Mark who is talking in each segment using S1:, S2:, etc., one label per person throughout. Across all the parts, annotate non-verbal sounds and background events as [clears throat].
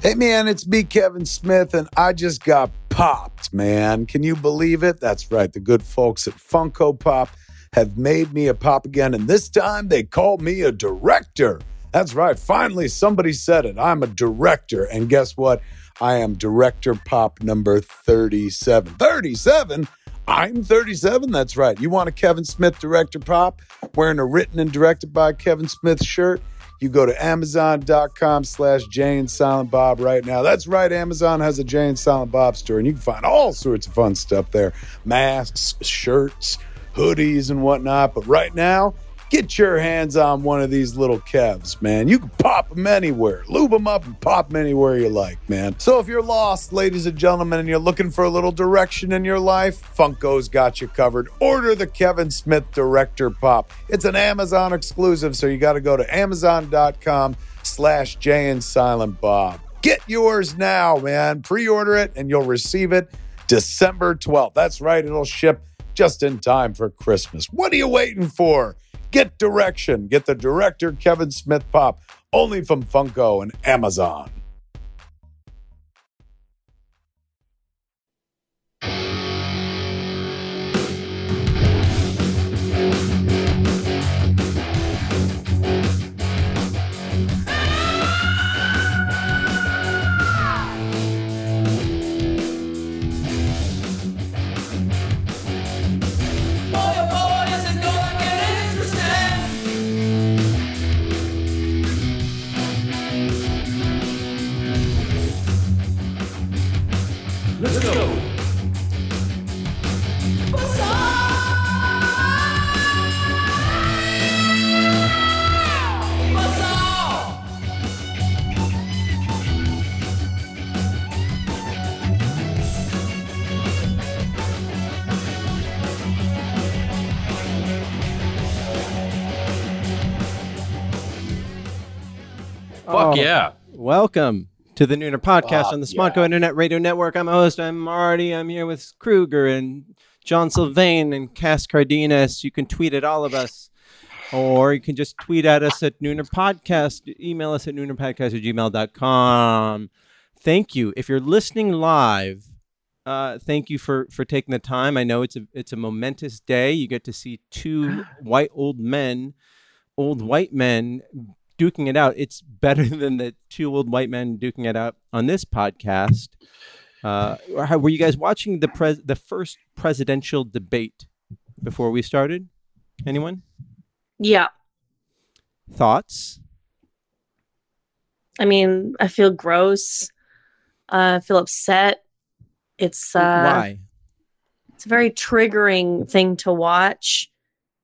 S1: Hey man, it's me, Kevin Smith, and I just got popped, man. Can you believe it? That's right. The good folks at Funko Pop have made me a pop again, and this time they called me a director. That's right. Finally, somebody said it. I'm a director. And guess what? I am director pop number 37. 37? I'm 37. That's right. You want a Kevin Smith director pop wearing a written and directed by Kevin Smith shirt? You go to Amazon.com slash Jay and Silent Bob right now. That's right, Amazon has a Jay and Silent Bob store, and you can find all sorts of fun stuff there masks, shirts, hoodies, and whatnot. But right now, get your hands on one of these little kevs, man. You can pop them anywhere, lube them up, and pop them anywhere you like, man. So if you're lost, ladies and gentlemen, and you're looking for a little direction in your life, Funko's got you covered. Order the Kevin Smith Director Pop. It's an Amazon exclusive, so you got to go to amazon.com slash Jay and Silent Bob. Get yours now, man. Pre-order it, and you'll receive it December 12th. That's right. It'll ship just in time for Christmas. What are you waiting for? Get direction. Get the director Kevin Smith Pop only from Funko and Amazon.
S2: Boy, oh boy, this is gonna get interesting.
S3: Let's go.
S2: What's up? What's up?
S3: Fuck yeah.
S4: Oh, Welcome to the Nooner Podcast on the Smodco Internet Radio Network. I'm a host. I'm Marty. I'm here with Kruger and John Sylvain and Cass Cardenas. You can tweet at all of us, or you can just tweet at us at Nooner Podcast. Email us at noonerpodcast at gmail.com. Thank you. If you're listening live, uh, thank you for for taking the time. I know it's a it's a momentous day. You get to see two white old men, old white men duking it out. It's better [laughs] than the two old white men duking it out on this podcast. Uh, or how- were you guys watching the pres the first presidential debate before we started? Anyone
S5: Yeah.
S4: thoughts?
S5: I mean, I feel gross. Uh, I feel upset. It's uh,
S4: Why?
S5: it's a very triggering thing to watch.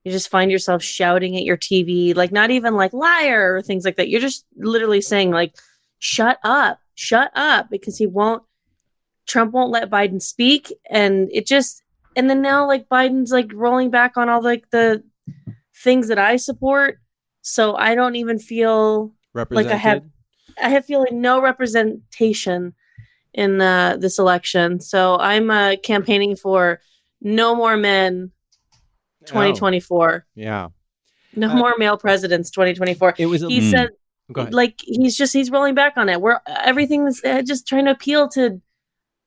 S5: You just find yourself shouting at your TV, like not even like liar or things like that. You're just literally saying like, "Shut up, shut up," because he won't. Trump won't let Biden speak, and it just and then now like Biden's like rolling back on all like the things that I support. So I don't even feel
S4: Represented.
S5: I have- I have feeling no representation in uh, this election. So I'm uh, campaigning for no more men
S4: Oh,
S5: 2024,
S4: yeah,
S5: no
S4: Uh,
S5: more male presidents 2024.
S4: it was. A,
S5: He
S3: Mm.
S5: said,
S4: go ahead.
S5: like he's just he's rolling back on it. We're everything's uh, just trying to appeal to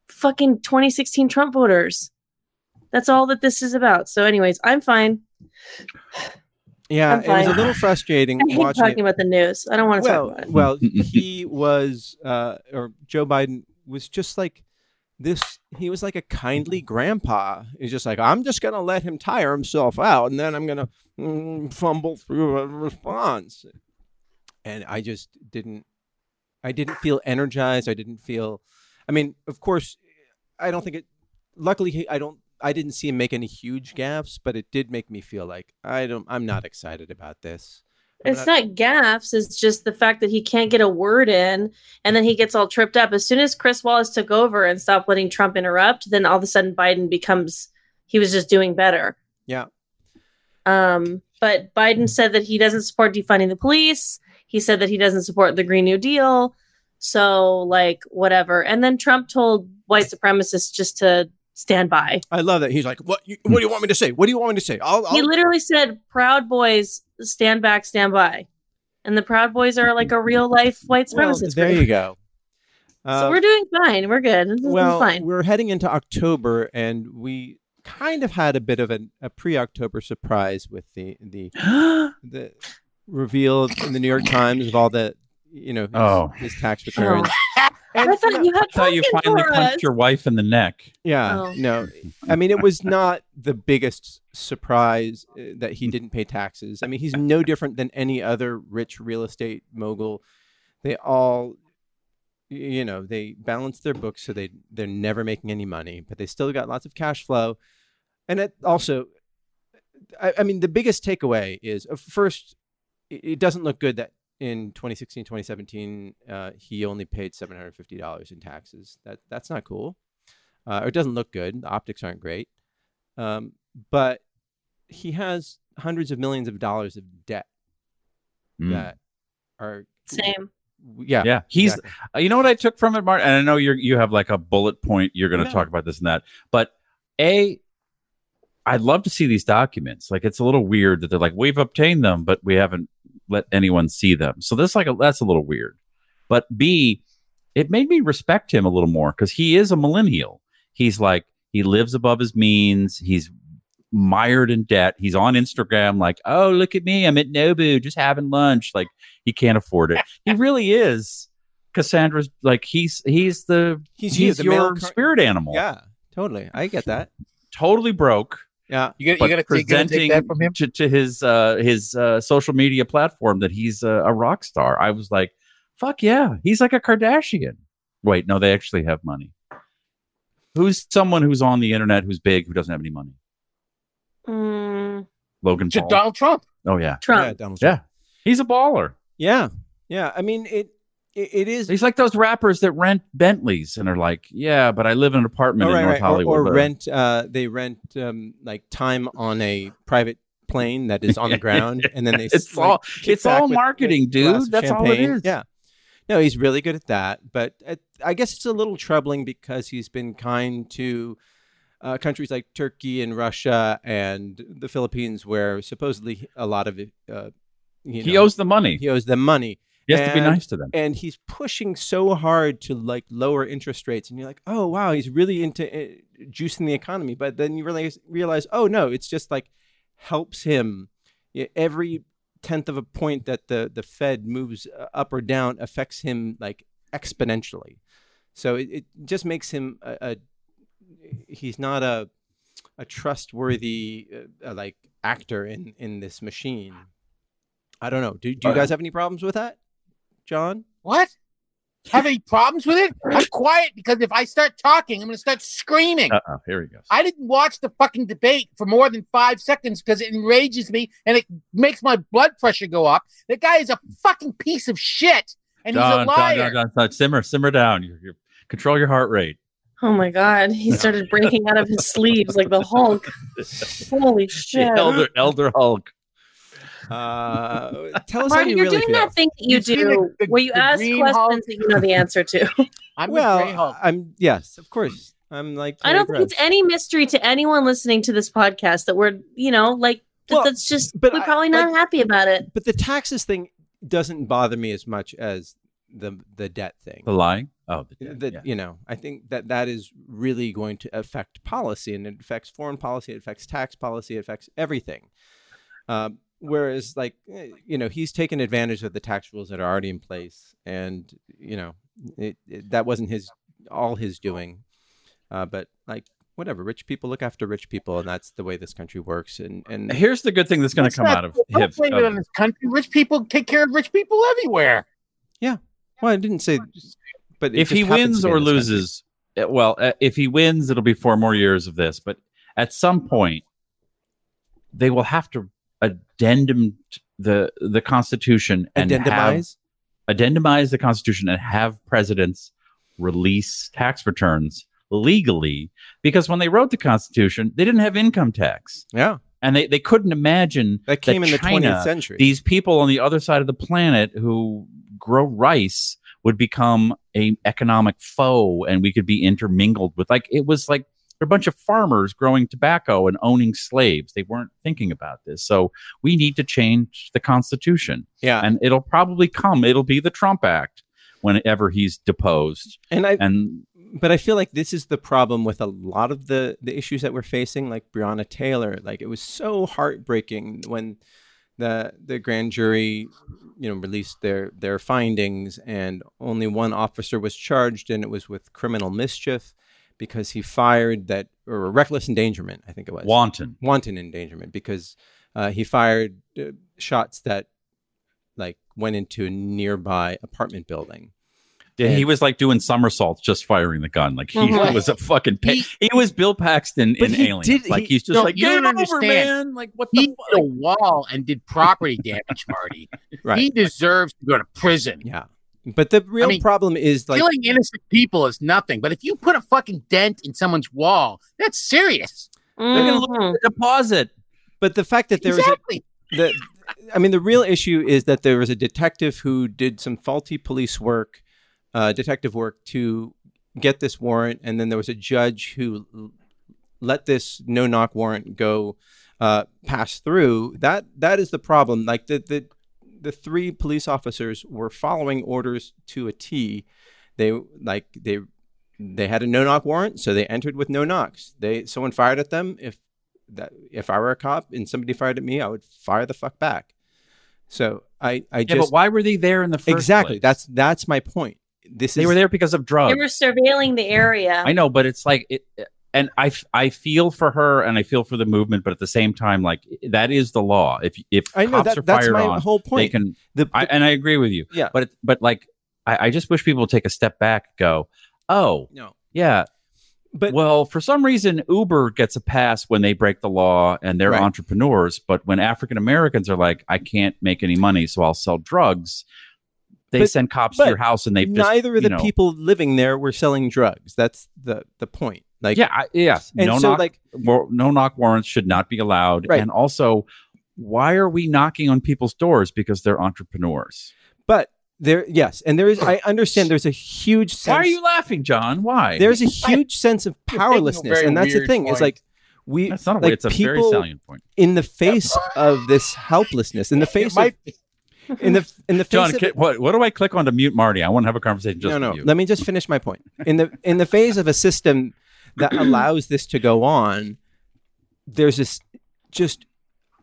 S5: fucking 2016 Trump voters. That's all that this is about. So, anyways, I'm fine.
S4: yeah,
S5: I'm
S4: it was a
S5: fine.
S4: little frustrating
S5: [laughs] I hate
S4: watching it.
S5: talking about the news. I don't want to
S4: well,
S5: talk about it.
S4: well, he was, uh, or Joe Biden was just like this. He was like a kindly grandpa. He's just like, I'm just gonna let him tire himself out, and then I'm gonna mm, fumble through a response. And I just didn't. I didn't feel energized. I didn't feel. I mean, of course, I don't think it. Luckily, he- I don't. I didn't see him make any huge gaffes, but it did make me feel like I don't. I'm not excited about this. I'm
S5: It's not gaffes. It's just the fact that he can't get a word in, and then he gets all tripped up. As soon as Chris Wallace took over and stopped letting Trump interrupt, then all of a sudden Biden becomes he was just doing better.
S4: Yeah.
S5: Um, but Biden said that he doesn't support defunding the police. He said that he doesn't support the Green New Deal. So like whatever. And then Trump told white supremacists just to stand by.
S4: I love that. He's like, "What? You, what do you want me to say? What do you want me to say?" I'll,
S5: He
S4: I'll
S5: literally said, "Proud Boys, stand back, stand by," and the Proud Boys are like a real life white
S4: Well,
S5: supremacist.
S4: there
S5: group.
S4: you go. Um,
S5: so we're doing fine. We're good. This is
S4: well,
S5: fine.
S4: we're heading into October, and we kind of had a bit of an, a pre-October surprise with the
S5: [gasps]
S4: the the reveal in the New York Times of all the you know his,
S3: Oh.
S4: his tax returns. And,
S5: I thought you had
S3: I thought you
S5: pumpkin
S3: finally
S5: for us.
S3: punched your wife in the neck.
S4: yeah,
S5: Oh.
S4: no, I mean it was not the biggest surprise uh, that he didn't pay taxes. I mean he's no different than any other rich real estate mogul. They all you know they balance their books so they they're never making any money but they still got lots of cash flow and it also i, I mean the biggest takeaway is uh, first it, it doesn't look good that in 2016 2017 uh, he only paid $750 in taxes that that's not cool uh, or it doesn't look good the optics aren't great um, but he has hundreds of millions of dollars of debt
S3: Mm.
S4: that are
S5: Same.
S4: yeah
S3: Yeah, he's.
S4: exactly.
S3: uh, You know what I took from it, Martin? And I know you are you have like a bullet point. You're going to
S4: No.
S3: talk about this and that, but a, I'd love to see these documents. Like it's a little weird that they're like we've obtained them, but we haven't let anyone see them. So this like a, that's a little weird. But b, it made me respect him a little more because he is a millennial. He's like he lives above his means. He's mired in debt. He's on Instagram like, oh look at me, I'm at Nobu just having lunch. Like he can't afford it. he really is. Cassandra's like he's he's the
S4: he's,
S3: he's,
S4: he's the male
S3: your
S4: cur-
S3: spirit animal.
S4: Yeah, totally. I get that.
S3: Totally broke
S4: Yeah.
S6: You got you
S3: But
S6: got to take
S3: presenting
S6: that from him.
S3: to, to his uh his uh social media platform that he's uh, a rock star. I was like, fuck yeah, he's like a Kardashian. Wait, no, they actually have money. Who's someone who's on the internet who's big who doesn't have any money?
S5: Mm,
S3: Logan
S6: To
S3: Paul.
S6: Donald Trump.
S3: oh yeah.
S4: Yeah,
S5: Trump.
S4: Donald
S3: Yeah.
S4: Trump.
S3: He's a baller.
S4: Yeah. Yeah. I mean, it it, it is.
S3: He's like those rappers that rent Bentleys and are like, yeah, but I live in an apartment
S4: Oh,
S3: in
S4: right,
S3: North
S4: right. Or,
S3: Hollywood.
S4: or
S3: but-
S4: rent. Uh, they rent um, like time on a private plane that is on
S3: [laughs]
S4: the ground, and then they.
S3: It's
S4: like,
S3: all-
S4: kick
S3: it's
S4: back
S3: all
S4: with, like,
S3: marketing,
S4: a glass
S3: dude.
S4: of
S3: That's all it
S4: champagne.
S3: is.
S4: Yeah. No, he's really good at that, but it, I guess it's a little troubling because he's been kind to uh, countries like Turkey and Russia and the Philippines, where supposedly a lot of it, uh, you
S3: he
S4: know,
S3: owes the money.
S4: he owes them money.
S3: He has to be
S4: and-
S3: nice to them.
S4: and he's pushing so hard to like lower interest rates and you're like oh wow he's really into uh, juicing the economy but then you realize realize oh no it's just like helps him Y- every tenth of a point that the the fed moves uh, up or down affects him like exponentially so it, it just makes him a, a he's not a a trustworthy uh, uh, like actor in in this machine i don't know do, do you guys have any problems with that john
S6: What? Have any problems with it? I'm quiet because if I start talking, I'm going to start screaming.
S3: Uh oh, here he goes.
S6: I didn't watch the fucking debate for more than five seconds because it enrages me and it makes my blood pressure go up. The guy is a fucking piece of shit and he's
S3: Don,
S6: a liar.
S3: Don, Don, Don, Don, simmer, simmer down. You're, you're, control your heart rate.
S5: Oh my God. He started breaking out of his sleeves like the Hulk.
S4: [laughs]
S5: Holy shit.
S3: Elder, Elder Hulk.
S4: Uh, tell us how
S5: Marty,
S4: you
S5: you're
S4: really
S5: doing
S4: feel.
S5: that thing that you
S6: You see
S5: do
S6: the- the-
S5: where you
S6: the
S5: ask
S6: green
S5: questions
S6: Hulk?
S5: that you know the answer
S4: [laughs]
S5: to.
S6: I'm a gray
S4: well,
S6: Hulk.
S4: I'm yes, of course. I'm like
S5: [gasps] I
S4: Terry
S5: don't think it's
S4: Gross.
S5: any mystery to anyone listening to this podcast that we're, you know, like, that
S4: Well,
S5: that's just,
S4: but
S5: we're
S4: I-
S5: probably not
S4: like-
S5: happy about it.
S4: but the taxes thing doesn't bother me as much as the the debt thing.
S3: The lying? Oh, the dead,
S4: that
S3: yeah.
S4: you know, I think that that is really going to affect policy, and it affects foreign policy, it affects tax policy, it affects everything. Um, whereas, like eh, you know, he's taken advantage of the tax rules that are already in place, and you know, it, it, that wasn't his all his doing. Uh, but like whatever, rich people look after rich people, and that's the way this country works. And and
S3: Here's the good thing that's going to
S6: That's
S3: come
S6: not-
S3: out of
S6: don't
S3: him.
S6: blame it on this country. Rich people take care of rich people everywhere.
S4: well, I didn't say, but it
S3: if he
S4: just happens
S3: wins
S4: to be
S3: or
S4: in this country.
S3: loses, uh, well, uh, if he wins, it'll be four more years of this. But at some point, they will have to addendum t- the the Constitution and have-
S4: Addendamize?
S3: addendumize the Constitution and have presidents release tax returns legally. Because when they wrote the Constitution, they didn't have income tax,
S4: yeah,
S3: and they, they couldn't imagine
S4: that came in the
S3: China-
S4: 20th century.
S3: these people on the other side of the planet who grow rice would become a economic foe and we could be intermingled with like it was like they're a bunch of farmers growing tobacco and owning slaves they weren't thinking about this so we need to change the constitution
S4: yeah,
S3: and it'll probably come it'll be the trump act whenever he's deposed.
S4: And I
S3: And
S4: but I feel like this is the problem with a lot of the the issues that we're facing, like Breonna Taylor. Like it was so heartbreaking when the the grand jury, you know, released their their findings, and only one officer was charged, and it was with criminal mischief because he fired that or reckless endangerment, I think it was
S3: wanton.
S4: wanton endangerment because uh, he fired uh, shots that like went into a nearby apartment building.
S3: Yeah, he was like doing somersaults just firing the gun. Like he
S5: Mhm.
S3: was a fucking pa- he,
S6: He-
S3: was Bill Paxton
S4: But
S3: in
S4: he
S3: Aliens.
S4: did-
S3: like
S4: he-
S3: he's just
S6: No,
S3: like
S6: you don't
S3: game over,
S6: understand.
S3: man. Like what
S6: He
S3: the
S6: hit
S3: fuck?
S6: a wall and did property damage,
S4: [laughs]
S6: Marty. He deserves to go to prison.
S4: Yeah. But the real
S6: mean,
S4: problem is like
S6: Killing innocent people is nothing, but if you put a fucking dent in someone's wall, that's serious.
S3: gonna look-
S5: Mhm.
S3: The deposit.
S4: but the fact that there was
S6: exactly.
S4: a, the I mean the real issue is that there was a detective who did some faulty police work, uh, detective work to get this warrant and then there was a judge who l- let this no knock warrant go uh, pass through. That that is the problem. Like the the the three police officers were following orders to a T. They like they they had a no knock warrant, so they entered with no knocks. They someone fired at them. If that if I were a cop and somebody fired at me, I would fire the fuck back. So I I
S3: Yeah,
S4: just
S3: but why were they there in the first
S4: exactly
S3: place?
S4: that's that's my point. This
S3: they
S4: is
S3: were there because of drugs.
S5: They were surveilling the area.
S3: I know, but it's like it, and I f- I feel for her and I feel for the movement, but at the same time, like that is the law. If if
S4: I know
S3: cops are
S4: that, that's
S3: fired
S4: my
S3: on,
S4: whole
S3: they
S4: point.
S3: can.
S4: the,
S3: I, and I agree with you.
S4: Yeah.
S3: but it, but like I, I just wish people would take a step back. and Go, oh
S4: no,
S3: yeah,
S4: but
S3: well for some reason Uber gets a pass when they break the law and they're
S4: Right.
S3: entrepreneurs, but when African Americans are like, I can't make any money, so I'll sell drugs. They
S4: But-
S3: send cops
S4: but
S3: to your house and they just,
S4: neither of
S3: you
S4: the
S3: know-
S4: people living there were selling drugs. That's the the point. Like
S3: yeah, I, yes,
S4: and
S3: no
S4: so
S3: knock
S4: like
S3: war- no knock warrants should not be allowed.
S4: Right.
S3: And also, why are we knocking on people's doors because they're entrepreneurs?
S4: but there yes, and there is I understand there's a huge sense
S3: Why are you laughing, John? Why?
S4: there's a huge sense of powerlessness.
S6: very
S4: And that's the
S6: weird
S4: thing, is
S6: point.
S4: like we
S3: that's not a
S4: like
S3: way. It's a very
S4: people
S3: salient point.
S4: in the face of this helplessness, in the face
S6: might
S4: of in the in the face
S3: John,
S4: of
S3: ca- what what do I click on to mute Marty? I want to have a conversation just
S4: no, no.
S3: with you.
S4: Let me just finish my point. In the in the phase of a system that allows this to go on, there's this just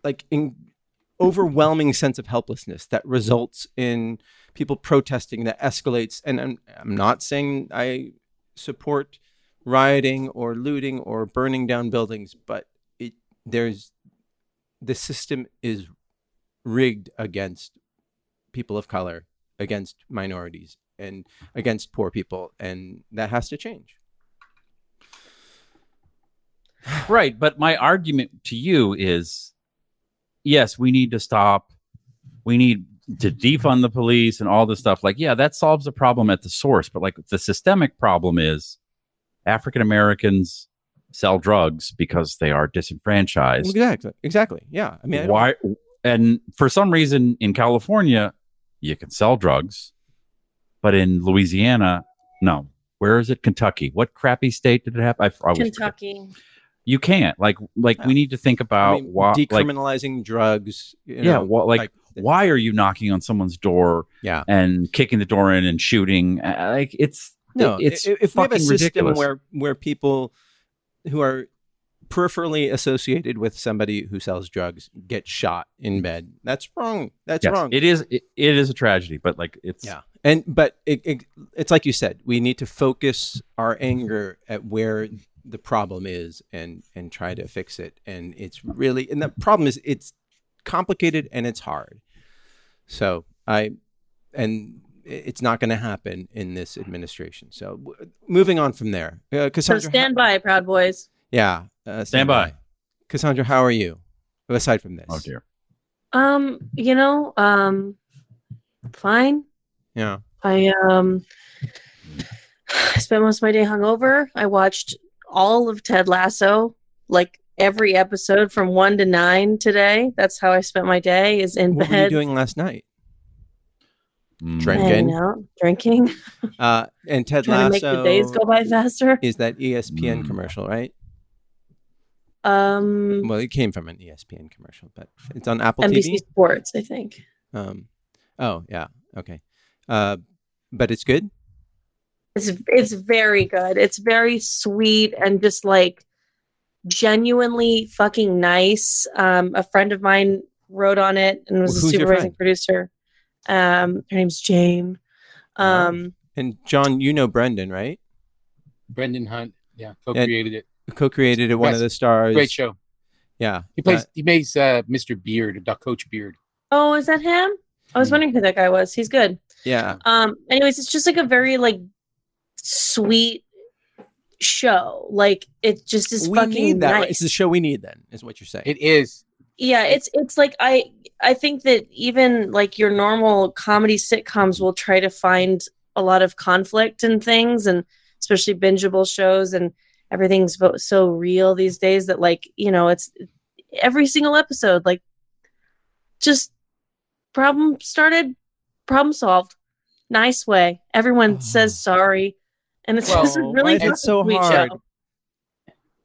S4: like in overwhelming sense of helplessness that results in people protesting that escalates. And I'm, I'm not saying I support rioting or looting or burning down buildings, but it there's the system is rigged against people of color, against minorities, and against poor people, and that has to change.
S3: Right, but my argument to you is, yes, we need to stop. We need to defund the police and all this stuff. Like, yeah, that solves the problem at the source, but like the systemic problem is African Americans sell drugs because they are disenfranchised.
S4: Exactly. Exactly. Yeah. I mean, I don't-
S3: Why? And for some reason in California, you can sell drugs, but in Louisiana, no. Where is it? Kentucky. What crappy state did it happen? I, f- I always forget
S5: Kentucky.
S3: you can't like like we need to think
S4: I
S3: about
S4: mean,
S3: why like
S4: decriminalizing drugs. you
S3: yeah
S4: know,
S3: wha- like,
S4: like-
S3: why are you knocking on someone's door
S4: Yeah.
S3: and kicking the door in and shooting Uh, like it's
S4: No.
S3: it- it's
S4: i- if, we have a
S3: fucking
S4: system
S3: ridiculous.
S4: where where people who are peripherally associated with somebody who sells drugs get shot in bed, that's wrong. That's
S3: Yes,
S4: wrong.
S3: it is it, it is a tragedy but like it's
S4: Yeah. And but it, it, it's like you said, we need to focus our anger at where the problem is and and try to fix it. And it's really and the problem is it's complicated and it's hard. So I and i- it's not going to happen in this administration. So w- moving on from there, uh,
S5: So
S4: Cassandra.
S5: stand by, Proud Boys.
S4: Yeah, uh,
S3: Stand by.
S4: Cassandra. How are you? Aside from this,
S3: oh dear
S5: Um, you know, um, fine.
S4: yeah,
S5: I um, I spent most of my day hungover. I watched all of Ted Lasso, like every episode from one to nine today. That's how I spent my day. Is in
S4: what were you
S5: bed,
S4: doing last night?
S3: Mm.
S4: Drank it.
S5: hanging out, drinking,
S4: Uh, and Ted
S5: trying to make
S4: Lasso
S5: the days go by faster.
S4: is that E ESPN
S3: Mm.
S4: commercial, right?
S5: Um,
S4: Well, it came from an E ESPN commercial, but it's on Apple
S5: NBC Sports, I think.
S4: TV. Um, oh yeah, okay. Uh, but it's good.
S5: It's it's very good. It's very sweet and just like genuinely fucking nice. Um, a friend of mine wrote on it and was
S4: Who's
S5: a
S4: your
S5: supervising
S4: friend?
S5: producer. Um, her name's Jane. Um,
S4: And John, you know Brendan, right?
S6: Brendan Hunt, yeah, co-created it.
S4: Who co-created it, one
S6: Yes.
S4: of the stars.
S6: Great show.
S4: Yeah.
S6: He plays.
S4: Uh,
S6: he makes uh, Mr. Beard, Doc Coach Beard.
S5: oh, is that him? I
S4: Hmm.
S5: was wondering who that guy was. He's good.
S4: yeah.
S5: um anyways it's just like a very like sweet show like it just is
S4: we
S5: fucking
S4: need that. right?
S5: nice
S4: It's the show we need then, is what you're saying.
S6: It is.
S5: yeah it's it's like i i think that even like your normal comedy sitcoms will try to find a lot of conflict and things and especially bingeable shows and everything's vo- so real these days that like you know it's every single episode like just problem started problem solved nice way everyone
S4: Oh.
S5: says sorry and it's [laughs] just a
S4: Well,
S5: really
S4: why is it so
S5: fucking sweet
S4: hard?
S5: show.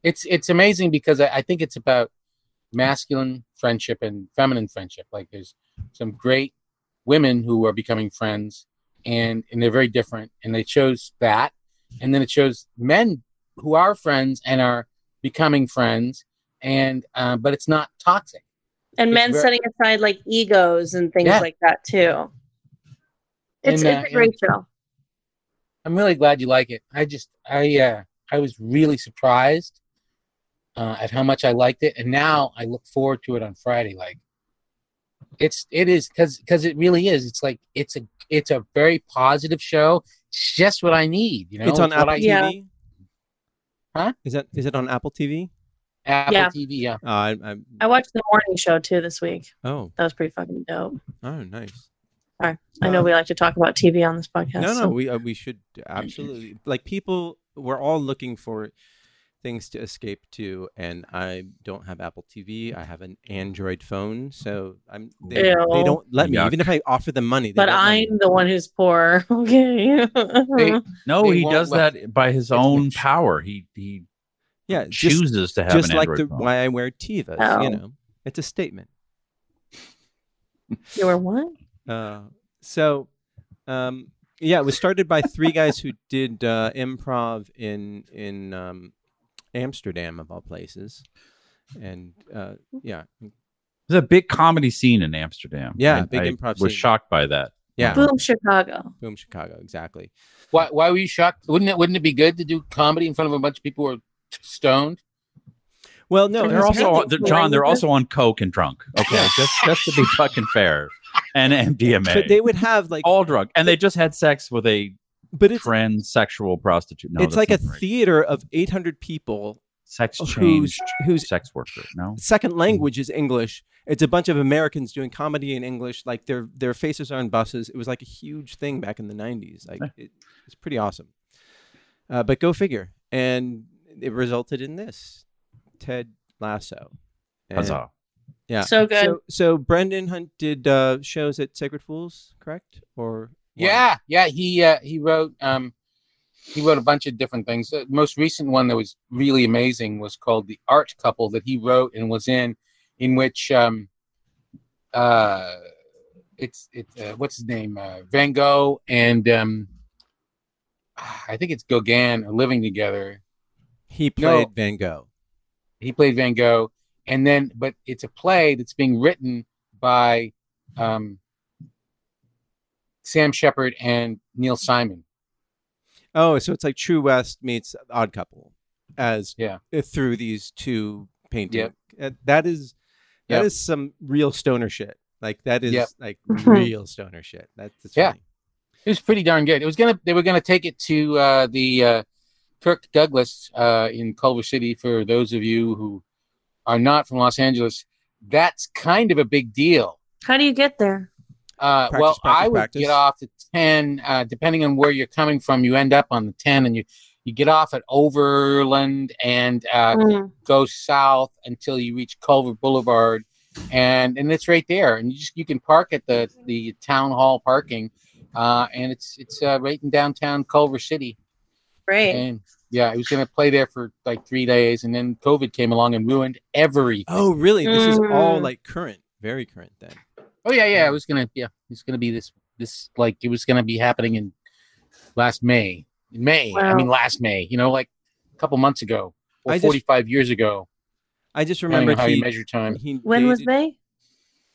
S6: It's it's amazing because I, I think it's about masculine friendship and feminine friendship. Like there's some great women who are becoming friends, and and they're very different. And they chose that, and then it shows men who are friends and are becoming friends, and uh, but it's not toxic.
S5: and
S6: It's
S5: men
S6: ver-
S5: setting aside like egos and things
S6: Yeah.
S5: like that too it's,
S6: And, uh,
S5: it's a great show
S6: I'm really glad you like it. I just, I, uh, I was really surprised uh, at how much I liked it, and now I look forward to it on Friday. Like, it's, it is, because, because it really is. It's like, it's a, it's a very positive show. It's just what I need. You know,
S4: it's on
S6: It's what
S4: Apple
S6: I-
S4: TV.
S5: Yeah.
S6: Huh?
S4: Is that is it on Apple TV?
S6: Apple
S5: Yeah.
S6: TV. Yeah,
S4: Uh, I, I,
S5: I watched the morning show too this week.
S4: oh,
S5: That was pretty fucking dope.
S4: oh, nice.
S5: I know
S4: Um,
S5: we like to talk about TV on this podcast.
S4: no, no,
S5: so-
S4: we uh, we should absolutely like people. We're all looking for things to escape to, and I don't have Apple TV. I have an Android phone, so I'm they, they
S5: Ew.
S4: don't let me.
S3: Yuck.
S4: Even if I offer them money, they
S5: but
S4: won't let me.
S5: I'm the one who's poor. [laughs] Okay. Mm-hmm.
S6: They-
S3: No,
S6: They
S3: he
S6: won't
S3: does
S6: let-
S3: that by his
S6: It's
S3: own
S6: which-
S3: power. He he
S4: yeah, just,
S3: chooses to have
S4: just
S3: an
S4: like
S3: Android
S4: the
S3: phone.
S4: why I wear Tivas.
S5: Oh.
S4: You know, it's a statement.
S5: you were what?
S4: Uh, so, um, yeah, it was started by three guys who did uh, improv in in um, Amsterdam, of all places, and uh, yeah,
S3: There's a big comedy scene in Amsterdam.
S4: Yeah,
S3: I-
S4: big
S3: I
S4: improv
S3: Was
S4: scene.
S3: shocked by that.
S4: yeah, boom,
S5: Boom, Chicago.
S4: Chicago, exactly.
S6: why, why were you shocked? Wouldn't it, wouldn't it be good to do comedy in front of a bunch of people who are stoned?
S4: Well, no,
S5: And
S3: They're
S5: his
S3: also
S5: parents
S3: they're,
S5: were
S3: John. They're
S5: languages.
S3: also on coke and drunk. Okay, just just to be fucking fair, and MDMA,
S4: but they would have like,
S3: all drunk, and they just had sex with a
S4: but it's
S3: transsexual prostitute. No,
S4: it's
S3: that's
S4: like a
S3: not right.
S4: theater of eight hundred people
S3: sex
S4: whose
S3: change
S4: whose
S3: sex worker. No,
S4: second language is English. It's a bunch of Americans doing comedy in English. Like their their faces are on buses. It was like a huge thing back in the '90s. Like
S3: Yeah.
S4: it, it's pretty awesome. Uh, but go figure. And it resulted in this Ted Lasso. And-
S3: that's all.
S4: Yeah.
S5: So good.
S4: So, so Brendan Hunt did uh, shows at Sacred Fools, correct? Or one?
S6: Yeah, yeah. He uh, he wrote um, he wrote a bunch of different things. The most recent one that was really amazing was called "The Art Couple" that he wrote and was in, in which um, uh, it's it uh, what's his name uh, Van Gogh and um, I think it's Gauguin are living together.
S4: he
S6: No.
S4: played Van Gogh.
S6: He played Van Gogh, and then but it's a play that's being written by um, Sam Shepard and Neil Simon.
S4: Oh, so it's like True West meets Odd Couple, as
S6: Yeah.
S4: uh, through these two paintings.
S6: Yep.
S4: that is that is
S6: Yep.
S4: some real stoner shit. Like that is
S6: Yep.
S4: like real stoner shit. That's, that's
S6: Yeah.
S4: funny.
S6: It was pretty darn good. It was gonna they were gonna take it to uh, the uh, Kirk Douglas uh, in Culver City. For those of you who are not from Los Angeles, that's kind of a big deal.
S5: How do you get there?
S6: Uh,
S4: Practice,
S6: well,
S4: practice,
S6: I would
S4: practice.
S6: get off at ten, uh, depending on where you're coming from. You end up on the ten, and you you get off at Overland and uh,
S5: Mm.
S6: go south until you reach Culver Boulevard, and and it's right there. And you just you can park at the the town hall parking, uh, and it's it's uh, right in downtown Culver City.
S5: Great.
S6: And yeah, I was gonna play there for like three days, and then COVID came along and ruined everything. Oh,
S4: Oh, really? This is all
S5: Mm.
S4: like current, very current then.
S6: Oh, yeah, yeah, I was gonna yeah, it's gonna be this this like it was gonna be happening in last May. May, I
S5: Wow.
S6: mean last May. You know, like a couple months ago or
S4: I just-
S6: 45 years ago.
S4: I just
S6: Remember
S4: remembered
S6: how you
S4: he,
S6: measure time?
S4: he
S5: When was
S4: dated-
S5: May?
S6: [laughs]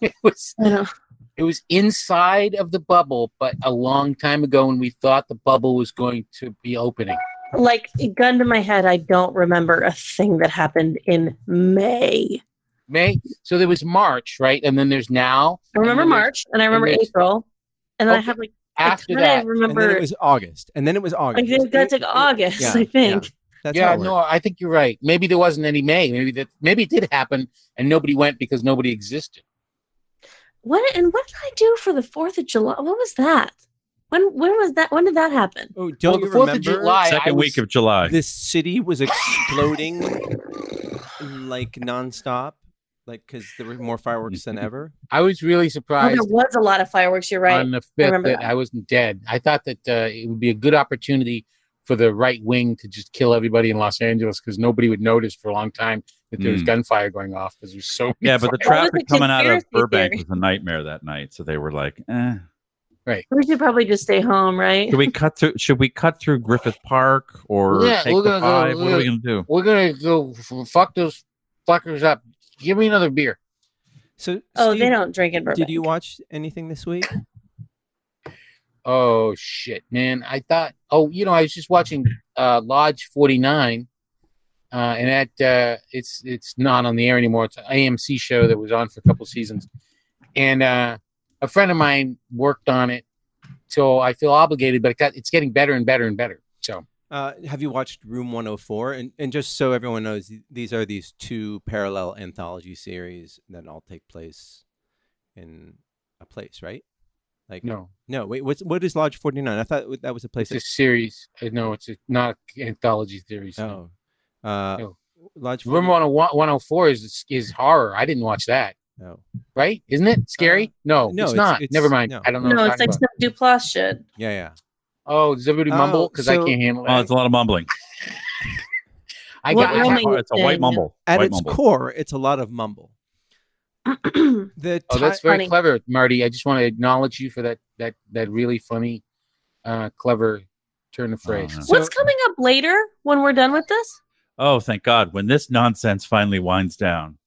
S6: It was
S5: I don't.
S6: it was inside of the bubble, but a long time ago when we thought the bubble was going to be opening.
S5: Like gun to my head, I don't remember a thing that happened in May.
S6: May. So there was March, right? And then there's now.
S5: I remember
S6: then there's-
S5: March, and I remember
S6: there's-
S5: April, and then I
S6: Okay.
S5: have like a
S6: After
S5: ton I
S6: that,
S4: And then
S5: remember.
S4: it was August. And then it was
S5: like
S4: August.
S5: it got to like August,
S4: yeah,
S5: I think.
S4: That's
S6: yeah,
S4: how it
S6: no,
S4: works.
S6: I think you're right. Maybe there wasn't any May. Maybe that maybe it did happen and nobody went because nobody existed.
S5: What and what did I do for the Fourth of July? What was that? When when was that? When did that happen?
S4: Oh,
S6: Well,
S4: don't
S6: the
S4: you
S6: 4th of
S4: remember?
S6: July- I-
S3: Second
S6: I was-
S3: week of July.
S4: This city was exploding like nonstop, like because there were more
S6: [laughs]
S4: fireworks than ever.
S6: I was really
S5: Oh,
S6: surprised
S5: there was a lot of fireworks. You're right.
S6: on
S4: uh,
S6: the fifth
S5: remember
S6: that
S5: that.
S6: I wasn't dead. I thought that uh, it would be a good opportunity for the right wing to just kill everybody in Los Angeles because nobody would notice for a long time that there was
S3: Mm.
S6: gunfire going off because there's so
S3: Yeah,
S5: That was
S3: but the
S5: a
S3: traffic coming out of
S5: conspiracy
S3: Burbank
S5: theory.
S3: was a nightmare that night. So they were like, eh.
S5: we should probably just stay home, right?
S3: Should we cut through should we cut through Griffith Park or
S6: Yeah,
S3: take
S6: we're
S3: the
S6: gonna go-
S3: five? What are we
S6: we're-
S3: gonna do?
S6: we're gonna go f- fuck those fuckers up. Give me another beer.
S4: So,
S5: oh,
S4: Steve,
S5: they don't drink in Burbank.
S4: Did you watch anything
S5: [coughs]
S4: this week?
S6: Oh shit, man! I thought. Oh, you know, I was just watching uh, Lodge Forty Nine, uh, and that uh, it's it's not on the air anymore. It's an AMC show that was on for a couple seasons, and uh, a friend of mine worked on it, so I feel obligated. But it got, it's getting better and better and better. So
S4: Uh, have you watched Room 104? And, and just so everyone knows, th- these are these two parallel anthology series that all take place in a place, right? Like
S6: no,
S4: no, wait, what's what is Lodge 49? I thought that was a place.
S6: it's a series. Uh, No, it's a, not anthology theories.
S4: that- oh, uh,
S6: No. oh
S4: Lodge
S6: Room 101 104 is is horror. I didn't watch that.
S4: 49 No,
S6: Right? Isn't it scary? no,
S4: no,
S6: it's,
S4: it's-
S6: not.
S4: it's-
S6: Never mind.
S4: no.
S6: I don't know. what
S5: No,
S6: I'm
S5: it's
S6: talking
S5: like
S6: about.
S5: some Duplass shit.
S4: yeah, yeah.
S6: Oh, does everybody
S4: Oh,
S6: mumble? Because
S4: so-
S6: I can't handle it.
S3: Oh, it's a lot of mumbling.
S6: I
S5: What
S6: got. I
S5: rooming-
S6: have-
S3: It's a white
S5: Wilmington.
S3: mumble.
S4: At
S3: white
S4: its
S3: mumble.
S4: core, it's a lot of mumble. The
S6: oh, that's
S4: ti-
S6: very
S5: Funny.
S6: clever, Marty. I just want to acknowledge you for that that that really funny, uh, clever turn of phrase.
S3: Oh, yeah.
S5: What's coming up later when we're done with this?
S3: Oh, thank God. When this nonsense finally winds down,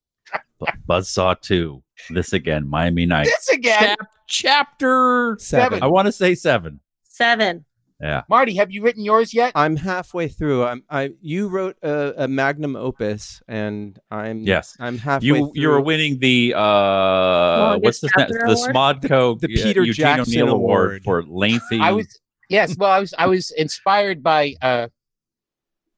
S3: Bu-
S4: [laughs]
S3: Buzzsaw 2, this again, Miami Night.
S6: This again,
S3: chapter.
S4: seven.
S6: seven.
S3: I want to say seven.
S5: Seven.
S6: Marty. Have you written yours yet?
S4: I'm halfway through. I'm I you wrote a, a magnum opus, and
S6: Mm,
S4: I'm
S3: Yes.
S4: I'm halfway.
S3: You you were
S4: through.
S3: winning the uh what's
S5: Longest
S3: this na-
S5: chapter
S3: the
S5: award?
S3: Smodco
S4: The- the
S3: uh,
S4: Peter
S3: Eugene
S4: Jackson
S3: O'Neill
S4: Award.
S3: Award for lengthy.
S6: I was yes. Well, I was I was inspired by uh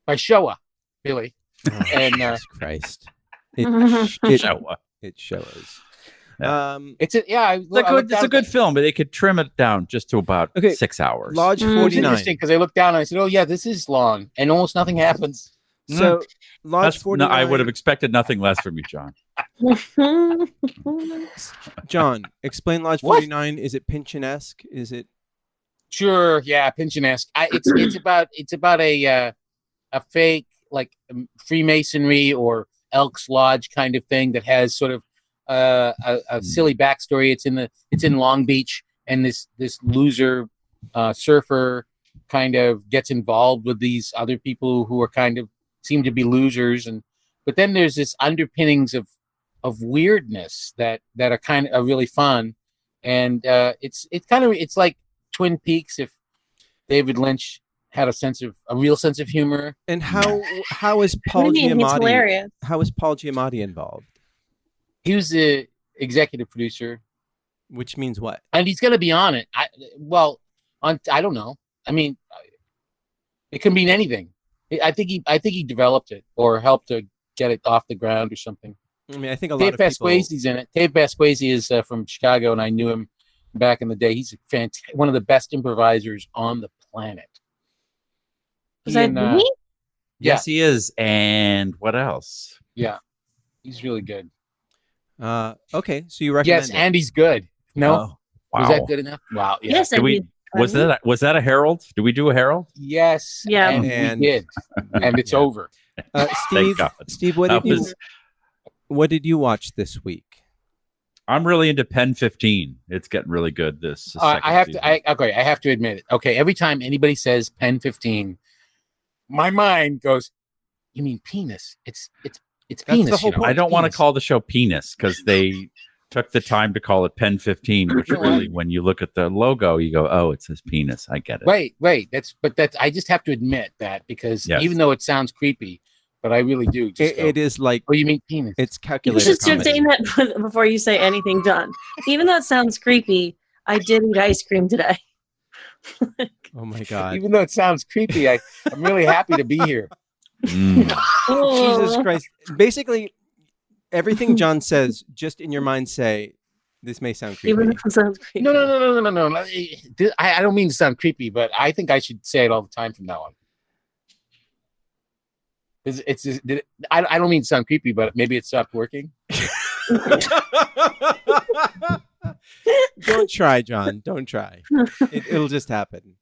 S6: by Showa, Billy.
S4: Oh,
S6: And, uh,
S4: Jesus Christ.
S5: [laughs]
S4: It, sh- it,
S3: Show up.
S4: it shows. Um,
S6: It's a yeah. I,
S3: It's a
S6: I
S3: good
S6: looked
S3: it's
S6: down-
S3: a good film, but they could trim it down just to about
S4: Okay,
S3: six hours.
S4: Lodge
S5: Mm.
S6: It's
S4: 49.
S6: interesting because I looked down and I said, "Oh yeah, this is long," and almost nothing happens. [laughs]
S5: [laughs]
S4: So, Lodge
S3: That's, no,
S4: 49.
S3: I would have expected nothing less from you, John.
S4: [laughs] John, explain Lodge
S6: What?
S4: 49. Is it Pynchon-esque? Is it?
S6: Sure, yeah, pension esque. I, it's it's about it's about a uh, a fake like um, Freemasonry or Elks Lodge kind of thing that has sort of uh, a, a silly backstory. It's in the it's in Long Beach, and this this loser uh, surfer kind of gets involved with these other people who are kind of seem to be losers, and but then there's this underpinnings of of weirdness that that are kind of are really fun, and uh, it's it's kind of it's like Twin Peaks if David Lynch had a sense of a real sense of humor.
S4: And how how is Paul
S5: [laughs] what do you mean? He's
S4: Giamatti?
S5: hilarious.
S4: How is Paul Giamatti involved?
S6: He was the executive producer,
S4: Which means what?
S6: and he's going to be on it. I well, on I don't know. I mean, it could mean anything. I- I think he I think he developed it or helped to get it off the ground or something.
S4: I mean, I think a lot
S6: Dave
S4: of people.
S6: Pasquazi's in it. Dave Pasquazi is uh, from Chicago, and I knew him back in the day. He's a fant- one of the best improvisers on the planet.
S5: Was
S6: He
S5: that
S6: and, uh,
S5: me?
S3: Yes, he is. And what else?
S6: He's really good.
S4: Uh, okay, so you recommend?
S6: Yes,
S4: it.
S6: and he's good. No,
S3: Oh, wow.
S6: was that good enough? Wow. Yeah.
S5: Yes,
S3: Did
S5: I
S3: we-
S5: mean,
S3: Was that a, was that a herald? Did we do a herald?
S6: Yes.
S5: Yeah.
S6: And,
S4: And-
S6: we did. And it's
S3: [laughs]
S4: Yeah.
S6: over.
S4: Uh,
S3: Thank
S4: Steve,
S3: God.
S4: Steve, what
S3: That
S4: did you
S3: was-
S4: what did you watch this week?
S3: I'm really into Pen 15. It's getting really good. This
S6: Uh,
S3: second
S6: I have
S3: season.
S6: to. I, okay, I have to admit it. Okay, every time anybody says pen fifteen, my mind goes, "You mean penis? It's it's it's
S4: That's the
S6: penis."
S4: whole
S6: you know?
S4: point.
S3: I
S6: it's
S3: don't want to
S6: penis."
S3: call the show penis because
S4: [laughs]
S3: they took the time to call it Pen 15, which
S6: You know what?
S3: really, when you look at the logo, you go, oh, it says penis. I get it.
S6: Right, right. That's but that's. I just have to admit that because
S3: Yes.
S6: even though it sounds creepy, but I really do. Just
S4: It,
S6: go,
S4: it is like
S6: oh, you mean penis?
S4: it's
S5: You
S4: calculated.
S5: just
S4: comedy.
S5: obtain that [laughs] before you say anything, John. Even though it sounds creepy, I did eat ice cream today. [laughs]
S4: Oh my
S6: [laughs]
S4: god!
S6: Even though it sounds creepy, I, I'm really happy to be here.
S3: Mm.
S4: Jesus
S5: Oh.
S4: Christ! Basically, everything John says, just in your mind, say this may sound creepy.
S5: Even though it sounds creepy.
S6: [laughs] No, no, no, no, no, no, no. no. I, I don't mean to sound creepy, but I think I should say it all the time from now on. It's, it's, it's- I, I don't mean to sound creepy, but maybe it stopped working.
S4: [laughs] Don't try, John.
S5: [laughs]
S4: Don't try. It, it'll just happen.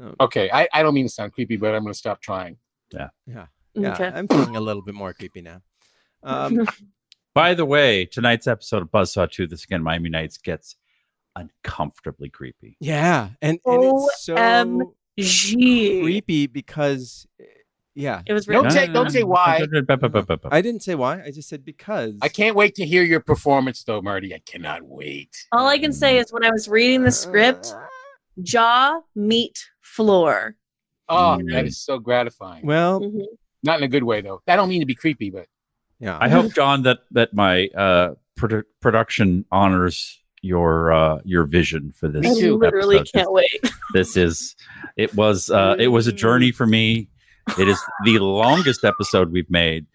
S4: Um,
S6: Okay, I, I don't mean to sound creepy, but I'm going to stop trying.
S4: yeah,
S5: Okay.
S4: I'm feeling a little bit more creepy now. [laughs] Um,
S3: By the way, tonight's episode of Buzzsaw 2, this again, Miami Nights gets uncomfortably creepy.
S4: yeah, and, and it's so
S5: Gee.
S4: creepy because, uh, yeah,
S5: It was
S6: Don't
S5: really
S6: say- don't say why.
S4: I didn't say why. I just said because.
S6: I can't wait to hear your performance, though, Marty. I cannot wait.
S5: All I can say is when I was reading the script, jaw meet floor.
S6: Oh,
S3: Mm.
S6: that is so gratifying.
S4: Well,
S5: Mhm.
S6: Not in a good way, though. I don't mean to be creepy, but
S4: yeah.
S3: I
S4: [laughs]
S3: hope, John, that that my uh, produ- production honors your uh, your vision for this.
S5: I
S6: too.
S5: literally
S3: episode.
S5: can't wait. [laughs]
S3: This is it was uh, it was a journey for me. It is the longest episode we've made.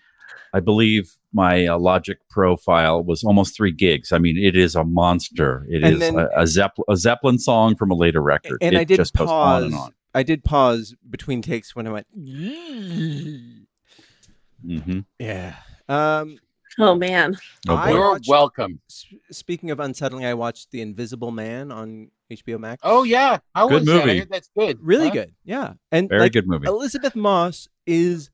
S3: I believe my uh, Logic profile was almost three gigs. I mean, it is a monster. It
S4: And
S3: is
S4: then-
S3: a, a, Zeppel- a Zeppelin song from a later record.
S4: and
S3: it
S4: I did
S3: just goes
S4: pause.
S3: on and on.
S4: I did pause between takes when I
S3: [laughs]
S4: went.
S3: Mm-hmm.
S4: Yeah. Um,
S5: Oh man.
S3: Oh,
S4: I
S3: boy.
S6: you're
S4: watched-
S6: welcome.
S4: s- speaking of unsettling, I watched The Invisible Man on HBO Max.
S6: Oh, yeah. How
S3: Good
S6: was that? I
S3: movie.
S6: heard that's good.
S4: really
S6: Huh?
S4: good. Yeah, and
S3: Very
S4: like,
S3: good movie.
S4: Elizabeth Moss is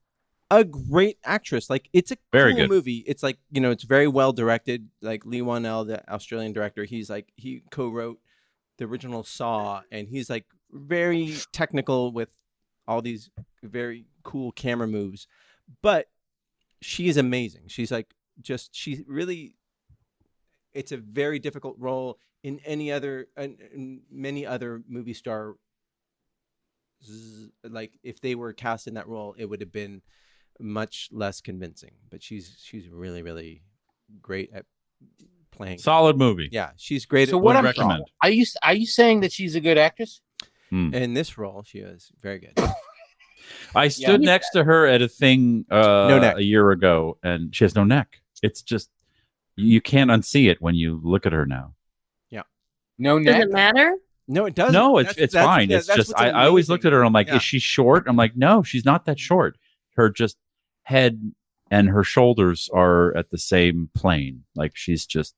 S4: a great actress. Like it's a
S3: Very
S4: cool
S3: good.
S4: movie. It's like you know, it's very well directed. Like Lee Wan L, the Australian director, he's like he co-wrote the original Saw, and he's like very technical with all these very cool camera moves. But she is amazing. She's like just she really. It's a very difficult role in any other in, in many other movie star z- like if they were cast in that role it would have been much less convincing but she's she's really really great at playing
S3: Solid movie.
S4: yeah she's great
S6: So what
S4: at
S3: Would
S6: I'm-
S3: recommend.
S6: Are you, are you saying that she's a good actress?
S3: Mm.
S4: in this role she is very good
S3: I stood
S5: Yeah.
S3: next to her at a thing uh,
S4: No neck.
S3: a year ago, and she has no neck. It's just you can't unsee it when you look at her now.
S6: No,
S5: Does
S6: neck.
S5: it matter?
S4: no it doesn't
S3: no, it's
S4: That's-
S3: it's
S4: that's-
S3: fine.
S4: yeah,
S3: it's
S4: that's
S3: just
S4: what's
S3: I, I always looked at
S4: amazing.
S3: her. and I'm like,
S4: Yeah.
S3: is she short? I'm like, no, she's not that short. Her just head and her shoulders are at the same plane. Like she's just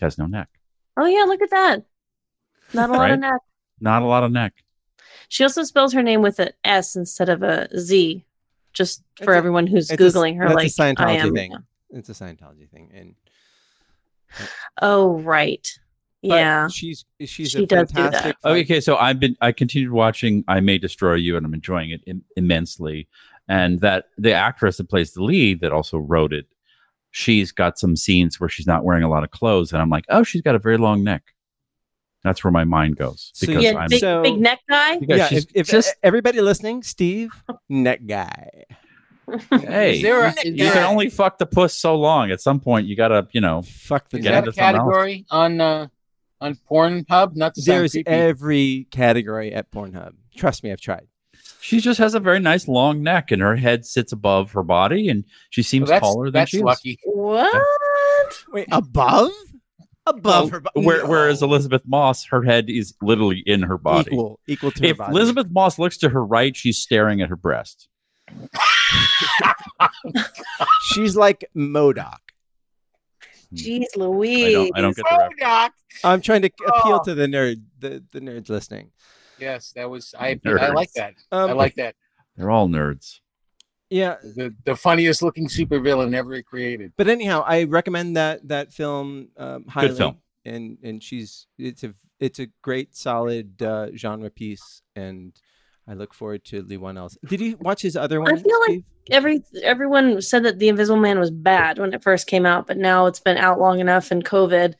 S3: has no neck.
S5: Oh yeah, look at that. Not a lot
S3: Right?
S5: of neck.
S3: Not a lot of neck.
S5: She also spells her name with an S instead of a Z, just
S4: It's
S5: for
S4: a-
S5: everyone who's
S4: it's a s-
S5: googling her. like
S4: that's a
S5: I
S4: Scientology
S5: am.
S4: thing it's a Scientology thing and
S5: Oh right.
S4: but
S5: Yeah.
S4: she's she's a
S5: She does do that.
S4: fantastic
S3: Oh,
S4: like,
S3: okay, so I've been I continued watching I May Destroy You and I'm enjoying it Im- immensely. And that the actress that plays the lead that also wrote it, she's got some scenes where she's not wearing a lot of clothes, and I'm like, oh, she's got a very long neck. That's where my mind goes
S4: So
S3: because
S4: you-
S5: yeah,
S3: I'm
S5: big,
S4: so-
S5: big neck guy.
S3: because
S4: yeah,
S3: she's
S4: if, if
S3: just
S4: everybody listening, Steve, neck guy.
S3: hey,
S6: Is there a, is
S3: you can
S6: there a-
S3: only fuck the puss so long. At some point, you gotta you know
S4: Fuck the
S6: Is
S3: Get
S4: neck.
S6: that
S3: into
S6: a
S3: something else.
S6: category on uh, on Pornhub? Not to sound
S4: There's
S6: creepy.
S4: every category
S5: [laughs]
S4: at Pornhub. Trust me, I've tried.
S3: she just has a very nice long neck and her head sits above her body and she
S6: Well,
S3: seems
S6: that's
S3: taller than
S6: that's
S3: she is.
S6: lucky.
S5: What?
S4: Wait, above? Above her body.
S3: Oh, Where, Whereas Elizabeth Moss, her head is literally in her body.
S4: Equal, equal to her
S3: if
S4: body.
S3: Elizabeth Moss looks to her right, she's staring at her breast.
S4: She's like Modoc.
S5: Jeez
S3: I
S5: Louise.
S3: don't, I don't get
S6: Oh,
S3: the reference.
S6: Doc.
S4: I'm trying to appeal
S6: Oh.
S4: to the nerd, the, the nerds listening.
S6: Yes, that was I. I
S3: Nerds.
S6: like that.
S4: Um,
S6: I like that.
S3: They're all nerds.
S4: yeah,
S6: the, the funniest looking supervillain ever created.
S4: but anyhow, I recommend that that film um, highly.
S3: film.
S4: And and she's it's a it's a great solid uh, genre piece, and I look forward to Lee Wan Ellis. Did you watch his other one?
S5: feel like-
S4: Steve?
S5: Every everyone said that the Invisible Man was bad when it first came out, but now it's been out long enough and COVID.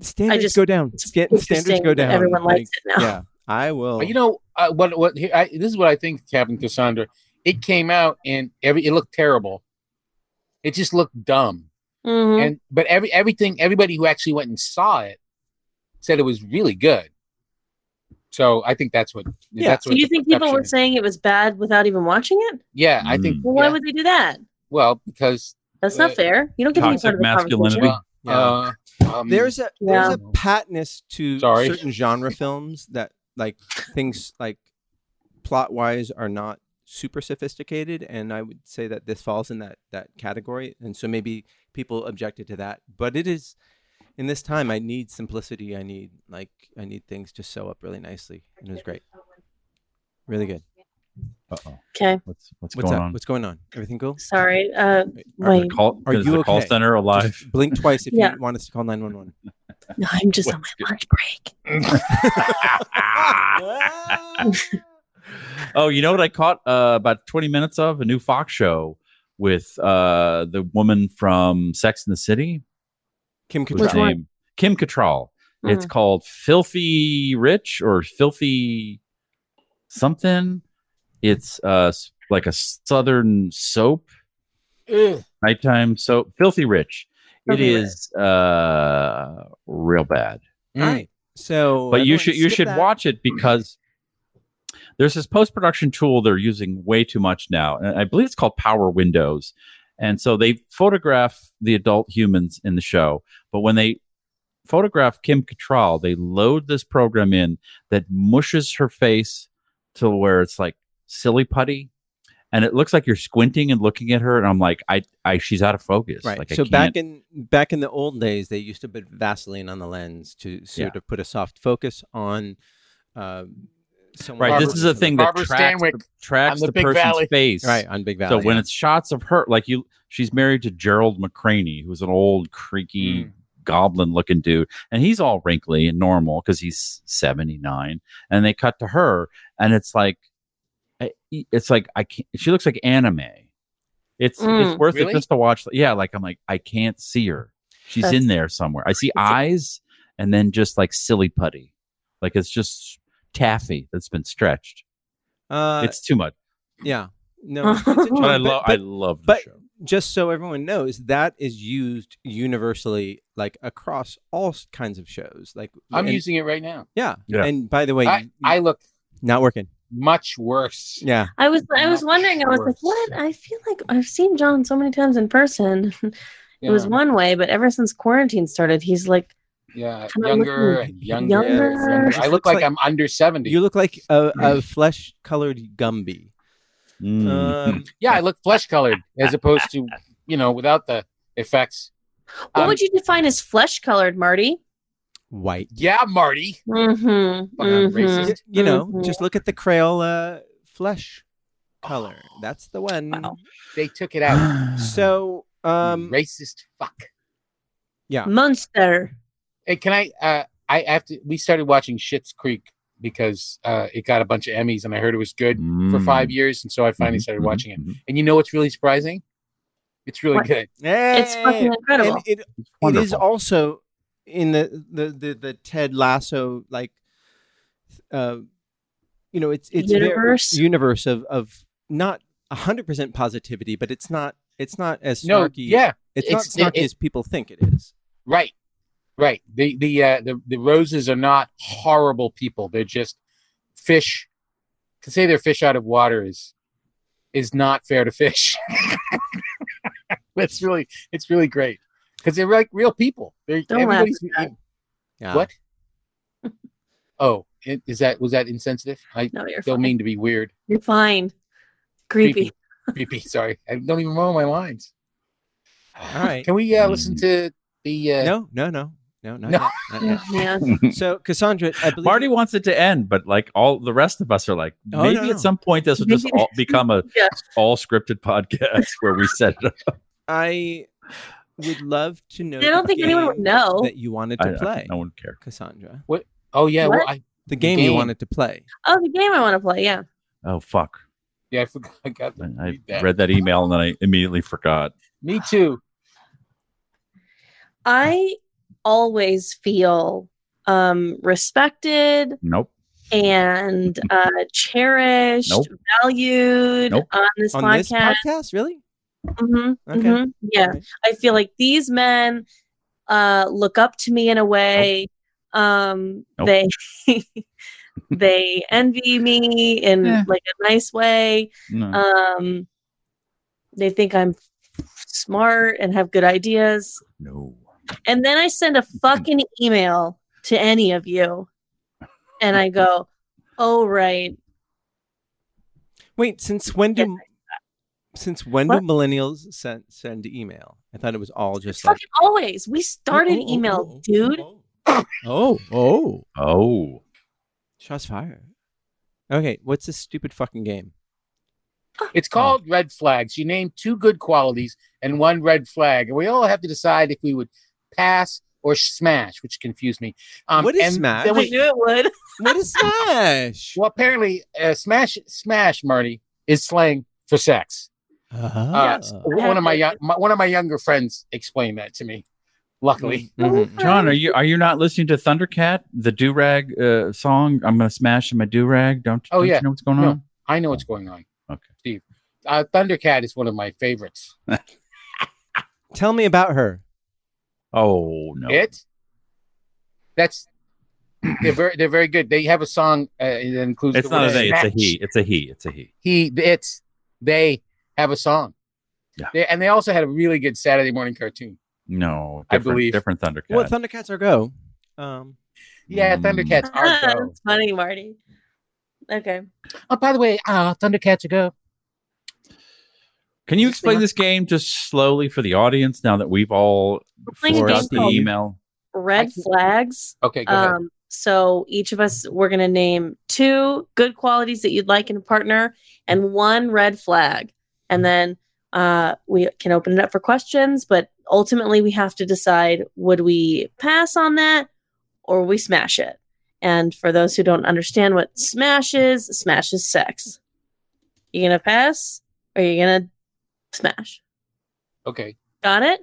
S4: standards
S5: just-
S4: go down.
S5: it's
S4: Sta- standards
S5: interesting
S4: go
S5: that
S4: down.
S5: everyone likes it now.
S4: Yeah, I will.
S6: But you know uh, what? What here- I, this is what I think happened, Cassandra. It came out and every it looked terrible. It just looked dumb.
S5: Mhm.
S6: and but every everything everybody who actually went and saw it said it was really good so i think that's what
S4: Yeah.
S6: that's
S5: Do
S6: what
S5: you
S6: the
S5: think people
S6: perception
S5: were
S6: is.
S5: saying it was bad without even watching it?
S6: yeah i
S4: Mm.
S6: think
S5: Well, why
S6: yeah.
S5: would they do that?
S6: well because
S5: That's
S6: Uh,
S5: not fair. You don't get to be part
S3: Toxic
S5: of the
S3: masculinity.
S5: conversation.
S6: Well,
S4: Yeah.
S6: uh, um,
S4: there's a there's
S6: Yeah.
S4: a patentness to
S6: Sorry.
S3: [laughs]
S4: certain genre films that like things like plot wise are not super sophisticated and i would say that this falls in that that category and so maybe people objected to that but it is in this time i need simplicity i need like i need things to sew up really nicely and it was great really good
S3: Uh-oh.
S5: Okay,
S3: What's, what's,
S4: what's
S3: going
S4: up
S3: on?
S4: what's going on everything cool
S5: sorry. Uh,
S3: Are
S5: my,
S3: the call,
S4: Are
S3: is
S4: you
S3: the call
S4: okay?
S3: center alive?
S4: Just blink twice if
S5: Yeah.
S4: you want us to call 911
S5: no, I'm just on my lunch break.
S3: oh, you know what I caught uh, about 20 minutes of a new Fox show with uh, the woman from Sex in the City.
S4: kim
S3: whose
S5: Which
S4: Cattrall. Mm-hmm.
S5: one?
S3: name- Kim Cattrall. It's called Filthy Rich or Filthy something. It's uh, s- like a southern soap
S6: ugh,
S3: nighttime soap. Filthy Rich. It
S5: Filthy
S3: is uh, real bad.
S4: All right. Mm. So,
S3: but you
S4: everyone
S3: should you
S4: skip
S3: should
S4: that.
S3: watch it because there's this post production tool they're using way too much now, and I believe it's called Power Windows. And so they photograph the adult humans in the show, but when they photograph Kim Cattrall, they load this program in that mushes her face to where it's like silly putty. And it looks like you're squinting and looking at her, and I'm like, I, I, she's out of focus.
S4: Right.
S3: Like, I
S4: so
S3: can't-
S4: back in back in the old days, they used to put Vaseline on the lens to sort of put a soft focus on. Uh, someone
S3: right, this
S6: Barbara-
S3: is a thing that
S6: Barbara
S3: tracks,
S6: Stanwyck
S3: the, tracks
S6: on the
S3: the,
S6: Big
S3: person's
S6: Valley.
S3: face.
S4: Right on Big Valley.
S3: So when
S4: yeah.
S3: it's shots of her, like you, she's married to Gerald McCraney, who's an old creaky
S6: Mm.
S3: goblin-looking dude, and he's all wrinkly and normal because he's seventy-nine. And they cut to her, and it's like, I- e, it's like I can't. She looks like anime. It's
S5: Mm.
S3: it's worth
S6: Really?
S3: it just to watch. Yeah, like I'm like I can't see her. She's
S5: That's-
S3: in there somewhere. I see eyes, and then just like silly putty, like it's just taffy that's been stretched.
S4: uh,
S3: it's too much.
S4: yeah,
S6: [laughs]
S4: no, it's interesting,
S3: But I
S4: but-
S3: love I
S4: but
S3: love the
S4: but-
S3: show.
S4: just so everyone knows, that is used universally, like across all s- kinds of shows. Like
S6: [laughs] i'm
S4: and-
S6: using it right now
S4: yeah.
S3: Yeah.
S4: And by the way,
S6: I,
S4: you-
S6: I look
S4: not working.
S6: much worse
S4: Yeah,
S5: I was I was
S6: Not
S5: wondering. I was like,
S6: sure.
S5: what? I feel like I've seen John so many times in person. [laughs] It was
S6: Yeah,
S5: one way, but ever since quarantine started, he's like,
S6: yeah
S5: kinda
S6: younger
S5: looking
S6: and younger, and
S5: younger.
S6: younger.
S4: It
S6: i look
S4: looks
S6: like,
S4: like-
S6: i'm under Mm. 70
S4: you look like a, a flesh-colored Gumby.
S3: Mm.
S4: Um,
S6: yeah i look flesh colored as opposed to you know without the effects
S5: what
S6: Um,
S5: would you define as flesh colored, Marty?
S4: white.
S6: yeah marty
S5: Mm-hmm.
S6: Fucking racist.
S4: Y- you know,
S5: Mhm.
S4: just look at the Crayola flesh color. That's the one.
S5: Wow.
S6: Oh. they took it out
S4: [sighs] So, um,
S6: racist fuck
S5: Monster.
S6: Hey, can I? Uh, I have to. We started watching Shit's Creek because uh, it got a bunch of Emmys, and I heard it was good for five years, and so I finally started watching it. And you know what's really surprising? It's really
S5: What?
S6: good.
S5: It's
S4: hey!
S5: fucking incredible.
S4: And it, it
S3: Wonderful.
S4: is also in the the the, the Ted Lasso like, uh, you know, it's it's very-
S5: Universe?
S4: universe of of not hundred percent positivity, but it's not it's not as snarky.
S6: No, yeah,
S4: it's,
S6: it's-
S4: not snarky
S6: it-
S4: as people think it is.
S6: right, right. The the uh, the the roses are not horrible people. They're just fish. To say they're fish out of water is is not fair to fish. [laughs] it's really it's really great because they're like real people. They're,
S5: Don't laugh
S6: everybody's
S5: at that.
S4: Yeah.
S6: What? Oh, i- is that was that insensitive? I
S5: No, you're
S6: don't
S5: fine.
S6: mean to be weird.
S5: you're fine. Creepy.
S6: Creepy. Creepy. Sorry, I don't even know my lines.
S4: All right. Mm.
S6: Can we uh, listen to the? Uh,
S4: No, no, no. No, not
S6: No.
S4: yet. Not yet.
S5: Yeah.
S6: [laughs]
S4: So Cassandra, I believe
S3: Marty wants it to end, but like all the rest of us are like,
S4: Oh,
S3: maybe
S4: no, no.
S3: at some point this
S6: [laughs]
S3: will just all become a
S5: Yeah.
S3: all scripted podcast where we set it up.
S4: [laughs] I would love to know.
S5: I don't
S4: the
S5: think anyone would
S4: game
S5: know.
S4: that you wanted
S3: I-
S4: to
S3: I-
S4: play,
S3: no one care.
S4: Cassandra.
S6: Oh yeah, well,
S5: What?
S6: I
S4: The game, you
S6: game.
S4: wanted to play.
S5: Oh, the game I want to play. Yeah.
S3: Oh fuck!
S6: yeah, I forgot. I got to
S3: I,
S6: read
S3: I
S6: that.
S3: read that email and then I immediately forgot.
S6: Me too.
S5: I always feel um respected
S3: Nope.
S5: and uh cherished,
S3: Nope.
S5: valued
S3: Nope.
S5: on this
S4: On this
S5: podcast.
S4: podcast, really?
S5: Mhm,
S4: Okay.
S5: mhm. Yeah.
S4: Alright.
S5: I feel like these men uh, look up to me in a way. Um,
S3: Nope.
S5: They [laughs] they envy me in
S3: Eh.
S5: like a nice way.
S3: No.
S5: Um, they think I'm smart and have good ideas.
S3: no.
S5: And then I send a fucking email to any of you, and I go, "Oh right,
S4: Wait, since when do since when
S5: What?
S4: do millennials send send email? I thought it was all just like
S5: fucking always." We started
S4: Oh, oh,
S5: email,
S4: oh, oh,
S5: dude.
S4: Oh, oh, oh.
S3: Oh,
S4: shots fired. Okay, what's this stupid fucking game?
S3: Ah.
S4: Oh.
S6: It's called red flags. You name two good qualities and one red flag, and we all have to decide if we would pass or smash, which confused me. Um,
S4: What is
S6: and
S4: smash?
S6: then
S5: I
S6: we-
S5: knew it would.
S4: [laughs] What is Smash?
S6: [laughs] well, apparently, uh, smash, smash, Marty is slang for sex. Uh,
S4: Ah.
S6: One of my, young, my one of my younger friends explained that to me. Luckily,
S3: Mm-hmm.
S4: Mhm.
S3: John, are you are you not listening to Thundercat, the do rag uh, song? I'm gonna smash in my do rag. Don't,
S6: Oh,
S3: don't
S6: yeah.
S3: you know what's going
S6: No.
S3: on?
S6: I know what's going on.
S3: Okay.
S6: Steve, uh, Thundercat is one of my favorites.
S4: Tell me about her.
S3: Oh no.
S6: It. That's. They're very, they're very good. They have a song uh, that includes.
S3: It's
S6: the
S3: not a
S6: word
S3: they. It's a
S6: smash.
S3: he. It's a he. It's a he.
S6: he it's they have a song
S3: Yeah.
S6: They- and they also had a really good saturday morning cartoon
S3: No,
S6: I
S3: different-
S6: believe.
S3: different Thundercat.
S4: Well, Thundercats are go. Um,
S6: yeah
S3: Mm.
S6: thundercats are go
S5: [laughs] That's funny, Marty. Okay.
S6: oh by the way uh thundercats are go
S3: Can you explain this game just slowly for the audience now that we've all
S5: playing
S4: a
S3: got
S4: game
S3: the
S4: called-
S3: email?
S5: Red
S6: can-
S5: flags.
S6: okay go ahead
S5: Um, so each of us, we're going to name two good qualities that you'd like in a partner and one red flag. And then uh, we can open it up for questions, but ultimately we have to decide would we pass on that or we smash it? And for those who don't understand what smash is, smash is sex. You gonna pass or you gonna smash?
S6: okay
S5: Got it?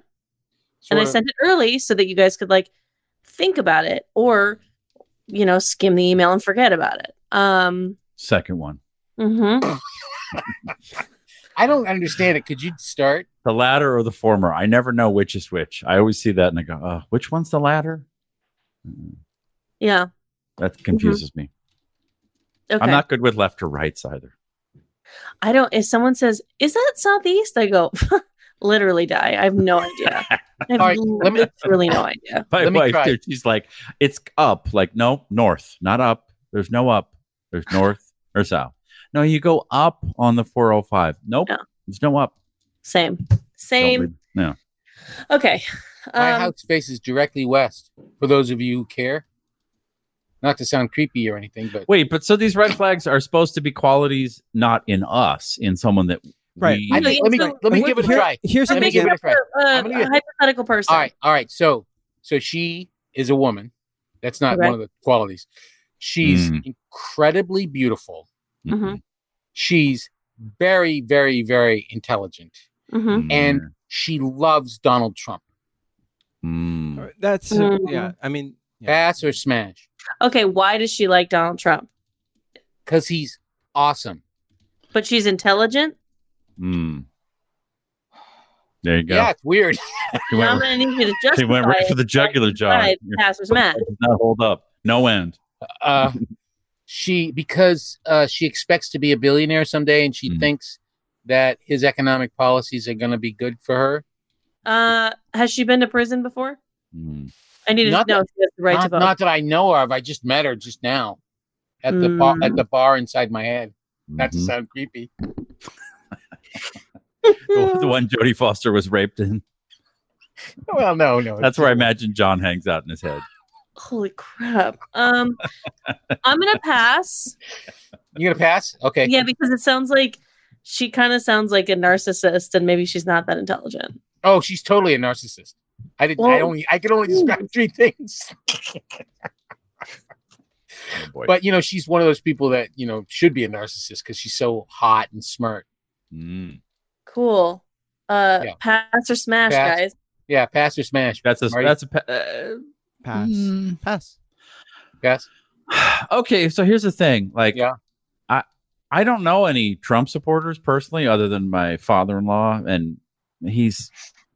S5: and I
S6: Sort of-
S5: sent it early so that you guys could like think about it or you know skim the email and forget about it. Um
S3: Second one.
S5: mhm.
S6: [coughs] i don't understand it could you start
S3: The latter or the former. I never know which is which. I always see that and I go, uh, which one's the latter? Mm,
S5: yeah.
S3: That confuses me.
S5: Okay.
S3: I'm not good with left or rights either.
S5: I don't if someone says, "Is that southeast?" I go [laughs] literally die. I have no idea. I have
S6: [laughs] All right, let me-
S5: literally no idea.
S3: [laughs] My
S6: Let me
S3: wife,
S6: try.
S3: dude, she's like, it's up. Like, no, north, not up. There's no up. There's north or south. No, you go up on the 405. Nope.
S5: No.
S3: There's no up.
S5: Same.
S3: Don't
S5: Same.
S3: leave- No.
S5: Okay.
S6: my
S5: Um,
S6: house faces directly west for those of you who care not to sound creepy or anything but
S3: Wait, but so these red flags are supposed to be qualities not in us, in someone that
S4: Right.
S3: we-
S6: I think, let me
S5: So-
S6: let me give it a
S4: Here-
S6: try
S4: Here's
S5: we're
S4: an
S6: Let me
S5: making
S6: give
S4: example.
S5: up
S6: it a try.
S5: for uh,
S6: I'm gonna
S5: a
S6: get-
S5: hypothetical person.
S6: all right all right so so she is a woman that's not
S5: Okay.
S6: one of the qualities she's
S3: Mm.
S6: incredibly beautiful
S5: Mhm.
S6: she's very, very, very intelligent,
S5: Mhm.
S6: and she loves Donald Trump.
S3: Mm.
S4: Alright, That's uh, yeah. I mean, yeah.
S6: Pass or smash?
S5: Okay, why does she like Donald Trump?
S6: Because he's awesome.
S5: But she's intelligent.
S3: Mm. There you go.
S6: Yeah, it's weird.
S3: [laughs] She
S5: Now I'm
S3: went,
S5: gonna need you to justify.
S3: she went right for the jugular, John.
S5: Right, pass or smash.
S3: Does not hold up. No end.
S6: Uh, [laughs] she because uh, she expects to be a billionaire someday, and she
S3: Mhm.
S6: thinks that his economic policies are going to be good for her.
S5: Uh, has she been to prison before?
S3: Mm.
S5: I need to know
S6: Not
S5: if she has the right to
S6: Not,
S5: vote.
S6: not that I know of. I just met her just now at the bar
S5: Mm.
S6: at the bar inside my head. Not to
S3: Mhm.
S6: sound creepy.
S3: the, the one Jodie Foster was raped in.
S6: Well, no, no.
S3: That's where I imagine John hangs out in his head.
S5: Holy crap. Um, I'm
S3: [laughs]
S5: gonna pass.
S6: You gonna pass? Okay.
S5: Yeah, because it sounds like she kind of sounds like a narcissist, and maybe she's not that intelligent.
S6: Oh, she's totally a narcissist. I didn't. I
S5: Well-
S6: only. I could only describe three things.
S3: Oh, boy.
S6: But you know, she's one of those people that you know should be a narcissist because she's so hot and smart.
S3: Mm.
S5: Cool. Uh,
S6: Yeah.
S5: pass or smash,
S6: Pass.
S5: guys.
S6: Yeah, pass or smash.
S3: that's a
S6: Marty?
S3: that's a. pa-
S6: [laughs]
S3: Uh,
S4: Pass.
S5: Hmm.
S4: Pass.
S6: Pass.
S3: [sighs] okay, so here's the thing. Like,
S6: Yeah.
S3: I I don't know any Trump supporters personally, other than my father-in-law, and he's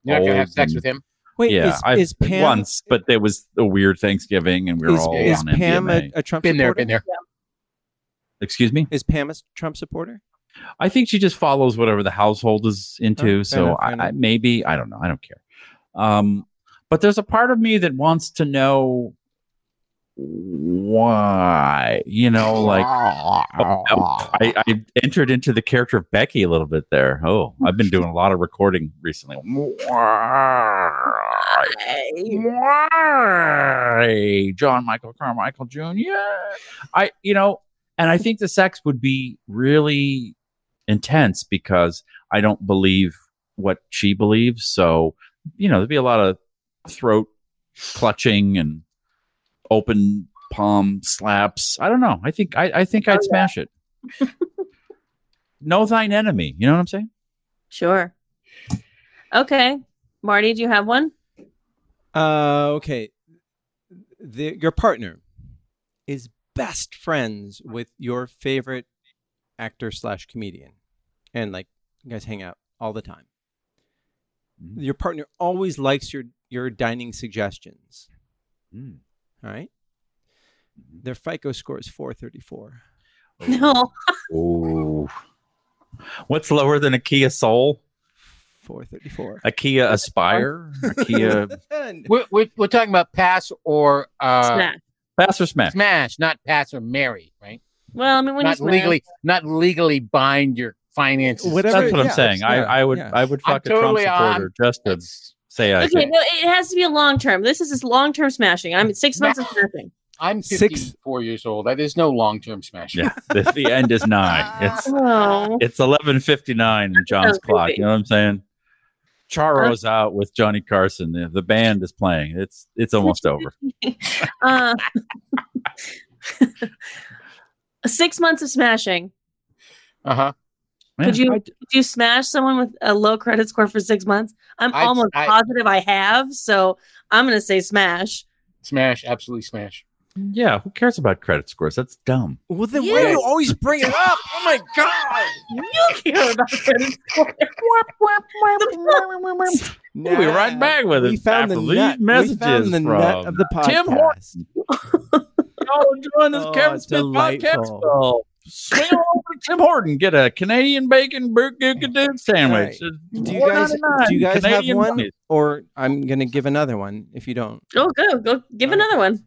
S6: You're not gonna have
S3: Old
S6: sex
S3: and-
S6: with him.
S4: Wait,
S3: yeah.
S4: is,
S3: I've
S4: is Pam
S3: once, but there was a weird Thanksgiving, and we were
S4: is,
S3: all
S4: is
S3: on
S4: Pam a,
S3: MDMA.
S4: a Trump
S6: Been there,
S4: supporter?
S6: been there.
S3: Excuse me.
S4: Is Pam a Trump supporter?
S3: I think she just follows whatever the household is into.
S4: Oh, fair
S3: so
S4: enough, fair
S3: I, I
S4: enough.
S3: maybe I don't know. I don't care. Um, but there's a part of me that wants to know why. You know, like oh, I, I entered into the character of Becky a little bit there. Oh, I've been doing a lot of recording recently. Why?
S5: Hey.
S3: Why, John Michael Carmichael Jr. I, you know, and I think the sex would be really intense because I don't believe what she believes. So, you know, there'd be a lot of throat clutching and open palm slaps. I don't know. I think I, I think I'd smash it. know thine enemy. You know what I'm saying?
S5: Sure. Okay, Marty, do you have one?
S4: Uh, okay. The, your partner is best friends with your favorite actor slash comedian, and like you guys hang out all the time.
S3: Mhm.
S4: Your partner always likes your your dining suggestions. All right.
S3: Mm-hmm.
S4: Their FICO score is 434.
S5: No.
S3: Oh. What's lower than a Kia Soul?
S4: 434.
S3: A Kia Aspire? A Kia
S4: And-
S6: We're, we're, we're talking about pass or [laughs] uh,
S5: smash.
S3: Pass or
S6: [laughs]
S3: Smash?
S6: smash, not pass or marry, right?
S5: Well, I mean, when you
S6: not
S5: smash,
S6: legally, not legally bind your finances.
S4: Whatever-
S3: That's what I'm
S4: yeah,
S3: saying.
S4: yeah,
S3: I, I would
S4: yeah.
S3: I would
S6: I'm
S3: fuck
S6: totally
S3: a Trump supporter just to
S6: That's-
S3: say I
S5: Okay,
S3: did.
S5: no, it has to be a long term. This is this long term smashing. I'm at six months of smashing.
S6: I'm
S4: Six-
S6: 54 years old. That is no long-term smash.
S5: [laughs]
S3: Yeah. The, the end is nine. It's
S5: Oh,
S3: [laughs] it's eleven fifty nine in John's
S5: so
S3: clock.
S5: creepy.
S3: You know what I'm saying? Charo's out with Johnny Carson. The, the band is playing. It's it's almost over.
S5: [laughs] uh, [laughs] six months of smashing.
S6: Uh-huh.
S5: Could
S3: Yeah,
S5: you-
S3: I'd-
S5: Did you smash someone with a low credit score for six months? I'm
S6: I-
S5: almost
S6: I-
S5: positive I have, so I'm gonna say smash.
S6: Smash, absolutely smash.
S3: yeah. Who cares about credit scores? That's dumb.
S4: well, then why do
S5: Yeah.
S4: you always bring it up? Oh my God.
S5: [laughs] You
S3: [laughs]
S5: care about credit score.
S3: We'll be right back with
S4: We
S3: it
S4: found
S3: after
S4: the
S3: these
S4: nut. We
S3: messages
S4: found the
S3: from
S4: nut of the podcast.
S3: Tim Hortons. [laughs] Y'all are doing this
S4: Oh,
S3: Kevin Smith
S4: delightful.
S3: podcast. Well, swing on over to Tim Horton, get a Canadian bacon burger sandwich.
S4: Right.
S3: It's
S4: Do you guys-
S3: $4.99
S4: do you guys have
S3: Canadian
S4: one?
S3: money.
S4: Or I'm going to give another one if you don't.
S5: Oh, go go give another one.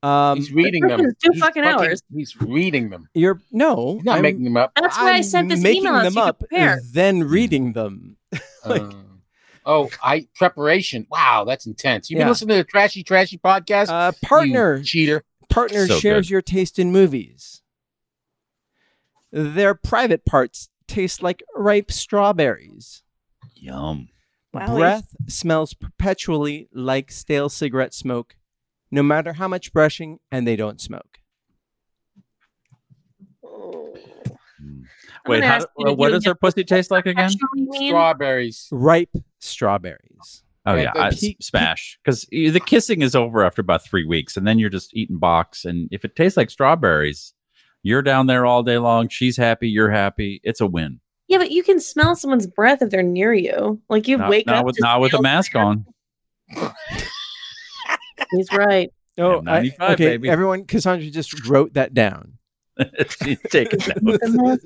S4: Um,
S6: he's reading them.
S5: It's two
S6: He's
S5: fucking hours.
S6: He's reading them.
S4: you're no.
S6: He's not
S4: I'm,
S6: making them up.
S5: That's why I
S4: I'm
S5: sent this
S4: making
S5: email out so
S4: them
S5: you
S4: up,
S5: could prepare.
S4: then reading them. Like-
S6: Um, oh, I preparation. Wow, that's intense. You've been
S4: Yeah.
S6: listening to the trashy, trashy podcast.
S4: Uh,
S6: You
S4: partner
S6: cheater.
S4: partner
S3: So
S4: shares your taste in movies. Their private parts taste like ripe strawberries.
S3: Yum.
S5: Wowie.
S4: Breath smells perpetually like stale cigarette smoke, no matter how much brushing, and they don't smoke.
S3: Mm.
S5: I'm
S3: Wait,
S5: gonna
S3: how,
S5: ask you
S3: well,
S5: to
S3: what
S5: give
S3: does
S5: me
S3: their pussy taste like again?
S5: actually mean-
S6: Strawberries.
S4: Ripe strawberries.
S3: Oh
S6: Yeah,
S3: yeah,
S6: the
S3: I,
S4: peak-
S3: smash because the kissing is over after about three weeks, and then you're just eating box. And if it tastes like strawberries, you're down there all day long. She's happy, you're happy. It's a win.
S5: Yeah, but you can smell someone's breath if they're near you. Like you
S3: Not,
S5: wake
S3: not
S5: up.
S3: with
S5: to
S3: not with a
S5: smell-
S3: mask on.
S5: He's right.
S4: Oh, I-
S3: 95,
S4: okay, [laughs]
S3: baby.
S4: everyone, Cassandra just wrote that down.
S3: [laughs] Take it down.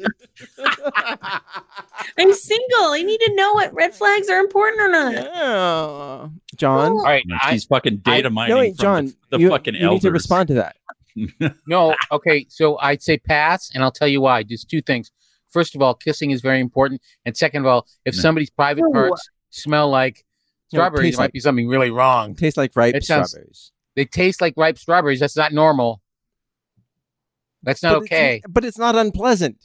S5: I'm single. I need to know what red flags are important or not.
S4: Yeah. [laughs] John,
S6: All right,
S3: No,
S6: I,
S3: she's fucking data mining
S4: no, wait,
S3: from
S4: John,
S3: the, the
S4: you,
S3: fucking
S4: you
S3: elders.
S4: need to respond to that.
S6: No, okay. So I'd say pass, and I'll tell you why. There's two things. First of all, kissing is very important, and second of all, if
S3: No.
S6: somebody's private
S5: No.
S6: parts smell like Strawberries
S4: tastes
S6: might
S4: like-
S6: be something really wrong.
S4: Tastes like ripe
S6: It sounds-
S4: strawberries.
S6: They taste like ripe strawberries. That's not normal. That's not
S4: But it's-
S6: okay.
S4: but it's not unpleasant.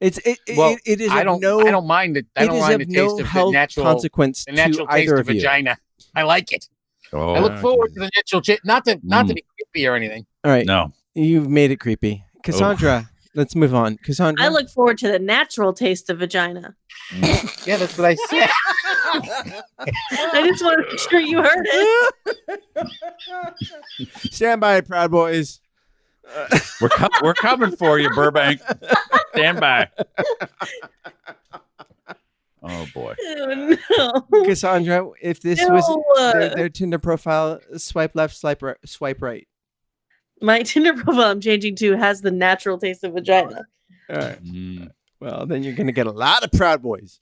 S4: It's it, it,
S6: Well,
S4: it is
S6: I
S4: of
S6: don't.
S4: no
S6: I don't mind it. I
S4: it
S6: don't
S4: is
S6: mind the
S4: of
S6: taste
S4: no
S6: of the
S4: health
S6: natural,
S4: consequence
S6: the natural
S4: to either
S6: taste of
S4: of you.
S6: vagina. I like it.
S3: Oh, Mm.
S6: I look forward to the natural. Ch- not to not to be creepy or anything.
S4: All right,
S3: no. Oh.
S4: you've made it creepy, Cassandra. [laughs] Let's move on, Cassandra.
S5: I look forward to the natural taste of vagina.
S6: [laughs] Yeah, that's what I said.
S5: I just want to make sure you heard
S6: [laughs]
S5: it.
S4: Stand by, Proud Boys.
S3: We're, co- we're coming for you, Burbank. Stand
S4: [laughs]
S3: by. Oh, boy.
S5: Oh, no.
S4: Cassandra, if this was their,
S5: No.
S4: their Tinder profile, swipe left, swipe right, swipe right.
S5: My Tinder profile I'm changing to has the natural taste of vagina.
S4: All right.
S3: Mm.
S4: Well, then you're gonna get a lot of Proud Boys.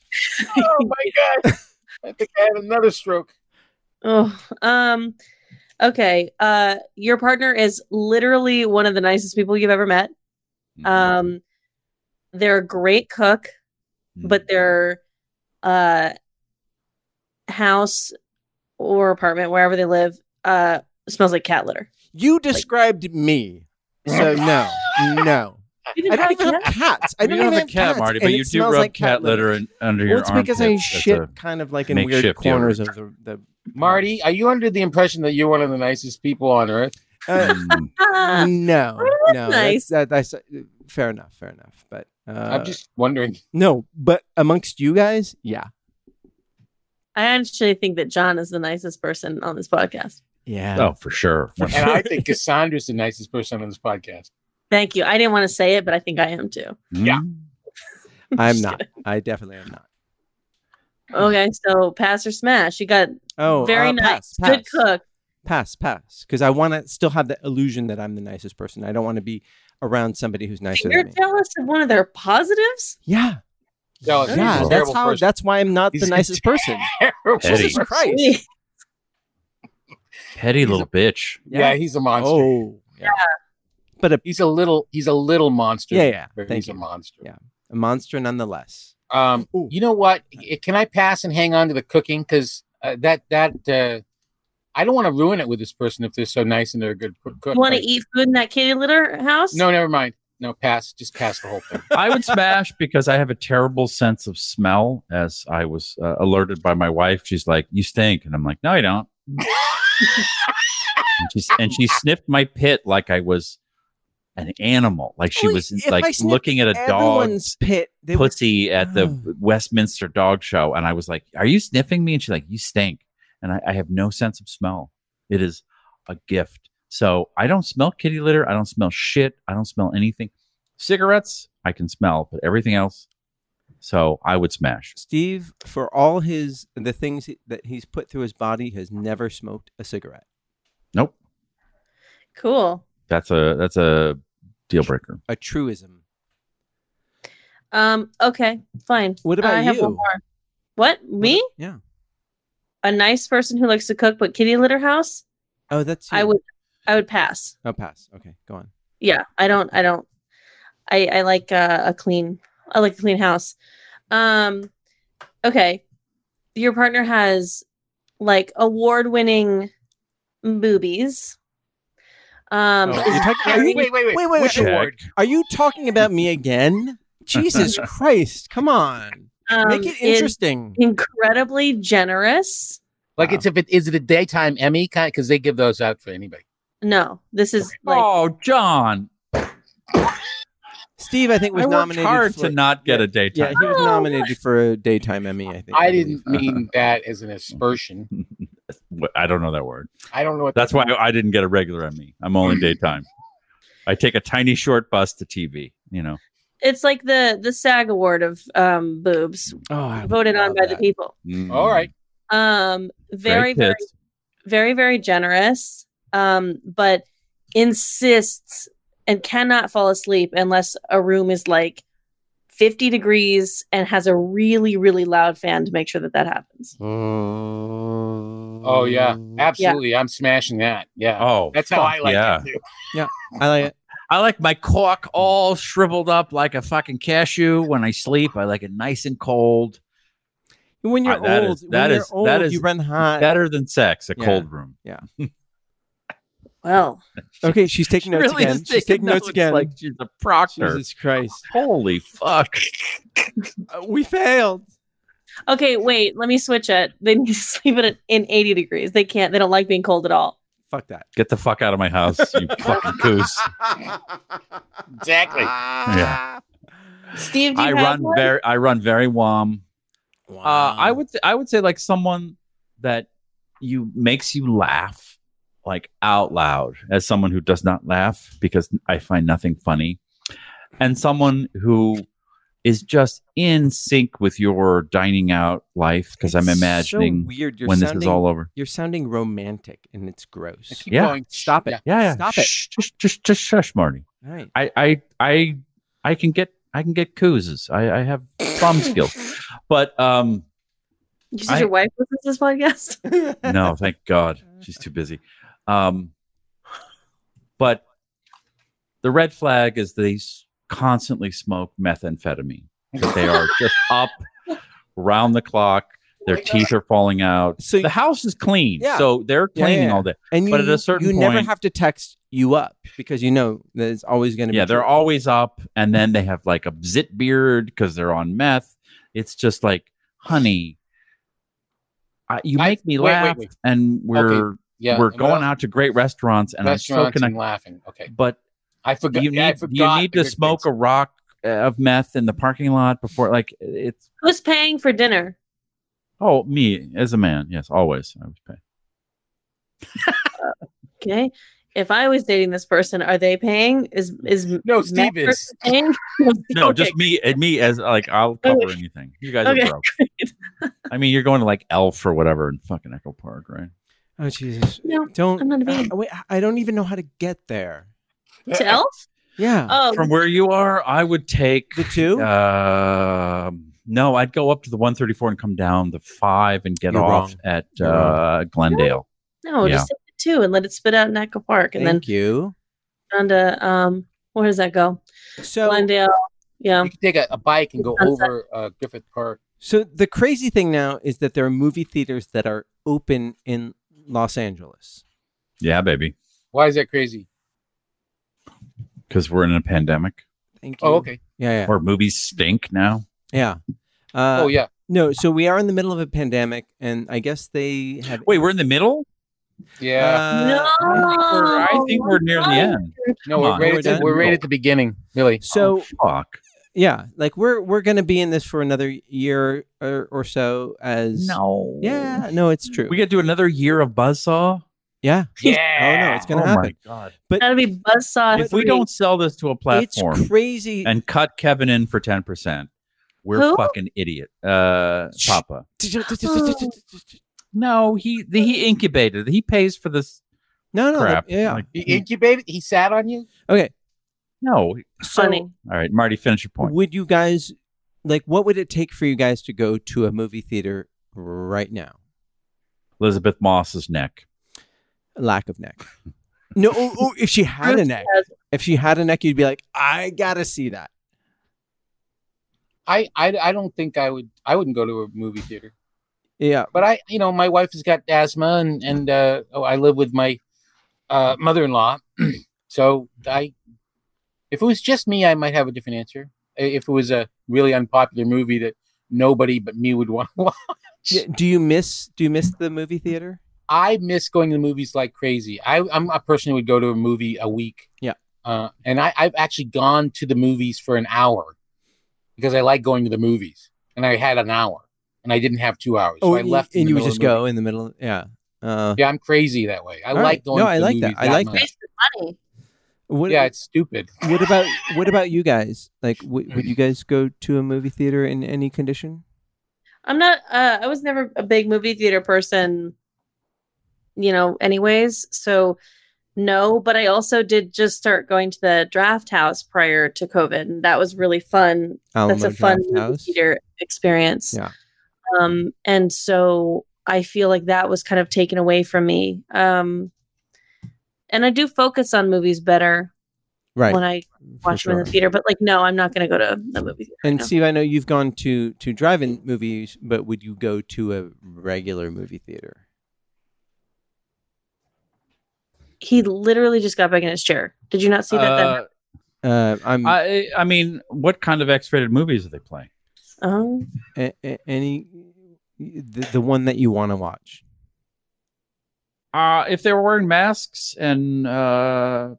S6: oh my god! I think I had another stroke.
S5: Oh, um, okay. Uh, your partner is literally one of the nicest people you've ever met. Um, they're a great cook, but their uh house or apartment, wherever they live, uh, smells like cat litter.
S4: You described me, so no, no.
S5: You didn't
S4: I don't
S5: have a
S4: even have
S5: cat?
S4: cats. I
S3: you
S4: don't even
S3: have a cat,
S4: cats,
S3: Marty,
S4: and
S3: but
S4: it
S3: you do
S4: smells
S3: rub
S4: like
S3: cat litter, in, under
S4: Well,
S3: your
S4: it's because I
S3: armpits. That's
S4: shit
S3: a-
S4: kind of like in weird
S3: makeshift deodorant.
S4: corners of the, the
S6: Marty, are you under the impression that you're one of the nicest people on earth?
S5: [laughs]
S4: Uh,
S3: Mm.
S5: Ah,
S4: no,
S5: that's
S4: no,
S5: nice.
S4: That's, that, that's uh, fair enough, fair enough. But uh,
S6: I'm just wondering.
S4: no, but amongst you guys, yeah,
S5: I actually think that John is the nicest person on this podcast.
S4: [laughs] yeah.
S3: oh, for sure. For
S6: And I think Cassandra's the nicest person on this podcast.
S5: Thank you. I didn't want to say it, but I think I am too.
S6: Yeah.
S4: [laughs] I'm
S5: Just
S4: not. I definitely am not.
S5: Okay, so pass or smash. You got
S4: Oh,
S5: very
S4: uh,
S5: nice,
S4: pass, pass,
S5: good cook.
S4: Pass, pass, because I want to still have the illusion that I'm the nicest person. I don't want to be around somebody who's nicer
S5: You're
S4: than me.
S5: jealous of one of their positives?
S4: Yeah,
S6: No, it's-
S3: he's a
S4: yeah. That's
S6: terrible
S4: how.
S6: person.
S4: That's why I'm not
S6: He's
S4: the
S6: a
S4: nicest person.
S3: Petty.
S4: Jesus [laughs] Christ.
S5: Sweet.
S3: Petty little bitch.
S6: Yeah, he's a monster.
S4: Oh, yeah. But a,
S6: He's a little. He's a little monster.
S4: yeah, yeah.
S6: but
S4: Thank
S6: he's a
S4: you.
S6: monster.
S4: Yeah. A monster nonetheless.
S6: Um,
S4: Ooh.
S6: you know what? I- Can I pass and hang on to the cooking? Because uh, that that uh, I don't want to ruin it with this person if they're so nice and they're a good cook.
S5: You want to
S6: Like,
S5: eat food in that kitty litter house?
S6: No, never mind. No, pass. Just pass the whole
S3: [laughs]
S6: thing.
S3: I would smash because I have a terrible sense of smell. As I was uh, alerted by my wife, she's like, "You stink," and I'm like, "No, I
S4: [laughs]
S3: don't." and, she, and she sniffed my pit like I was an animal, like she
S4: Well,
S3: was
S4: if I
S3: like
S4: sniffed
S3: looking at a dog's
S4: Everyone's pit. They would-
S3: pussy at the
S4: Oh.
S3: Westminster Dog Show, and I was like, "Are you sniffing me?" And she's like, "You stink," and I, I have no sense of smell. It is a gift. So I don't smell kitty litter. I don't smell shit. I don't smell anything. Cigarettes I can smell, but everything else. So I would smash.
S4: Steve, for all his the things he- that he's put through his body, has never smoked a cigarette.
S3: Nope.
S5: Cool.
S3: That's a that's a deal breaker.
S4: A truism.
S5: Um. Okay. Fine.
S4: What about
S5: I have one
S4: you?
S5: more. What me?
S4: Yeah.
S5: A nice person who likes to cook, but kitty litter house?
S4: Oh, that's
S5: I
S4: you.
S5: would. I would pass.
S4: Oh, pass. Okay, go on.
S5: yeah i don't i don't i i like uh, a clean i like a clean house um okay your partner has like award-winning boobies um [laughs]
S4: Oh,
S5: is-
S6: [laughs]
S4: you're talking-
S6: wait,
S4: are, you,
S6: wait, wait, wait.
S4: wait, wait,
S6: Which
S4: wait.
S6: award?
S4: are you talking about me
S3: [laughs]
S4: again? Jesus Christ! Come on,
S5: um,
S4: make it
S5: is
S3: Hmm.
S4: interesting.
S5: incredibly generous
S6: Like
S4: Wow.
S6: it's if it is it a daytime Emmy kind because they give those out for anybody.
S5: no this is like
S3: oh, John!
S4: Steve, I think was
S3: I worked
S4: nominated
S3: hard
S4: for.
S3: to not get
S4: yeah,
S3: a
S4: yeah,
S3: daytime.
S4: he was
S5: Oh,
S4: nominated for a daytime Emmy. I think.
S6: I
S4: believe. [laughs]
S6: didn't mean that as an aspersion.
S3: Wh- I don't know that word.
S6: I don't know what
S3: That's why I didn't get a regular on me. I'm
S6: [laughs]
S3: only daytime. I take a tiny short bus to TV. You know.
S5: it's like the the sag award of um boobs
S4: Oh, I would
S5: voted on
S4: love
S5: by the
S4: that.
S5: people
S6: All right.
S5: um very very
S3: Mm. tits.
S5: very very generous um but insists and cannot fall asleep unless a room is like 50 degrees and has a really really loud fan to make sure that that happens
S6: Oh yeah, absolutely. I'm smashing that. Yeah,
S3: Oh,
S6: that's how I
S3: fuck
S6: like
S3: yeah.
S6: it too.
S4: [laughs] I like it.
S3: I like my cork all shriveled up like a fucking cashew when I sleep. I like it nice and cold.
S4: When you're
S3: Uh, that
S4: old,
S3: is-
S4: when
S3: that
S4: you're
S3: is-
S4: old,
S3: that is
S4: you run hot.
S3: Better than sex, a
S4: Yeah.
S3: cold room. [laughs]
S5: Well,
S4: okay, she's taking notes
S3: Really
S4: again.
S3: is
S4: She's taking notes again.
S3: Like she's a proctor.
S4: Jesus Christ,
S3: Holy fuck.
S4: Uh, we failed.
S5: okay, wait. Let me switch it. They need to [laughs] sleep in, it in 80 degrees. They can't. They don't like being cold at all.
S4: Fuck that.
S3: Get the fuck out of my house, you
S6: [laughs]
S3: fucking goose.
S6: Exactly.
S3: Yeah.
S5: Steve, do you
S3: I
S5: have
S3: run
S5: one?
S3: very I run very warm.
S4: Wow.
S3: Uh, I would I would say like someone that you makes you laugh like out loud as someone who does not laugh because I find nothing funny and someone who is just in sync with your dining out life because I'm
S4: It's so
S3: imagining
S4: weird. You're
S3: when
S4: sounding,
S3: this is all over.
S4: You're sounding romantic, and it's gross.
S6: Keep
S3: Yeah.
S6: going.
S4: Stop it.
S6: Yeah.
S3: Yeah, yeah.
S4: Stop it.
S3: Shh, just, just, just shush, Marty.
S4: All right.
S3: I, I, I, I can get, I can get coozes. I, I have some
S4: [laughs]
S3: skill, but um,
S5: You said
S3: I-
S5: your wife listens to this podcast.
S6: [laughs]
S3: no, thank God, she's too busy. Um, but the red flag is they s- constantly smoke methamphetamine. That they are just up, round the clock. Their teeth are falling out.
S4: So
S3: The house is clean,
S4: Yeah.
S3: so they're
S4: Yeah, yeah,
S3: cleaning
S4: yeah.
S3: all day.
S4: and you,
S3: but at a certain
S4: you never
S3: point-
S4: have to text you up because you know that it's always going to be
S3: yeah they're
S4: true.
S3: always up and then they have like a zit beard because they're on meth it's just like honey I, uh, you
S6: I-
S3: make me
S6: wait, wait,
S3: laugh
S6: wait.
S3: and we're
S6: Yeah.
S3: we're
S6: and what
S3: going
S6: else?
S3: out to great restaurants and i'm
S6: Restaurants
S3: so
S6: and
S3: connected
S6: laughing. Okay.
S3: but
S6: I forgot.
S3: you need
S6: I
S3: you
S6: forgot
S3: need
S6: the
S3: to
S6: good
S3: smoke a
S6: things.
S3: rock uh, of meth in the parking lot before like it's
S5: Who's paying for dinner?
S3: oh me as a man yes always i was paying
S6: Uh,
S5: Okay. If I was dating this person, are they paying? Is is
S6: [laughs] No,
S5: Matt
S6: Steve is.
S5: person
S4: [laughs]
S5: paying?
S3: no
S5: Okay.
S3: just me and me as like i'll cover anything you guys
S5: Okay,
S3: are broke i mean you're going to like elf or whatever in fucking echo park right
S4: Oh Jesus!
S5: No,
S4: don't.
S5: I'm not a vegan.
S4: Uh, wait, I- I don't even know how to get there.
S5: to Elf?
S4: Yeah.
S5: Oh,
S3: from where you are, I would take
S4: the two.
S3: Um, no, I'd go up to the 134 and come down the five and get
S4: You're
S3: off
S4: wrong.
S3: at
S4: You're
S3: uh, Glendale.
S5: [laughs] no,
S3: yeah.
S5: just take the two and let it spit out in Echo Park, and
S4: Thank you.
S5: then down to um, where does that go?
S4: So
S5: Glendale. Yeah.
S6: You can take a, a bike and go
S5: Sunset.
S6: over uh, Griffith Park.
S4: So the crazy thing now is that there are movie theaters that are open in Los Angeles.
S3: Yeah, baby,
S6: Why is that crazy?
S3: because we're in a pandemic
S4: Thank you.
S6: Oh, okay.
S4: Yeah, yeah,
S3: where movies stink now.
S4: yeah. Uh,
S6: oh, yeah.
S4: No, so we are in the middle of a pandemic, and I guess they have.
S3: Wait, we're in the middle.
S6: Yeah.
S4: Uh,
S3: We're- I think we're near the end.
S6: no,
S3: come
S6: we're
S3: on.
S6: right,
S4: We're
S6: at the,
S4: done.
S6: we're right at the beginning, really.
S4: So
S3: Oh, fuck.
S4: yeah, like we're we're gonna be in this for another year or, or so. As
S3: No.
S4: yeah, no, it's true.
S3: We got to do another year of Buzzsaw.
S4: yeah,
S6: Yeah.
S4: Oh no, it's gonna
S3: oh
S4: happen.
S3: my god!
S5: That'll be buzzsaw.
S3: If we
S5: Uh, three.
S3: don't sell this to a platform
S4: It's crazy.
S3: and cut Kevin in for ten percent, we're
S5: Who?
S3: fucking idiot, uh,
S4: Shh.
S3: Papa.
S5: Oh.
S3: No, he the, he incubated. He pays for this
S4: no, no,
S3: crap.
S4: yeah.
S3: Like,
S6: He incubated. He sat on you.
S4: Okay,
S3: no.
S4: so
S5: Funny.
S3: All right, Marty, finish your point.
S4: would you guys like? What would it take for you guys to go to a movie theater right now?
S3: Elizabeth Moss's neck.
S4: lack of neck. No, oh, oh, if she had a neck, if she had a neck, you'd be like, I gotta see that.
S6: I, I, I don't think I would. I wouldn't go to a movie theater.
S4: Yeah,
S6: But I, you know, my wife has got asthma, and and uh, oh, I live with my uh, mother-in-law. [clears throat] so I, if it was just me, I might have a different answer. I- If it was a really unpopular movie that nobody but me would [laughs] want to watch,
S4: Yeah, Do you miss? Do you miss the movie theater?
S6: I miss going to the movies like crazy. I, I'm a person who would go to a movie a week.
S4: Yeah.
S6: Uh, and I, I've actually gone to the movies for an hour because I like going to the movies, and I had an hour, and I didn't have two hours. so I
S4: and-
S6: left, in
S4: Oh, and
S6: the
S4: you would
S6: middle of
S4: just
S6: the movie.
S4: go in the middle. Yeah. Uh,
S6: Yeah, I'm crazy that way. I
S4: All
S6: like
S4: right.
S6: going.
S4: No,
S6: to
S4: I
S6: the
S4: like that.
S6: movies
S4: I like
S6: much.
S4: that.
S5: Waste of money.
S4: what,
S6: Yeah, it's stupid.
S4: [laughs] what about what about you guys? Like, w- would you
S3: Mm.
S4: guys go to a movie theater in any condition?
S5: I'm not. Uh, I was never a big movie theater person, you know. Anyways, so no. But I also did just start going to the Draft House prior to COVID, and that was really fun. That's
S4: Alamo
S5: a fun
S4: Oh, Draft
S5: movie
S4: House?
S5: theater experience.
S4: Yeah.
S5: Um, and so I feel like that was kind of taken away from me. Um, and I do focus on movies better
S4: right?
S5: when I
S4: for
S5: watch them in the
S4: sure.
S5: theater. But like, no, I'm not going to go to the movie. Theater,
S4: And
S5: no.
S4: Steve, I know you've gone to to drive-in movies, but would you go to a regular movie theater?
S5: he literally just got back in his chair. Did you not see that?
S3: Uh,
S4: Uh, I'm
S3: I, I mean, what kind of X-rated movies are they playing?
S5: then? Oh,
S4: a- a- any the, the one that you want to watch.
S3: Uh, if they were wearing masks and uh,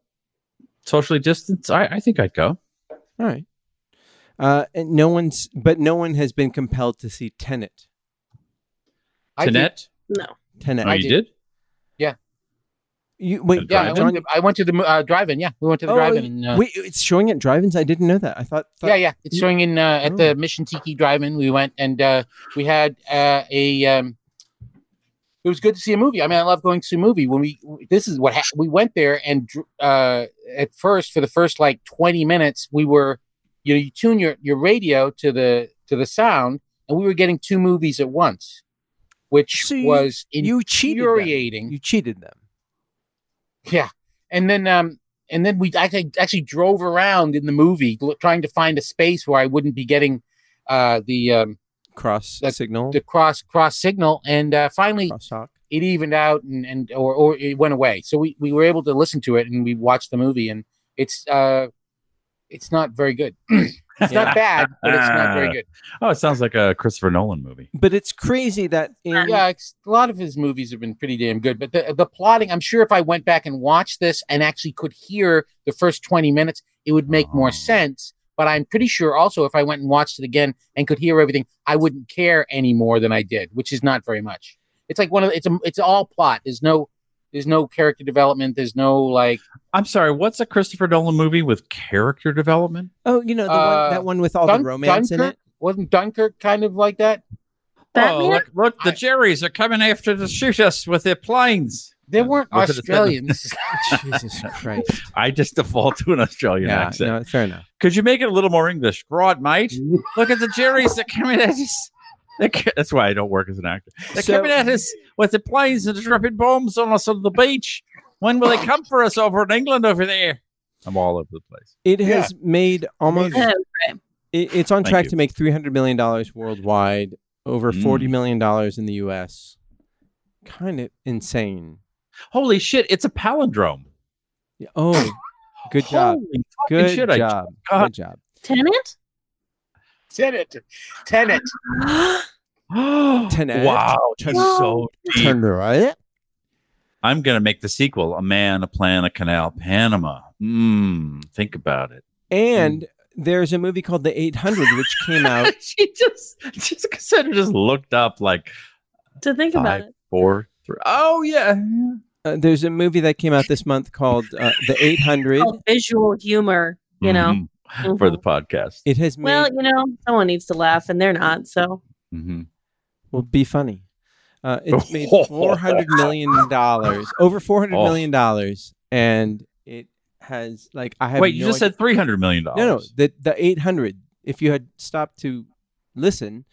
S3: socially distanced, I, I think I'd go.
S4: All right. Uh, and no one's, but no one has been compelled to see Tenet.
S6: I did-
S3: Tenet?
S5: no.
S4: Tenet.
S3: Oh,
S6: I
S3: you
S6: did.
S3: did?
S4: You, wait,
S6: yeah, I
S4: John,
S6: went, to, I went to the mo- uh, drive-in. Yeah, we went to the
S4: Oh,
S6: drive-in. And, uh,
S4: wait, it's showing at drive-ins. I didn't know that. I thought. thought
S6: yeah, yeah, it's
S4: you-
S6: showing in uh, at
S4: Oh.
S6: the Mission Tiki drive-in. We went and uh, we had uh, a. Um, it was good to see a movie. I mean, I love going to see a movie. When we this is what ha- we went there and dr- uh, at first for the first like twenty minutes we were, you know, you tune your your radio to the to the sound and we were getting two movies at once, which
S4: So you-
S6: was
S4: You cheated. Them.
S6: infuriating.
S4: You cheated them.
S6: Yeah, and then um, and then we actually actually drove around in the movie lo- trying to find a space where I wouldn't be getting uh the um
S4: Cross
S6: That-
S4: signal.
S6: the cross cross signal, and uh, finally
S4: crosstalk.
S6: it evened out and and or or it went away. So we we were able to listen to it and we watched the movie, and it's uh, it's not very good. [clears throat] it's not bad, but it's not
S3: [laughs]
S6: very good.
S3: Oh, it sounds like a Christopher Nolan movie.
S4: But it's crazy that in
S6: Yeah, it's, a lot of his movies have been pretty damn good, but the the plotting, I'm sure if I went back and watched this and actually could hear the first 20 minutes, it would make
S3: Oh.
S6: more sense. But I'm pretty sure also if I went and watched it again and could hear everything, I wouldn't care any more than I did, which is not very much. It's like one of the, it's a, it's all plot. There's no there's no character development. There's no like
S3: I'm sorry, what's a Christopher Nolan movie with character development?
S4: oh, you know the one,
S6: Uh,
S4: that one with all
S6: Dun-
S4: the romance in
S6: Dunkirk?
S4: it.
S6: Wasn't Dunkirk kind of like that?
S5: Batman?
S3: Oh, look, look, the
S6: I-
S3: Jerry's are coming after to shoot us with their planes.
S6: They weren't
S3: Look at the- [laughs]
S6: Australians.
S4: Jesus Christ!
S3: I just default to an Australian
S4: yeah,
S3: accent.
S4: no, fair enough.
S3: Could you make it a little more English? Broad,
S4: [laughs]
S3: mate. Look at the Jerry's. They're coming at us. They're co- That's why I don't work as an actor. They're
S4: So-
S3: coming at us with the planes and dropping bombs on us on the beach. When will they come for us over in England over there? I'm all over the place.
S4: It
S6: Yeah.
S4: has made
S3: [gasps]
S4: almost.
S5: Yeah.
S4: It, it's on
S3: Thank
S4: track
S3: you. Mm.
S4: to make three hundred million dollars worldwide, over forty million dollars in the U.S. Kind of insane.
S3: Holy shit! It's a palindrome.
S4: Yeah, Oh, good job.
S3: Holy fucking
S4: Good
S3: shit! I
S4: job.
S3: got-
S4: Good job.
S5: Tenant?
S6: Tenet,
S3: [gasps]
S6: Tenet.
S4: Tenet.
S3: wow, that's
S5: Whoa.
S3: so deep.
S4: Turned right.
S3: I'm gonna make the sequel: A Man, a Plan, a Canal, Panama. Mmm. Think about it. [laughs]
S4: And there's a movie called The 800, which came out.
S3: Mm. [laughs] she just just Cassandra just looked up like
S5: To think about
S3: five,
S5: it.
S3: four, three. Oh yeah. yeah.
S4: Uh, there's a movie that came out this month called uh, The 800.
S5: Oh, visual humor, you know. Mm-hmm.
S3: Mhm. [laughs] for the podcast.
S4: It has made
S5: Well, you know, someone needs to laugh, and they're not. So
S3: Mhm.
S4: will be funny.
S3: [laughs]
S4: Uh, it's made four hundred million dollars, over four hundred
S3: Oh.
S4: million dollars, and it has like I have.
S3: Wait, you
S4: no
S3: just
S4: idea-
S3: said three hundred million dollars.
S4: No, no, the the eight hundred. If you had stopped to listen,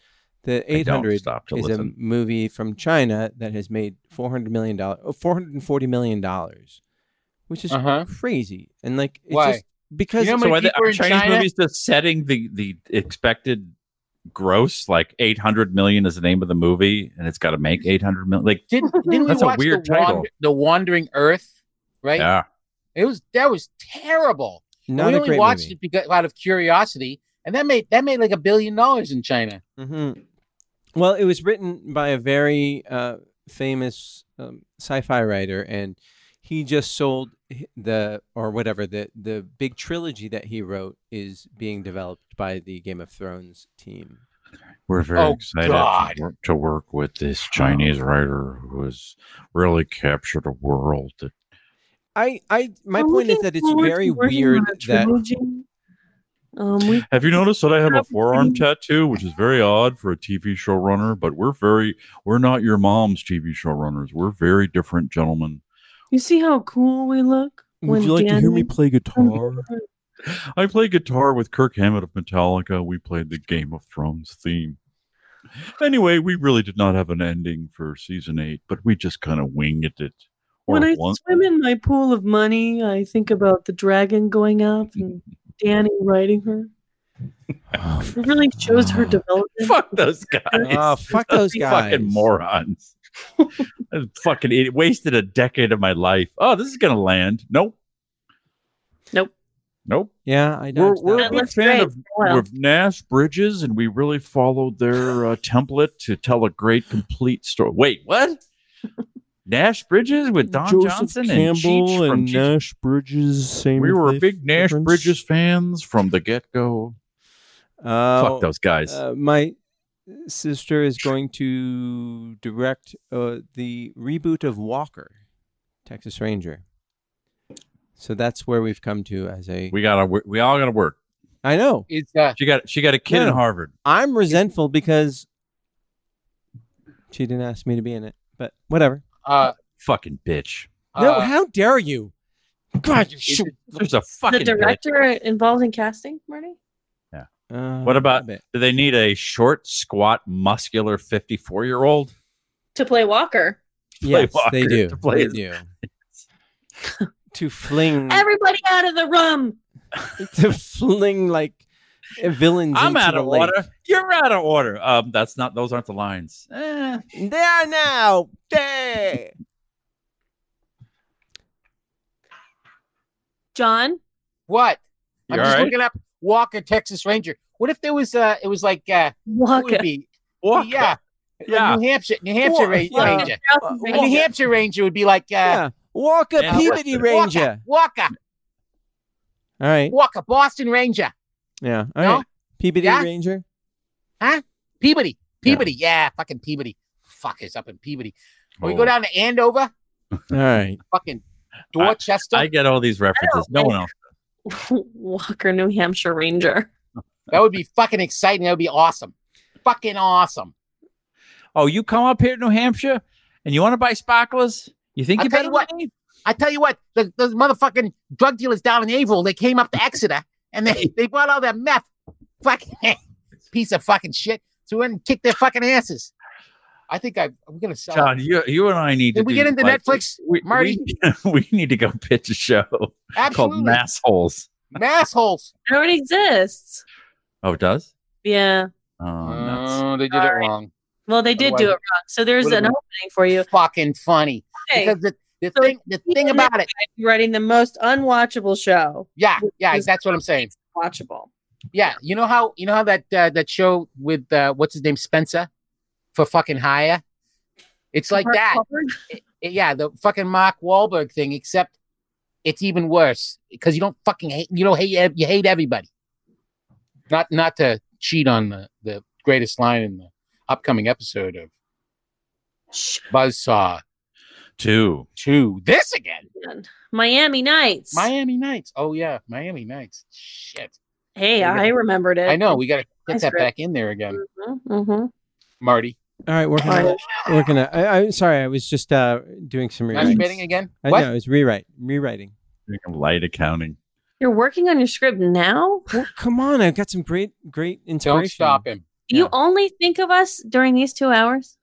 S4: the
S3: I
S4: eight
S3: don't
S4: hundred
S3: Stop to
S4: is
S3: listen.
S4: a movie from China that has made four hundred million dollars, oh, four hundred and forty million dollars, which is
S6: Uh huh.
S4: crazy. And like, it's
S6: Why?
S4: just because
S6: You know how
S3: so
S6: many
S3: are, they,
S6: people
S3: are
S6: in
S3: Chinese
S6: China?
S3: movies just setting the the expected gross like 800 million is the name of the movie and it's got to make 800 million like
S4: [laughs]
S6: Didn't, didn't we
S3: That's a
S6: watch
S3: weird
S6: the,
S3: title.
S6: Wand- the Wandering Earth? Right?
S3: yeah
S6: It was that was terrible. And
S4: not
S6: we
S4: a
S6: only
S4: great
S6: watched
S4: movie.
S6: it because out of curiosity, and that made that made like a billion dollars in China.
S4: hmm Well, it was written by a very uh, famous um, sci-fi writer, and he just sold hi- the or whatever the the big trilogy that he wrote is being developed by the Game of Thrones team.
S3: we're very
S6: Oh,
S3: excited
S6: God.
S3: to work, to work with this chinese writer who has really captured a world that
S4: I, I my
S5: I'm
S4: point is
S5: looking
S4: that it's
S5: forward to
S4: very
S5: working
S4: weird
S5: on a
S4: that
S5: trilogy. Um, we
S3: Have you noticed that I have a
S5: Probably.
S3: forearm tattoo, which is very odd for a TV showrunner, but we're very we're not your mom's TV showrunners. We're very different gentlemen.
S5: You see how cool we look? when Dan-
S4: play guitar?
S3: I play guitar with Kirk Hammett of Metallica. We played the Game of Thrones theme. Anyway, we really did not have an ending for season eight, but we just kind of winged it.
S5: [laughs] when I
S3: Horrible.
S5: swim in my pool of money, I think about the dragon going up and Danny riding
S3: [laughs]
S5: her.
S4: Oh,
S5: It really shows
S4: [sighs]
S5: her development.
S3: [laughs] Fuck those guys.
S4: Ah, fuck those
S3: [laughs]
S4: guys.
S3: fucking
S4: [laughs]
S3: morons. I fucking idiot. wasted a decade of my life. Oh, this is gonna land. Nope.
S5: Nope.
S3: Nope.
S4: Yeah, I
S3: We're,
S4: dodged
S3: we're
S5: That
S3: a
S4: that.
S3: big
S5: looks
S3: fan
S5: great.
S3: of
S5: Well,
S3: with Nash Bridges, and we really followed their uh, template to tell a great, complete story. Wait, what? Nash Bridges with Don Johnson and Cheech from Cheech-
S4: Nash Bridges. Same.
S3: We were big Nash Bridges fans from the get go. Fuck those guys.
S4: Uh, my sister is going to direct uh, the reboot of Walker, Texas Ranger. So that's where we've come to as a.
S3: we gotta. wor- We all gotta work.
S4: I know.
S6: It's uh,
S3: She got. She got a kid
S4: No,
S3: in
S4: no.
S3: Harvard.
S4: I'm resentful because she didn't ask me to be in it, but whatever.
S6: uh,
S3: Fucking bitch.
S4: no,
S6: uh,
S4: how dare you? God, you
S6: it's-
S4: shoot.
S3: There's a
S5: the
S3: fucking. bitch.
S5: director involved in casting, Marty?
S4: Uh,
S3: What about-
S4: a bit.
S3: Do they need a short, squat, muscular fifty-four-year-old?
S5: To play Walker.
S4: Yes, they
S3: Walker
S4: do.
S3: to play
S4: they
S3: his-
S4: do. to [laughs] fling,
S6: Mm.
S5: Everybody out of the room.
S4: to fling like villains.
S3: I'm
S4: into
S3: out
S4: the
S3: of
S4: lake.
S3: order. You're out of order. Um, that's not. Those aren't the lines. Eh.
S4: There now. There.
S5: John,
S6: what?
S3: You
S6: I'm just
S3: all right?
S6: looking up Walker Texas Ranger. What if there was uh it was like uh who would
S5: Walker.
S6: it be?
S3: Walker.
S6: Yeah.
S3: Yeah.
S6: New Hampshire New Hampshire
S4: Walker,
S6: Ra-
S4: yeah.
S6: Ranger.
S5: Walker.
S6: A New Hampshire Ranger would be like uh
S4: yeah. Walker
S3: Yeah,
S4: Peabody
S3: Walker.
S4: Ranger.
S6: Walker,
S4: All right.
S6: Walker, Boston Ranger,
S4: Yeah. All
S6: No?
S4: right. Peabody
S6: Yeah?
S4: Ranger.
S6: Peabody, Peabody, yeah. fucking Peabody, fuckers up in Peabody. Or we
S4: Oh.
S6: go down to Andover,
S4: All right.
S6: fucking Dorchester.
S3: I get all these references. No one else.
S5: [laughs] Walker, New Hampshire Ranger.
S6: that would be fucking exciting. That would be awesome, fucking awesome.
S3: Oh, you come up here to New Hampshire and you want to buy sparklers? You think
S6: I'll
S3: you
S6: tell
S3: better
S6: you what.
S3: than me?
S6: I tell you what, the, those motherfucking drug dealers down in Averill, they came up to Exeter and they, they brought all their meth, fucking [laughs] piece of fucking shit, to in and kick their fucking asses. I think I, I'm gonna sell.
S3: John, you, you and I need to.
S6: Did we
S3: do,
S6: get into
S3: like,
S6: Netflix,
S3: We,
S6: Marty?
S3: We, [laughs] we need to go pitch a show
S6: Absolutely,
S3: called Massholes.
S6: massholes.
S5: It already exists.
S3: Oh, it does?
S5: Yeah.
S3: Oh, nuts.
S6: they did
S5: Sorry.
S6: wrong.
S5: Well, they did do it
S6: Otherwise-
S5: wrong. So there's
S6: Would've
S5: an
S6: been-
S5: opening for you.
S6: Fucking funny
S5: Hey,
S6: because the, the
S5: So
S6: thing the thing
S5: even
S6: about it,
S5: you're writing the most unwatchable show.
S6: yeah, yeah,
S5: is-
S6: that's what I'm saying.
S5: Watchable.
S6: Yeah, you know how you know how that uh, that show with uh, what's his name Spencer for fucking hire. It's like that. yeah, the fucking Mark Wahlberg thing, except it's even worse because you don't fucking hate you don't hate ev- you hate everybody. Not not to cheat on the, the greatest line in the upcoming episode of
S5: Shh,
S6: Buzzsaw
S3: Two.
S6: Two. This again,
S5: man. Miami Nights.
S6: Miami Nights. Oh yeah, Miami Nights. Shit,
S5: hey, I remembered it.
S6: I know we got to get that
S5: Script.
S6: back in there again,
S5: hmm
S6: Marty.
S4: All right. Working on it. Working on it. I, I'm sorry. I was just uh, doing some rewrites.
S6: Masturbating again?
S4: I
S6: what?
S4: know. It was rewrite. Rewriting.
S3: Light accounting.
S5: You're working on your script now?
S4: Well, come on. I've got some great, great inspiration.
S6: Don't stop him.
S5: You
S4: Yeah.
S5: only think of us during these two hours?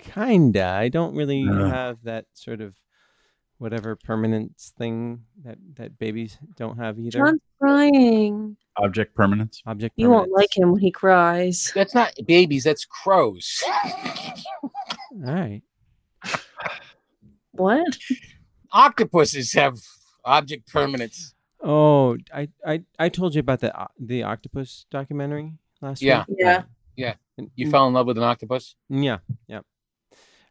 S4: Kinda. I don't really
S3: Uh.
S4: have that sort of whatever permanence thing that that babies don't have either.
S5: John's crying.
S3: Object permanence.
S4: Object.
S5: You won't like
S4: permanence.
S5: him when he cries.
S6: That's not babies. That's crows.
S4: All right.
S5: What?
S6: Octopuses have object permanence.
S4: Oh, I, I, I told you about the o- the octopus documentary last
S6: Yeah.
S4: week.
S5: Yeah.
S6: Yeah.
S4: And-
S6: You fell in love with an octopus?
S4: Yeah. Yeah.
S6: [laughs]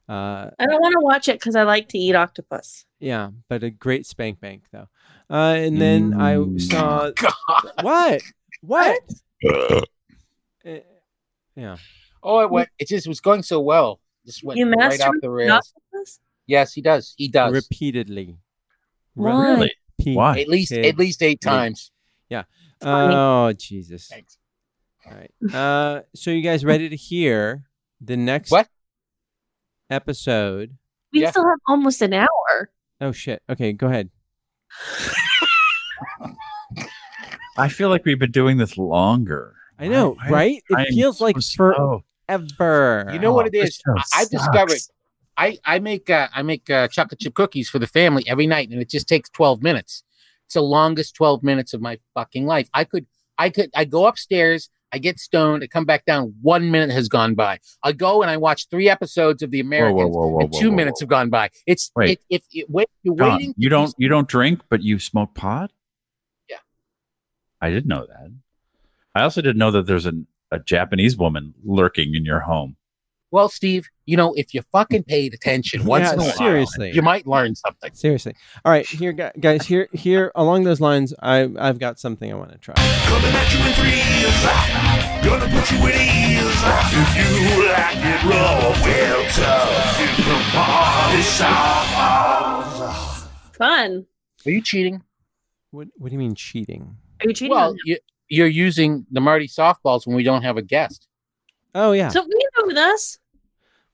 S4: Uh,
S5: I don't want to watch it because I like to eat octopus.
S4: yeah, but a great spank bank though. Uh, and then I
S3: Mm.
S4: saw
S6: God.
S4: what? What? Uh, yeah.
S6: Oh, it went. It just was going so well. Just went
S5: You
S6: right off
S5: mastered
S6: the
S5: An
S6: rails.
S5: Octopus?
S6: Yes, he does. He does.
S4: Repeatedly.
S5: Why?
S4: Repeat-
S5: Really?
S3: Why?
S6: At least at least eight
S4: Yeah.
S6: times.
S5: Funny.
S4: Oh Jesus!
S6: Thanks.
S4: All right. Uh, so you guys ready to hear the next
S6: What?
S4: episode?
S5: We
S6: Yeah.
S5: still have almost an hour.
S4: Oh shit! Okay, go ahead.
S3: [laughs] I feel like we've been doing this longer.
S4: I know,
S3: Why- why
S4: right?
S3: am I
S4: It feels
S3: so
S4: like
S3: slow?
S4: forever.
S6: You know what it
S3: Oh, this
S6: is?
S3: show
S6: I, I discovered
S3: sucks.
S6: I I make uh, I make uh, chocolate chip cookies for the family every night, and it just takes twelve minutes. It's the longest twelve minutes of my fucking life. I could I could I go upstairs, I get stoned, I come back down. One minute has gone by. I go and I watch three episodes of The
S3: Whoa,
S6: Americans,
S3: whoa, whoa, whoa,
S6: and
S3: whoa,
S6: two
S3: whoa,
S6: minutes
S3: whoa.
S6: have gone by. It's
S3: Wait.
S6: it, if it, wait, you're
S3: John,
S6: waiting.
S3: you
S6: for these-
S3: don't you don't drink, but you smoke pot.
S6: Yeah.
S3: I didn't know that. I also didn't know that there's an, a Japanese woman lurking in your home.
S6: Well, Steve, you know if you fucking paid attention once
S4: yeah,
S6: in a while,
S4: seriously.
S6: you might learn something.
S4: Seriously. All right, here, gu- guys. Here, here. Along those lines, I, I've got something I want to try.
S7: Coming at you in threes, gonna put you at ease. If you like it raw, well, tough. If the body soft.
S5: Fun.
S6: Are you cheating?
S4: What What do you mean cheating?
S5: Are you cheating?
S6: Well,
S5: on
S6: you, you're using the Marty softballs when we don't have a guest.
S4: Oh yeah.
S5: them? so we know with us.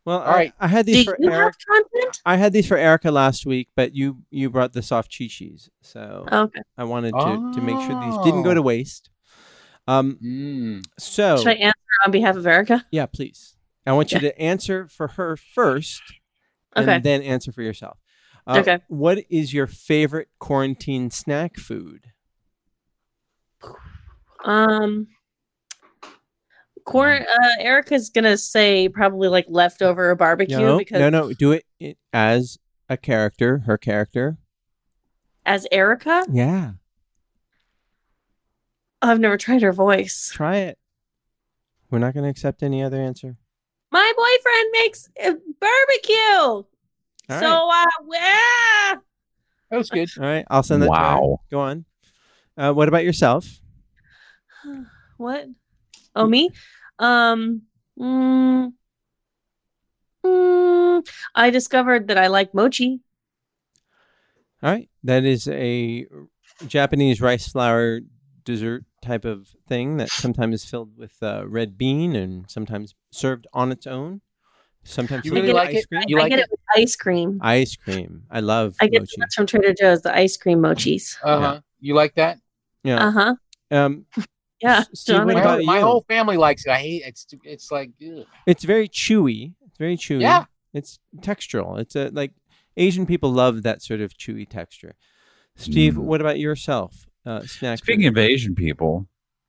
S4: well, all right.
S6: right.
S4: I, had
S5: Do
S4: these
S5: you
S4: for Eric.
S5: have content?
S4: I had these for Erica last week, but you you brought the soft chi chis, so
S5: Okay.
S4: I wanted to to make sure these didn't go to
S6: Oh.
S4: waste. Um.
S6: Mm.
S4: So
S5: Should I answer on behalf of Erica?
S4: yeah, please. I want you to answer for her first,
S5: Okay.
S4: and then answer for yourself. Uh,
S5: Okay.
S4: What is your favorite quarantine snack food?
S5: Um, Cor- uh, Erica's gonna say probably like leftover barbecue
S4: no,
S5: because
S4: no, no. Do it, it as a character, her character.
S5: as Erica,
S4: Yeah,
S5: I've never tried her voice.
S4: try it. We're not going to accept any other answer.
S5: My boyfriend makes uh, barbecue,
S4: All
S5: so uh, yeah.
S6: That was good.
S4: All right, I'll send that. to her.
S3: Wow.
S4: Go on. Uh, what about yourself?
S5: [sighs] What? Oh, me? Um, mm, mm, I discovered that I like mochi.
S4: All right, that is a Japanese rice flour dessert type of thing that sometimes is filled with uh, red bean and sometimes served on its own. Sometimes
S6: You
S4: served
S6: really
S4: with
S6: like
S4: ice
S6: it?
S4: cream.
S6: You
S5: I
S6: like
S5: get
S6: it?
S5: it with ice cream.
S4: Ice cream. I love
S5: I get
S4: mochi.
S5: those from Trader Joe's, the ice cream mochis.
S6: Uh huh. You like that?
S4: Yeah.
S5: Uh huh.
S4: um,
S5: Yeah.
S4: Steve,
S5: John would-
S4: what
S6: My,
S4: about
S6: whole, my
S4: you?
S6: whole family likes it. I hate it's. It's like ugh.
S4: It's very chewy. It's very chewy.
S6: Yeah.
S4: It's textural. It's a like Asian people love that sort of chewy texture. Steve,
S3: Mm.
S4: what about yourself? Uh, snack.
S3: Speaking of
S4: food.
S3: Asian people,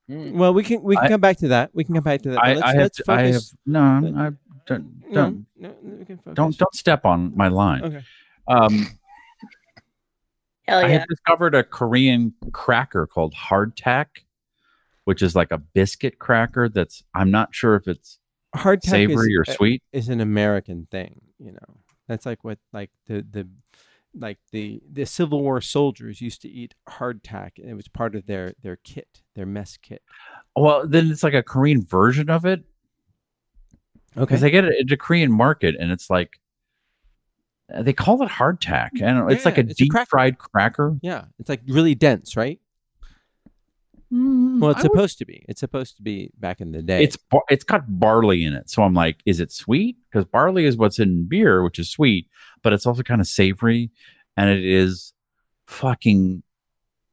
S6: Mm.
S4: well, we can we can
S3: I-
S4: come back to that. Uh, We can come back to that. but
S3: I,
S4: let's,
S3: I, have,
S4: let's
S3: to- I have
S4: focus.
S3: no, I don't
S4: no,
S3: don't
S4: no, no, we can focus.
S3: don't don't step on my line.
S4: Okay.
S3: Um,
S5: Hell
S3: I
S5: yeah.
S3: have discovered a Korean cracker called hardtack, which is like a biscuit cracker. That's I'm not sure if it's
S4: Hardtack
S3: savory
S4: is, uh,
S3: or sweet.
S4: is an American thing. You know, that's like what like the the like the the Civil War soldiers used to eat hardtack, and it was part of their their kit, their mess kit.
S3: Well, then it's like a Korean version of it
S4: Okay.
S3: because they get it at the Korean market, and it's like uh, they call it hardtack. I don't know. It's like
S4: Yeah,
S3: a
S4: it's a
S3: deep
S4: cracker.
S3: fried cracker.
S4: Yeah, it's like really dense, right? Well, it's
S3: Mm. I would-
S4: supposed to be. It's supposed to be back in the day.
S3: it's bar- it's got barley in it, so I'm like, is it sweet? Because barley is what's in beer, which is sweet, but it's also kind of savory, and it is fucking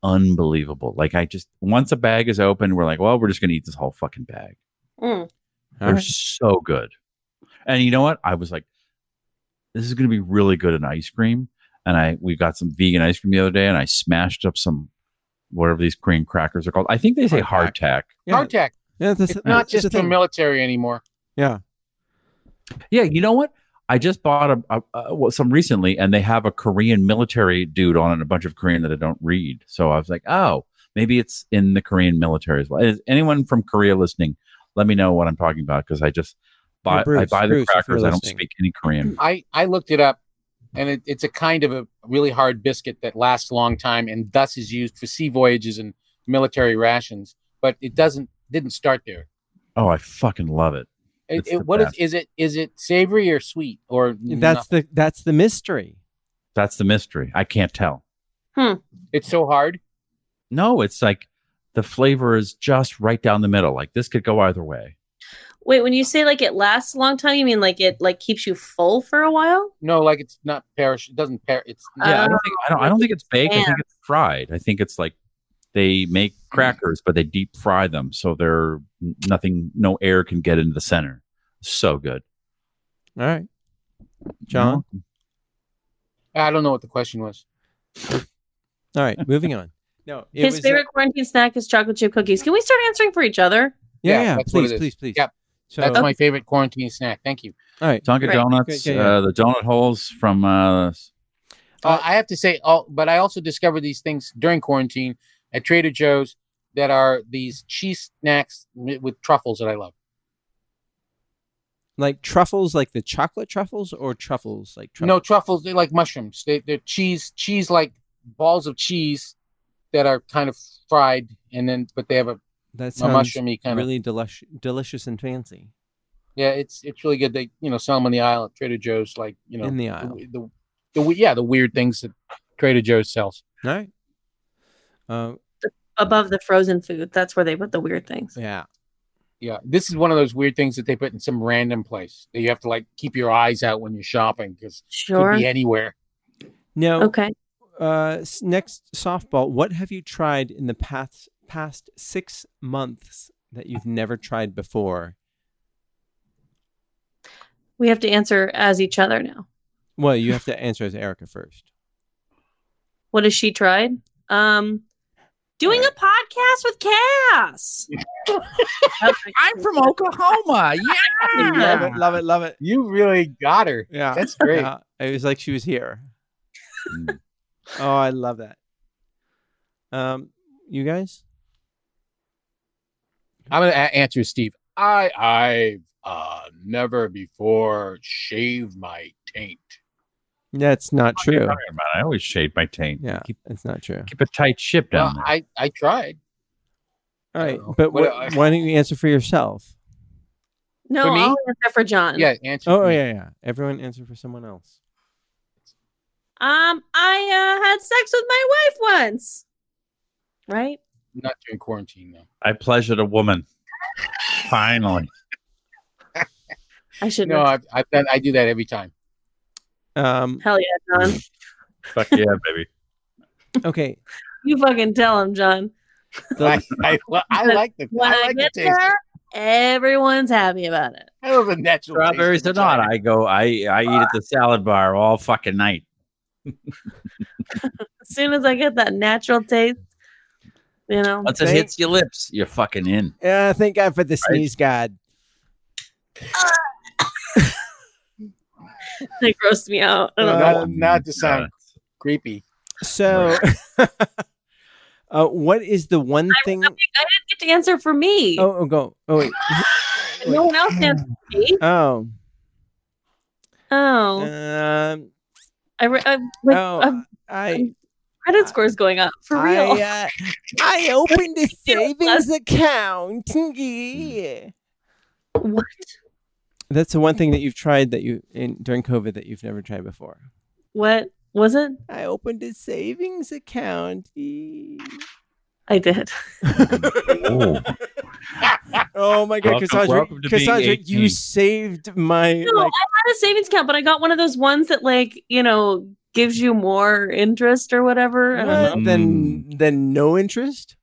S3: unbelievable. Like I just once a bag is open, we're like, well, we're just gonna eat this whole fucking bag.
S5: Mm.
S4: All
S3: They're
S4: right.
S3: so good, and you know what? I was like, this is gonna be really good in ice cream, and I we got some vegan ice cream the other day, and I smashed up some whatever these Korean crackers are called. I think they say hardtack.
S4: Yeah,
S6: Hardtack.
S4: yeah, that's,
S6: It's not just
S4: the
S6: for
S4: thing.
S6: military anymore.
S4: Yeah.
S3: Yeah, you know what? I just bought a, a, a well, some recently, and they have a Korean military dude on it, and a bunch of Korean that I don't read. So I was like, oh, maybe it's in the Korean military as well. Is anyone from Korea listening? Let me know what I'm talking about because I just buy
S4: Yeah, Bruce,
S3: I buy the
S4: Bruce, if you're
S3: crackers. I don't
S4: listening.
S3: speak any Korean.
S6: I I looked it up, and it, it's a kind of a really hard biscuit that lasts a long time, and thus is used for sea voyages and military rations. But it doesn't didn't start there.
S3: Oh, I fucking love it.
S6: It,
S3: It's the
S6: it, what is
S3: best.
S6: is it is it savory or sweet or
S4: That's the that's the mystery.
S3: That's the mystery. I can't tell.
S6: nothing? it's so hard.
S3: No, it's like the flavor is just right down the middle. Like this could go either way.
S5: Wait, when you say like it lasts a long time, you mean like it like keeps you full for a while?
S6: No, like it's not perish. It doesn't perish. It's not,
S3: Yeah, I
S5: Uh,
S3: don't think I don't, I don't think it's baked. I
S5: Yeah.
S3: think it's fried. I think it's like they make crackers, but they deep fry them so they're nothing, no air can get into the center. So good.
S4: All right. John?
S6: I don't know what the question was.
S4: All right, moving on. No, it
S5: His
S4: was, uh,
S5: favorite quarantine snack is chocolate chip cookies. Can we start answering for each other?
S4: Yeah,
S6: Yeah,
S4: yeah,
S6: that's what
S4: please,
S6: it is.
S4: please, please.
S6: Yep,
S4: So,
S6: That's my favorite quarantine snack. Thank you.
S4: all right.
S3: Tonka
S5: Right.
S3: donuts,
S4: Yeah, yeah.
S3: Uh, the donut holes from uh,
S6: Uh, I have to say, all, but I also discovered these things during quarantine at Trader Joe's that are these cheese snacks wi- with truffles that I love.
S4: Like truffles, like the chocolate truffles, or truffles like truffles?
S6: No truffles, they're like mushrooms. They, they're cheese, cheese like balls of cheese that are kind of fried, and then but they have a,
S4: that
S6: a
S4: sounds
S6: mushroomy kind of.
S4: really delish- delicious and fancy
S6: Yeah, it's it's really good. They you know sell them on the aisle at Trader Joe's, like you know
S4: in the
S6: the,
S4: aisle.
S6: w- the, the w- yeah the weird things that Trader Joe's sells.
S4: All right. Uh,
S5: Above the frozen food. That's where they put the weird things.
S4: yeah.
S6: Yeah, this is one of those weird things that they put in some random place that you have to like keep your eyes out when you're shopping because
S5: Sure.
S6: could be anywhere.
S4: No.
S5: Okay.
S4: Uh, s- next softball. What have you tried in the past past six months that you've never tried before?
S5: We have to answer as each other now.
S4: Well, you have to answer as Erica first.
S5: What has she tried? Um, doing a podcast with Cass.
S3: I'm from
S4: [laughs]
S3: Oklahoma.
S4: Love it, love it, love it.
S6: You really got her.
S4: Yeah.
S6: That's great.
S4: Yeah, it was like she was here.
S3: Mm.
S4: [laughs] oh, I love that. Um, you guys?
S6: I'm gonna a- answer Steve. I I've uh, never before shaved my taint.
S4: That's not true.
S3: I always shade my taint.
S4: Yeah,
S3: Keep,
S4: it's not true.
S3: keep a tight ship down
S6: Well, I I tried.
S4: All right,
S6: know.
S4: but
S6: What
S4: wh-
S6: else?
S4: why don't you answer for yourself?
S5: No,
S6: For me?
S5: I'll answer for John.
S6: Yeah, answer.
S4: Oh,
S6: me.
S4: yeah, yeah. Everyone answer for someone else.
S5: Um, I uh, had sex with my wife once. Right?
S6: Not during quarantine though.
S3: there. I pleasured a woman. Finally.
S5: I should
S6: No,
S5: know.
S6: I've, I've done. I do that every time.
S4: Um,
S5: Hell yeah, John.
S3: Fuck yeah, baby.
S4: [laughs] okay.
S5: You fucking tell him, John.
S6: [laughs] I,
S4: The,
S6: I, well, I
S5: When-
S6: like the.
S5: When
S6: I
S5: I,
S6: like the
S5: get
S6: taste.
S5: there, everyone's happy about it.
S6: I love the natural taste of
S3: [laughs] Strawberries
S6: the
S3: or not,
S6: vagina.
S3: I go. I I eat at the salad bar all fucking night.
S5: As soon as I get that natural taste, you know.
S3: Once it
S4: Thank-
S3: hits your lips, you're fucking in.
S4: uh, thank God for the
S5: [laughs]
S4: sneeze god.
S5: they grossed me out. I
S4: Uh,
S5: don't know.
S6: Not, not to sound creepy.
S4: Um, So, [laughs] uh, what is the one thing?
S5: I didn't get to answer for me.
S4: Oh, oh, go. Oh, wait.
S5: no one else
S4: [clears throat]
S5: answered for me.
S4: Oh.
S5: Oh,
S4: Um,
S5: I, re- I, like,
S4: oh,
S5: I'm-
S4: I,
S5: credit score's going up for real.
S4: I, uh, I opened
S3: [laughs]
S4: a savings
S5: Less-
S4: account.
S3: Mm.
S4: [laughs] Yeah.
S3: [laughs]
S5: What?
S4: That's the one thing that you've tried that you in during COVID that you've never tried before.
S5: [laughs] What was it?
S4: I opened a savings account. [laughs] Yee.
S5: I did.
S3: Oh,
S4: Oh my god,
S3: Welcome-
S4: Cassandra,
S3: welcome to being
S4: Cassandra, you
S3: 18.
S4: saved my [laughs]
S5: No,
S4: like
S5: I had a savings account, but I got one of those ones that, like, you know, gives you more interest or whatever. I don't know.
S4: what? then then no interest.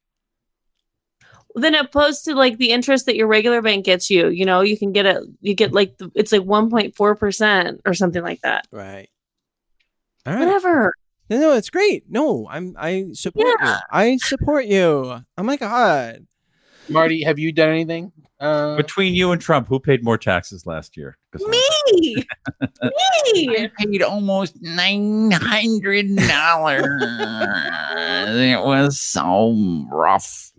S5: Then opposed to like the interest that your regular bank gets you, you know, you can get it. You get like the, it's like one point four percent or something like that.
S4: Right. All right.
S5: Whatever.
S4: No, no, it's great. No, I'm I support you.
S5: Yeah.
S4: I support you. Oh my god.
S6: Marty, have you done anything? Uh,
S3: Between you and Trump, who paid more taxes last year?
S5: Me, me.
S3: paid almost nine hundred dollars. it was so rough.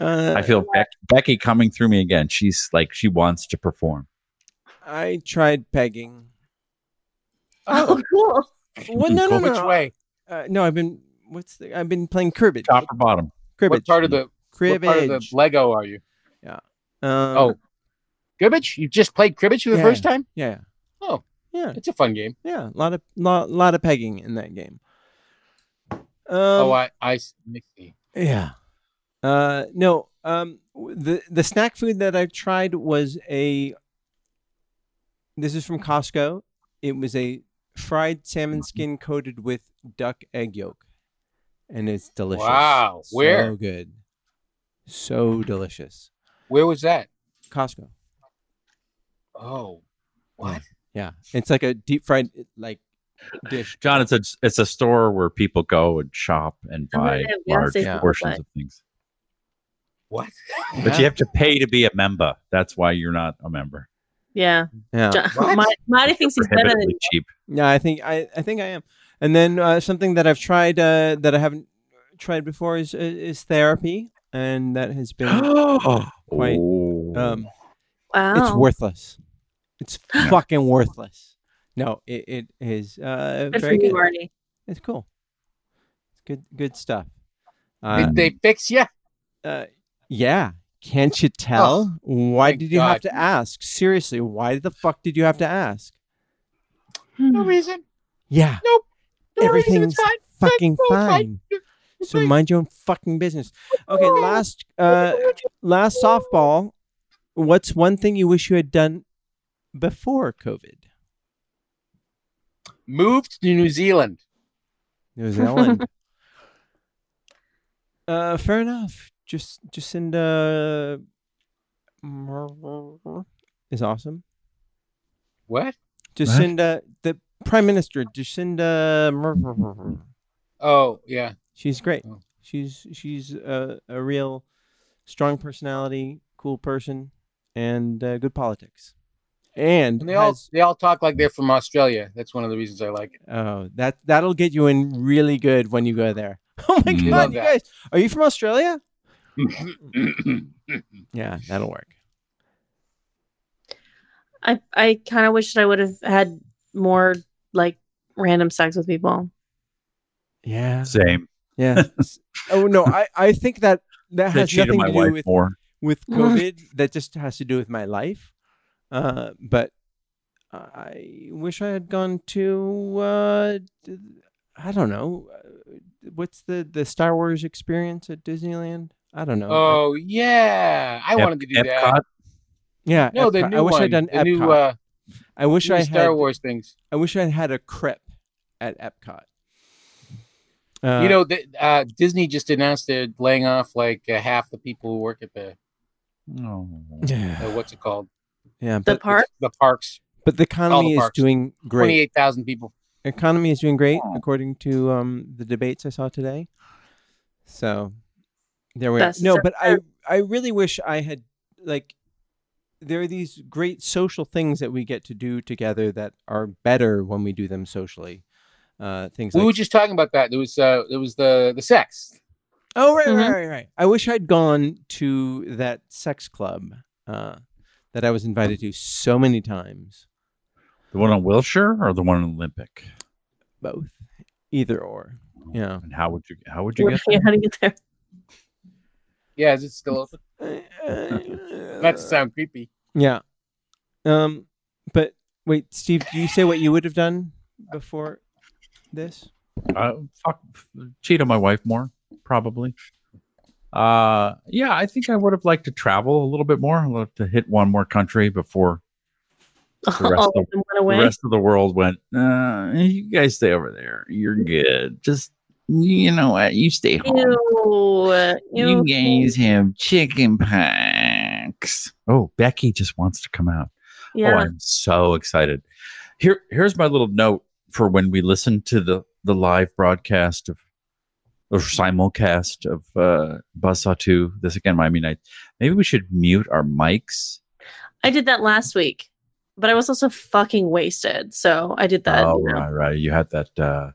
S4: Uh,
S3: I feel Beck, Becky coming through me again. She's like she wants to perform.
S4: I tried pegging.
S5: Oh, cool.
S4: Well, no, no, no.
S6: which way?
S4: Uh, no, I've been what's the I've been playing cribbage.
S3: Top or bottom?
S4: Cribbage.
S6: What part of the what
S4: cribbage.
S6: part of the Lego are you?
S4: Um,
S6: Oh, cribbage? You just played cribbage for the
S4: Yeah.
S6: first time?
S4: yeah.
S6: Oh.
S4: Yeah.
S6: It's a fun game.
S4: Yeah, a lot of lot, lot of pegging in that game. Um,
S6: oh, I, I s- I see.
S4: yeah. Uh, no. Um, w- the the snack food that I tried was a. This is from Costco. It was a fried
S6: Mm-hmm.
S4: salmon skin coated with duck egg yolk, and it's delicious.
S6: Wow, where?
S4: So good. So delicious.
S6: Where was that?
S4: Costco.
S6: Oh, what?
S4: Yeah, it's like a deep fried like dish.
S3: John, it's a it's a store where people go and shop and
S5: I'm
S3: buy
S5: gonna have
S3: large
S5: Beyonce for
S3: portions
S5: butt.
S3: of things.
S6: What?
S3: But you have to pay to be a member. That's why you're not a member.
S5: Yeah.
S4: Yeah.
S5: John,
S6: What?
S5: Marty- Marty thinks he's better than
S3: Prohibitively cheap.
S4: Yeah, I think I, I think I am. And then uh, something that I've tried uh, that I haven't tried before is uh, is therapy, and that has been
S3: oh,
S4: Quite,
S8: Oh.
S4: um,
S5: Wow.
S4: it's worthless. It's fucking worthless. No, it, it is uh,
S5: Good for
S4: very
S5: you,
S4: good.
S5: Marty.
S4: It's cool. It's good good stuff. Uh,
S6: Did they fix you?
S4: uh, yeah. Can't you tell?
S5: Oh,
S4: why
S6: thank
S4: did you have
S6: God.
S4: to ask? Seriously, why the fuck did you have to ask?
S6: No reason.
S4: Yeah.
S6: Nope. No reason.
S4: Everything's
S6: It's fine.
S4: fucking
S6: It's fine.
S4: fine.
S6: It's
S4: So
S6: fine.
S4: mind your own fucking business. Okay, last uh last softball. What's one thing you wish you had done before COVID?
S6: Moved to New Zealand. [laughs]
S4: New [laughs] Zealand. uh fair enough. Just Jacinda is awesome.
S6: What?
S4: Jacinda the Prime Minister, Jacinda
S6: Oh yeah.
S4: She's great.
S6: Oh.
S4: She's she's a, a real strong personality, cool person, and uh, good politics. And,
S6: And they all
S4: has-
S6: they all talk like they're from Australia. That's one of the reasons I like it.
S4: oh, that that'll get you in really good when you go there. [laughs] Oh my
S3: Mm.
S4: god,
S6: Love
S4: you
S6: that.
S4: guys, are you from
S6: [coughs]
S4: Australia? Yeah, that'll work.
S5: I, I kind of wish that I would have had more like random sex with people.
S4: Yeah,
S3: Same. [laughs]
S4: yeah. oh no, I I think that that
S3: They
S4: has
S3: cheated
S4: nothing
S3: my
S4: to do
S3: wife
S4: with
S3: more.
S6: [laughs]
S4: with
S5: Mm.
S4: COVID that just has to do with my life. Uh, but I wish I had gone to uh, d- I don't know uh, what's the the Star Wars experience at Disneyland. I don't know. I-
S6: Oh yeah. I wanted to do that.
S3: Epcot.
S4: yeah,
S6: No, the
S4: Epcot.
S6: new
S4: I wish
S6: one.
S4: I'd done
S6: the
S4: Epcot.
S6: new uh
S4: I wish
S6: new
S4: I had.
S6: Star Wars things.
S4: I wish I had a crep at Epcot. Uh,
S6: you know, the, uh, Disney just announced they're laying off like uh, half the people who work at the
S3: Oh.
S6: uh,
S4: yeah,
S6: what's it called?
S4: yeah,
S5: The
S4: but
S5: park.
S6: The parks.
S4: but the economy is
S6: parks.
S4: doing great.
S6: Twenty-eight thousand people.
S4: economy is doing great
S3: Oh.
S4: according to um, the debates I saw today. So there we
S5: That's
S4: are. No,
S5: so
S4: but I I really wish I had like there are these great social things that we get to do together that are better when we do them socially. Uh, things
S6: We
S4: like
S6: were just talking about that. There was uh, there was the the sex.
S4: oh right,
S5: Mhm.
S4: right right right. I wish I'd gone to that sex club uh, that I was invited to so many times.
S3: The one on Wilshire or the one on Olympic? Oh,
S4: Both, either or. Yeah.
S3: And how would you how would you
S5: Yeah,
S3: get
S5: [laughs]
S3: there?
S5: how to get there?
S6: Yeah, is it still open? Not to sound creepy.
S4: Yeah. Um, but wait, Steve, do you say what you would have done before this?
S3: uh, fuck, cheat on my wife more, probably. Uh, yeah, I think I would have liked to travel a little bit more. I'd love to hit one more
S5: [laughs]
S3: country before rest
S5: All
S3: of the-
S5: of them went away.
S3: the rest of the world went. Uh, you guys stay over there. You're good. Just you know what? You stay home.
S5: Ew,
S3: You
S5: ew.
S3: guys have chicken pox. Oh, Becky just wants to come out. Oh,
S5: Yeah.
S3: I'm so excited. Here, here's my little note for when we listen to the the live broadcast of or simulcast of uh Buzzsaw 2 this again Miami night. Maybe we should mute our mics.
S5: I did that last week, but I was also fucking wasted. So I did that.
S3: oh,
S5: you know.
S3: right, right. You had that uh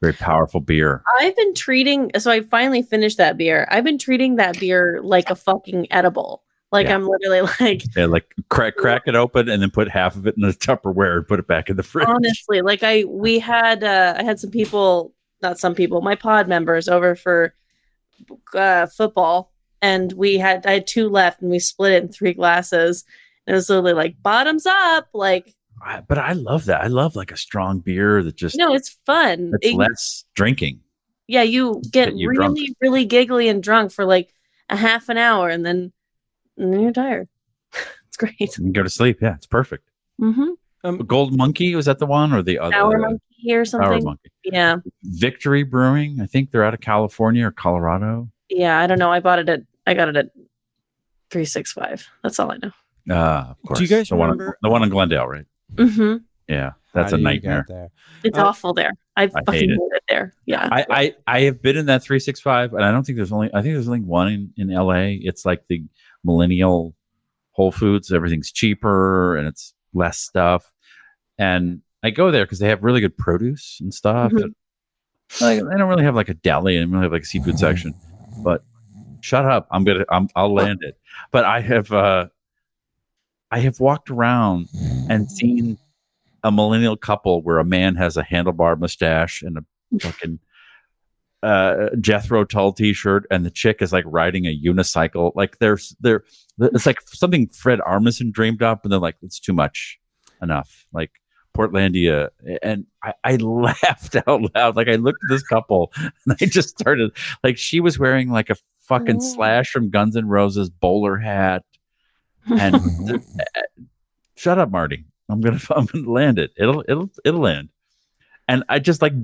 S3: very powerful beer.
S5: I've been treating, so I finally finished that beer. I've been treating that beer like a fucking edible. Like
S3: Yeah.
S5: I'm literally
S3: [laughs]
S5: like,
S3: Yeah, like crack crack it open and then put half of it in the [laughs] Tupperware and put it back in the fridge.
S5: honestly, like I, we had, uh, I had some people, not some people, my pod members over for uh, football. And we had, I had two left and we split it in three glasses. And it was literally like bottoms up. Like,
S3: I- but I love that. I love like a strong beer that just
S5: no, it's fun.
S3: that's
S5: It-
S3: less drinking.
S5: yeah, you get
S3: Get you
S5: really,
S3: drunk.
S5: really giggly and drunk for like a half an hour, and then and then you're tired. [laughs] it's great.
S3: And go to sleep. Yeah, it's perfect.
S5: Mm-hmm.
S4: Um,
S3: Gold Monkey was that the one or the other?
S5: Sour monkey or
S3: Sour
S5: something.
S3: Monkey.
S5: Yeah,
S3: Victory Brewing. I think they're out of California or Colorado.
S5: yeah. I don't know. I bought it at. I got it at three six five. That's all I know.
S3: Uh, of course.
S4: you guys
S3: the
S4: remember-
S3: one? The one in Glendale, right?
S5: hmm
S3: Yeah, that's
S4: How
S3: a
S4: do you get
S3: nightmare.
S4: There.
S5: It's
S4: Uh,
S5: awful there. I, fucking hate
S3: it.
S5: it. there. Yeah.
S3: I, I I have been in that 365, and I don't think there's only I think there's only one in, in LA. It's like the millennial Whole Foods. Everything's cheaper and it's less stuff. And I go there because they have really good produce and stuff.
S5: Mhm.
S3: And, like, they don't really have like a deli. and really have like a seafood section. But shut up! I'm gonna I'm, I'll land it. But I have uh, I have walked around and seen a millennial couple where a man has a handlebar mustache and a fucking uh, Jethro Tull T-shirt, and the chick is like riding a unicycle. Like there's there, it's like something Fred Armisen dreamed up, and they're like, it's too much, enough. Like Portlandia, and I, I [laughs] laughed out loud. Like I looked at this couple, and I just started like she was wearing like a fucking
S5: Oh.
S3: slash from Guns N' Roses bowler hat, and [laughs] shut up, Marty. I'm gonna [laughs] I'm gonna land it. It'll it'll it'll land. And I just like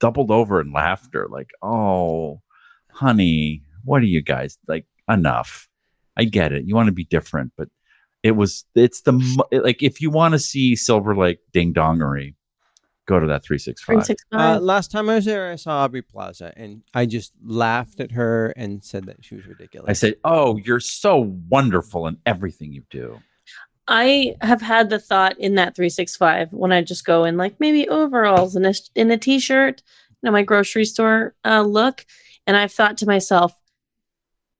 S3: doubled over in laughter, like, oh, honey, what are you guys like? Enough. I get it. You want to be different, but it was it's the mo- like if you want to see Silver Lake Ding Dongery, go to that three six five.
S4: Uh,
S5: 365.
S4: last time I was there, I saw Aubrey Plaza, and I just laughed at her and said that she was ridiculous.
S3: I said, oh, you're so wonderful in everything you do.
S5: I have had the thought in that 365 when I just go in like maybe overalls and a, in a t-shirt, you know, my grocery store uh, look. And I've thought to myself,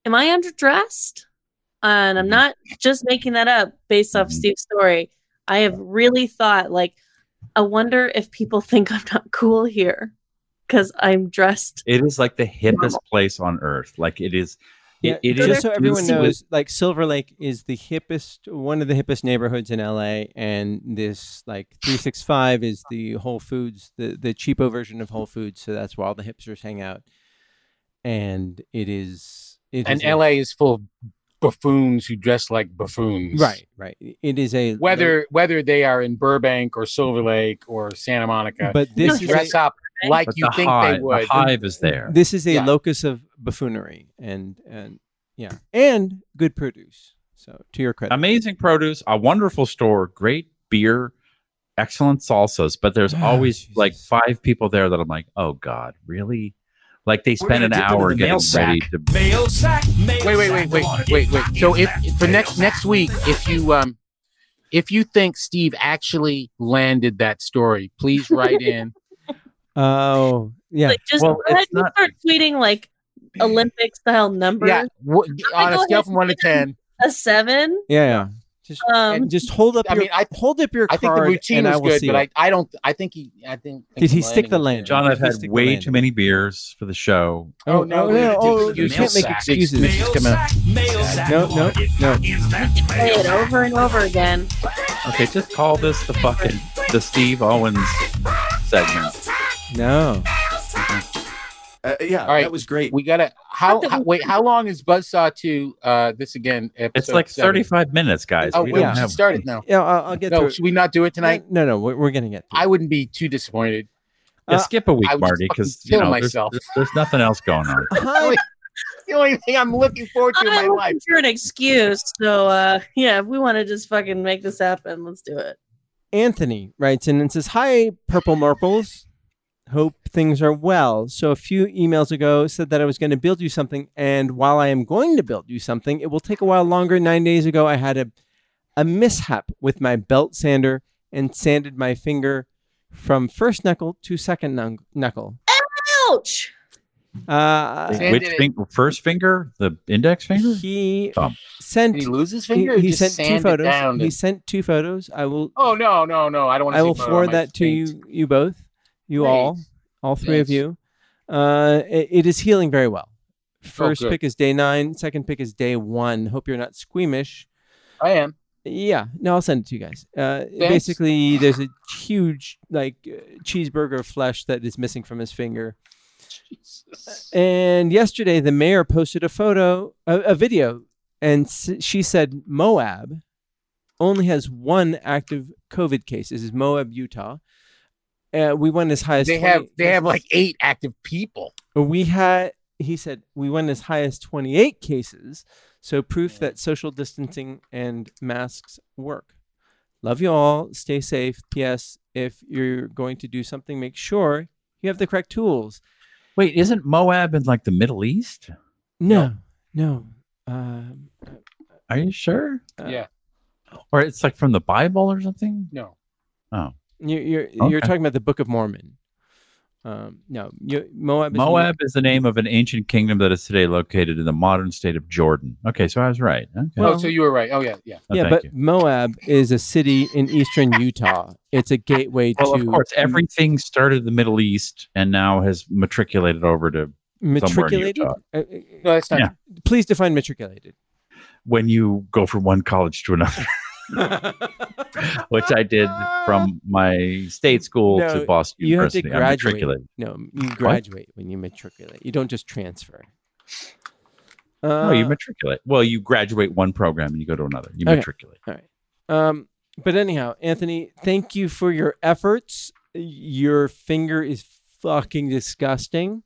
S5: am I underdressed? And
S6: Mm-hmm.
S5: I'm not just making that up based off
S3: Mhm.
S5: Steve's story. I have really thought like, I wonder if people [laughs] think I'm not cool here because I'm dressed.
S3: It is like the hippest place on earth. Like it is.
S4: Yeah,
S3: It, it
S4: just
S3: is
S4: so everyone
S3: juicy with-
S4: knows, like Silver Lake is the hippest, one of the hippest neighborhoods in LA, and this like 365 is the Whole Foods, the the cheapo version of Whole Foods, so that's where all the hipsters hang out, and it is it
S6: And
S4: is a-
S6: LA is full of buffoons who dress like buffoons.
S4: right, right. It is a
S6: Whether whether they are in Burbank or Silver Lake or Santa Monica,
S4: but
S5: No,
S4: this
S6: they
S4: is
S5: you're
S4: a,
S6: dress up like
S3: but
S6: you
S3: the
S6: think
S3: hive,
S6: they would.
S3: The hive is there.
S4: this is a
S6: Yeah.
S4: locus of buffoonery and and yeah and good produce so to your credit
S3: amazing produce, a wonderful store, great beer, excellent salsas, but there's always
S4: Ah, Jesus.
S3: like five people there that I'm like, oh God, really? Like they
S7: We're
S3: spend
S7: gonna
S3: an
S7: dip into
S3: hour
S7: the
S3: getting
S7: mail sack.
S3: ready to.
S7: Mail sack, mail
S6: wait, wait, wait,
S7: sack.
S6: wait,
S7: Come on,
S6: wait, wait.
S7: it's back,
S6: So if
S7: it's back,
S6: for
S7: mail
S6: next
S7: sack.
S6: next week, if you um, if you think Steve actually landed that story, please
S5: [laughs]
S6: write in.
S4: oh yeah
S5: Like just
S3: Well,
S5: go ahead
S3: it's
S5: and
S3: not-
S5: start tweeting like Olympic style numbers.
S6: yeah, wh- on a
S5: God,
S6: scale from one to ten,
S5: A seven.
S4: yeah yeah just
S3: Uh,
S5: Um,
S4: and just hold up
S6: I
S4: your
S6: mean, I-
S4: hold up your
S6: I think the
S4: card
S6: routine
S4: and I
S6: was
S4: will
S6: good,
S4: see
S6: but
S4: it.
S6: I, I don't. I think he. I think. I
S4: Did
S6: think the
S4: he stick the
S6: landing was good.
S4: landing?
S3: John, I've had
S4: Stick the
S3: way
S4: landing.
S3: too many beers for the show.
S6: Oh, no, we
S4: no
S6: were
S4: oh,
S6: taking
S4: you
S6: the
S4: can't
S6: mail
S4: make
S6: sack.
S4: excuses
S7: Mail
S4: it's coming out
S7: sack, mail sack.
S4: No,
S7: Come on,
S4: no,
S7: it's
S4: no.
S7: back, it's back,
S5: Say
S7: mail
S5: it
S7: sack.
S5: over and over
S6: [laughs]
S5: again.
S3: Okay, just call this the fucking the Steve Owens segment.
S4: no
S9: Uh, yeah,
S6: right.
S9: that was great.
S6: We gotta. How, how wait? How long is Buzzsaw two? Uh, this again.
S3: It's
S6: episode
S3: like
S6: seven?
S3: 35 minutes, guys.
S6: Oh,
S3: we
S6: wait,
S3: don't
S6: we should
S3: have
S6: start it now.
S4: yeah I'll, I'll get
S6: No,
S4: through
S6: should we not do it tonight?
S4: no no we're, we're gonna get through
S6: I
S4: it.
S6: wouldn't be too disappointed.
S3: Yeah,
S4: Uh,
S3: skip a week,
S6: I would just
S3: Marty,
S6: fucking
S3: because you
S6: kill
S3: know there's,
S6: myself.
S3: there's, there's nothing else going [laughs] on.
S4: Hi.
S6: It's the only thing I'm looking forward to in my
S5: I'm
S6: life.
S5: looking for an excuse. So uh yeah, if we want to just fucking make this happen, let's do it.
S4: Anthony writes in and says, Hi, Purple Marples. Hope things are well. So, a few emails ago said that I was going to build you something. And while I am going to build you something, it will take a while longer. Nine days ago, I had a, a mishap with my belt sander and sanded my finger from first knuckle to second knuck- knuckle.
S5: Ouch!
S4: Uh,
S6: Sanded
S3: Which
S6: it.
S3: finger? First finger? The index finger?
S4: he
S3: Tom.
S4: sent.
S6: Did he lose his
S4: he-
S6: finger? or
S4: he
S6: just
S4: sent
S6: sand
S4: two
S6: it
S4: photos.
S6: down
S4: He
S6: and-
S4: sent two photos. I will
S6: oh no, no, no! I don't want to.
S4: I will forward that to you, you both, you all,
S6: Thanks.
S4: all three of
S6: Thanks.
S4: you. Uh, i- it is healing very well. First
S6: Oh, good.
S4: pick is day nine. Second pick is day one. Hope you're not squeamish.
S6: I am.
S4: Yeah, no, I'll send it to you guys. Uh, basically, there's a huge like uh, cheeseburger flesh that is missing from his finger. And yesterday, the mayor posted a photo, a, a video, and s- she said Moab only has one active COVID case. This is Moab, Utah. Uh, we went as high as
S6: They
S4: 20
S6: have they have like eight active people.
S4: we had. He said we went as high as 28 cases, so proof that social distancing and masks work. Love you all. Stay safe. P.S. If you're going to do something, make sure you have the correct tools.
S3: Wait, isn't Moab in like the Middle East?
S4: No, no. Um,
S3: Are you sure?
S4: uh,
S6: yeah.
S3: Or it's like from the Bible or something? Oh.
S6: No.
S4: You, you're
S3: Okay.
S4: you're talking about the Book of Mormon. Um, no, you, Moab. Is
S3: Moab is the name of an ancient kingdom that is today located in the modern state of Jordan. Okay, so I was right. Okay.
S6: oh, so you were right. Oh yeah, yeah.
S3: Oh,
S4: yeah,
S3: thank
S4: but
S3: you.
S4: Moab is a city in eastern Utah. It's a gateway
S3: Well,
S4: to
S3: of course, everything started in the Middle East and now has matriculated over to
S4: matriculated.
S3: Utah.
S4: Uh, uh,
S6: No, that's not.
S3: Yeah.
S4: please define matriculated.
S3: when you go from one college to another, [laughs]
S4: [laughs]
S3: which I did from my state school
S4: No,
S3: to Boston
S4: you have to
S3: University. I
S4: graduate.
S3: matriculated.
S4: No, you graduate when you matriculate. You don't just transfer. Uh,
S3: no, you matriculate. Well, you graduate one program and you go to another. You
S4: Okay.
S3: matriculate.
S4: Um, but anyhow, Anthony, thank you for your efforts. Your finger is fucking disgusting.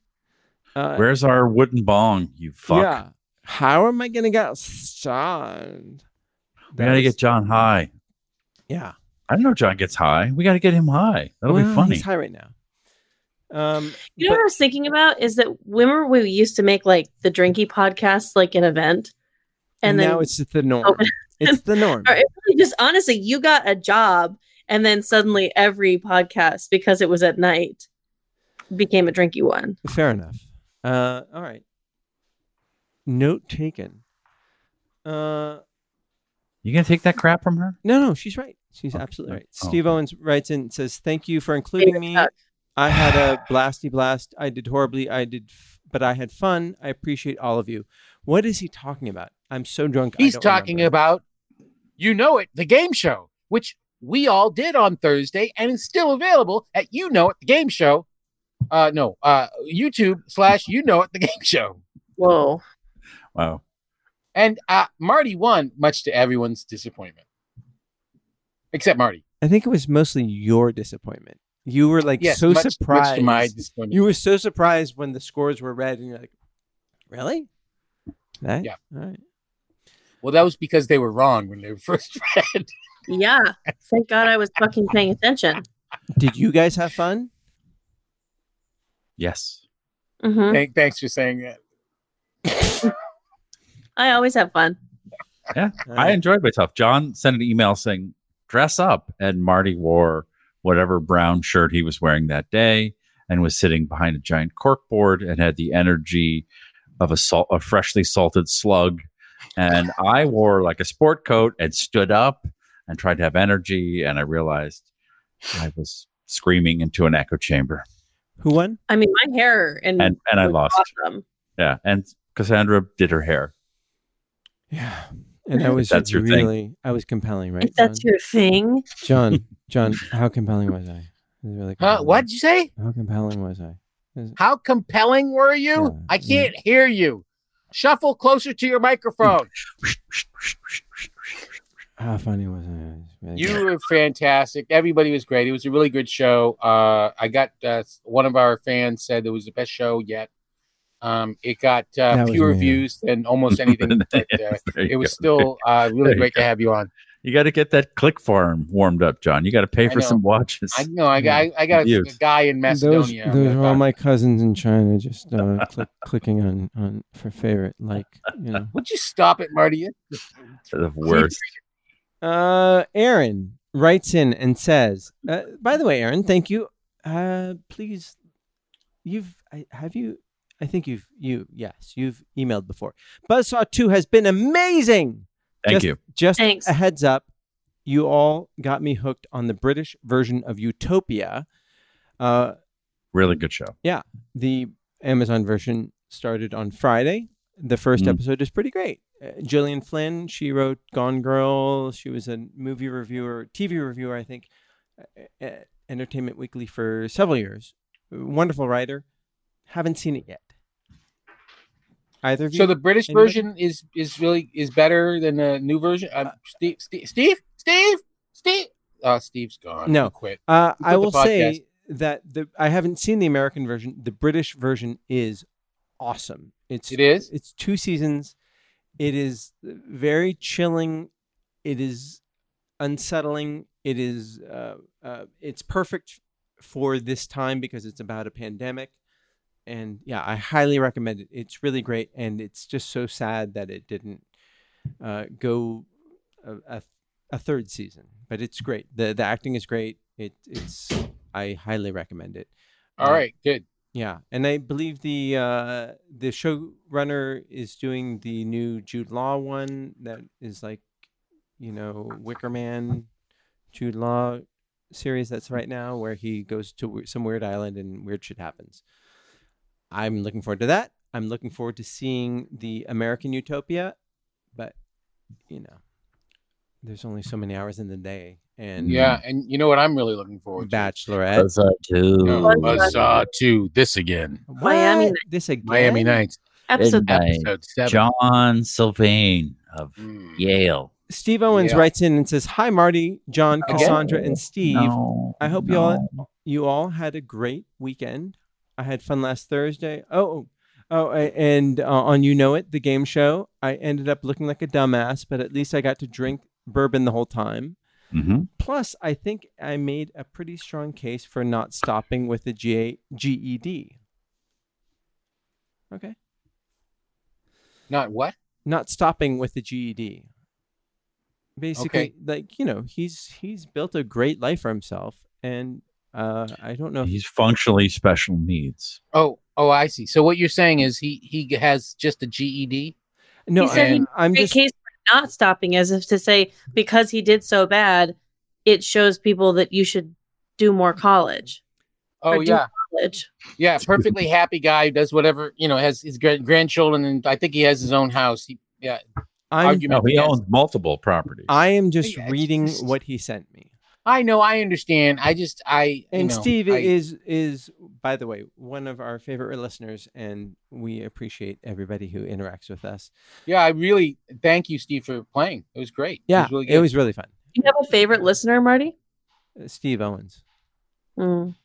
S4: Uh,
S3: Where's our wooden bong, you fuck?
S4: Yeah. How am I gonna get stoned?
S3: we gotta get John high.
S4: Yeah.
S3: I don't know if John gets high. We gotta get him high. That'll be
S4: Well,
S3: funny.
S4: He's high right now. Um,
S5: You know what I was thinking about is that remember we used to make like the drinky podcast like an event,
S4: and
S5: and then
S4: now it's just the norm. it's the norm.
S5: or it really just honestly you got a job, and then suddenly every podcast because it was at night became a drinky one.
S4: Fair enough. Uh, all right. Note taken. Uh,
S3: You gonna take that crap from her?
S4: No, no, she's right. She's
S3: Okay.
S4: absolutely right.
S3: Oh,
S4: Steve
S3: okay.
S4: Owens writes in and says, "Thank you for including me.
S5: Chuck.
S4: I had a blasty blast. I did horribly. I did, f- but I had fun. I appreciate all of you." What is he talking about? I'm so drunk. I
S6: He's
S4: don't
S6: talking
S4: remember.
S6: about, you know it, the game show, which we all did on Thursday and is still available at you know it, the game show. Uh, no, uh, YouTube slash you know it, the [laughs] game show.
S5: Whoa.
S3: Wow.
S6: And uh, Marty won, much to everyone's disappointment, except Marty.
S4: I think it was mostly your disappointment. You were like
S6: Yes,
S4: so
S6: much, much
S4: surprised.
S6: to my disappointment.
S4: you were so surprised when the scores were read, and you're like, "Really? That?
S6: Yeah.
S4: All right.
S6: well, that was because they were wrong when they were [laughs] first read.
S5: Yeah. Thank God I was fucking paying attention.
S4: Did you guys have fun?
S3: Yes.
S5: hmm
S6: Thank, thanks for saying that.
S5: [laughs] I always have fun.
S4: All
S3: I
S4: right.
S3: enjoyed myself. John sent an email saying, dress up. And Marty wore whatever brown shirt he was wearing that day and was sitting behind a giant cork board and had the energy of a, salt, a freshly salted slug. And I wore like a sport coat and stood up and tried to have energy. And I realized I was screaming into an echo chamber
S4: Who won?
S5: I mean, my hair and,
S3: and, and I
S5: was
S3: lost.
S5: Mm, Awesome.
S3: Yeah. And Cassandra did her hair.
S4: Yeah. And
S3: [laughs]
S4: I was
S3: that's your thing.
S4: really, I was compelling, right?
S5: If that's
S4: John?
S5: your thing,
S4: John,
S5: [laughs]
S4: John, how compelling was I? I was really
S6: Huh?
S4: compelling.
S6: What did you say?
S4: How compelling was I?
S6: [laughs] How compelling were you?
S4: Yeah,
S6: I
S4: yeah.
S6: can't hear you. Shuffle closer to your microphone.
S4: How funny was I? It was really
S6: You
S4: good.
S6: were fantastic. Everybody was great. It was a really good show. Uh, I got uh, one of our fans said it was the best show yet. Um, it got uh,
S4: That was
S6: fewer
S4: me.
S6: views than almost anything, but uh,
S3: There
S6: it
S3: you
S6: was
S3: go. [laughs]
S6: still uh, really
S3: There you
S6: great to
S3: go.
S6: have you on.
S3: You got to get that click farm warmed up, John. You got to pay
S6: I
S3: for
S6: know.
S3: some watches.
S6: uh, I know I
S3: [laughs]
S6: got I, I got a,
S3: Views.
S6: guy in
S4: Those,
S6: Macedonia.
S4: those are all my cousins in China just uh, click, clicking on, on for favorite, like, you know.
S6: Would you stop it, Marty?
S3: the worst.
S4: Uh, Aaron writes in and says, uh, by the way, Aaron, thank you. Uh, please, you've, I, have you, I think you've, you, yes, you've emailed before. Buzzsaw 2 has been amazing.
S3: Thank
S4: Just-
S3: you.
S4: Just
S5: Thanks.
S4: a heads up, you all got me hooked on the British version of Utopia. Uh,
S3: Really good show.
S4: the Amazon version started on Friday. The first
S3: Mm.
S4: episode is pretty great. Uh, Gillian Flynn, she wrote Gone Girl. She was a movie reviewer, TV reviewer, I think, uh, at Entertainment Weekly for several years. Wonderful writer. Haven't seen it yet. Either of you?
S6: So the British
S4: Anybody?
S6: version is is really is better than the new version. Uh, Steve, Steve, Steve, Steve, Steve. Uh, Steve's gone.
S4: No.
S6: He quit.
S4: Uh,
S6: We
S4: I
S6: did the
S4: will say that the I haven't seen the American version. The British version is awesome. It's
S6: It is?
S4: It's two seasons. It is very chilling. It is unsettling. It is uh, uh, it's perfect for this time because it's about a pandemic, and yeah, I highly recommend it. It's really great, and it's just so sad that it didn't uh, go a, a, a third season. But it's great. the The acting is great. It it's I highly recommend it. Uh,
S6: All right, good.
S4: Yeah, and I believe the uh, the showrunner is doing the new Jude Law one that is like, you know, Wicker Man, Jude Law series that's right now where he goes to we- some weird island and weird shit happens. I'm looking forward to that. I'm looking forward to seeing the American Utopia, but you know, there's only so many hours in the day, and
S6: Yeah, and you know what I'm really looking forward to?
S4: Bachelorette.
S6: uh, No,
S5: Ooh.
S6: Buzzsaw 2, this again.
S5: Miami
S4: What? This again?
S6: Miami Nights,
S5: Episode
S3: Midnight.
S6: episode 7.
S3: John Sylvain of
S6: Mm.
S3: Yale.
S4: Steve Owens
S6: Yeah.
S4: writes in and says, "Hi Marty, John,
S6: Again?
S4: Cassandra, and Steve.
S3: No,
S4: I hope you all you all had a great weekend. I had fun last Thursday. Oh, oh, a- and uh, on you know it, the game show. I ended up looking like a dumbass, but at least I got to drink bourbon the whole time.
S3: Mhm.
S4: Plus, I think I made a pretty strong case for not stopping with the GA- GED. E Okay,
S6: Not what?
S4: not stopping with the GED. Basically,
S6: Okay.
S4: like you know, he's he's built a great life for himself, and uh, I don't know. if
S3: He's functionally special needs.
S6: Oh, oh, I see. So what you're saying is he he has just a E GED?
S4: No,
S5: He said
S6: he
S4: I'm, I'm
S5: great
S4: just
S5: case for not stopping as if to say because he did so bad it shows people that you should do more college
S6: Oh
S5: do-
S6: yeah,
S5: college
S6: yeah.
S3: [laughs]
S6: Perfectly happy guy who does whatever you know. Has his grand- grandchildren, and I think he has his own house. He, yeah.
S4: I'm,
S6: argument
S3: No, Oh, he
S6: against-
S3: owns multiple properties.
S4: I am just
S6: Yeah, it's
S4: reading
S6: just-
S4: what he sent me.
S6: I know. I understand. I just I you
S4: And
S6: know,
S4: Steve
S6: I-
S4: is is by the way one of our favorite listeners, and we appreciate everybody who interacts with us.
S6: yeah. I really thank you, Steve, for playing. It was great. it
S4: Yeah,
S6: was really good.
S4: it was really fun.
S5: you have a favorite listener marty
S4: Uh, Steve Owens,
S5: Mm.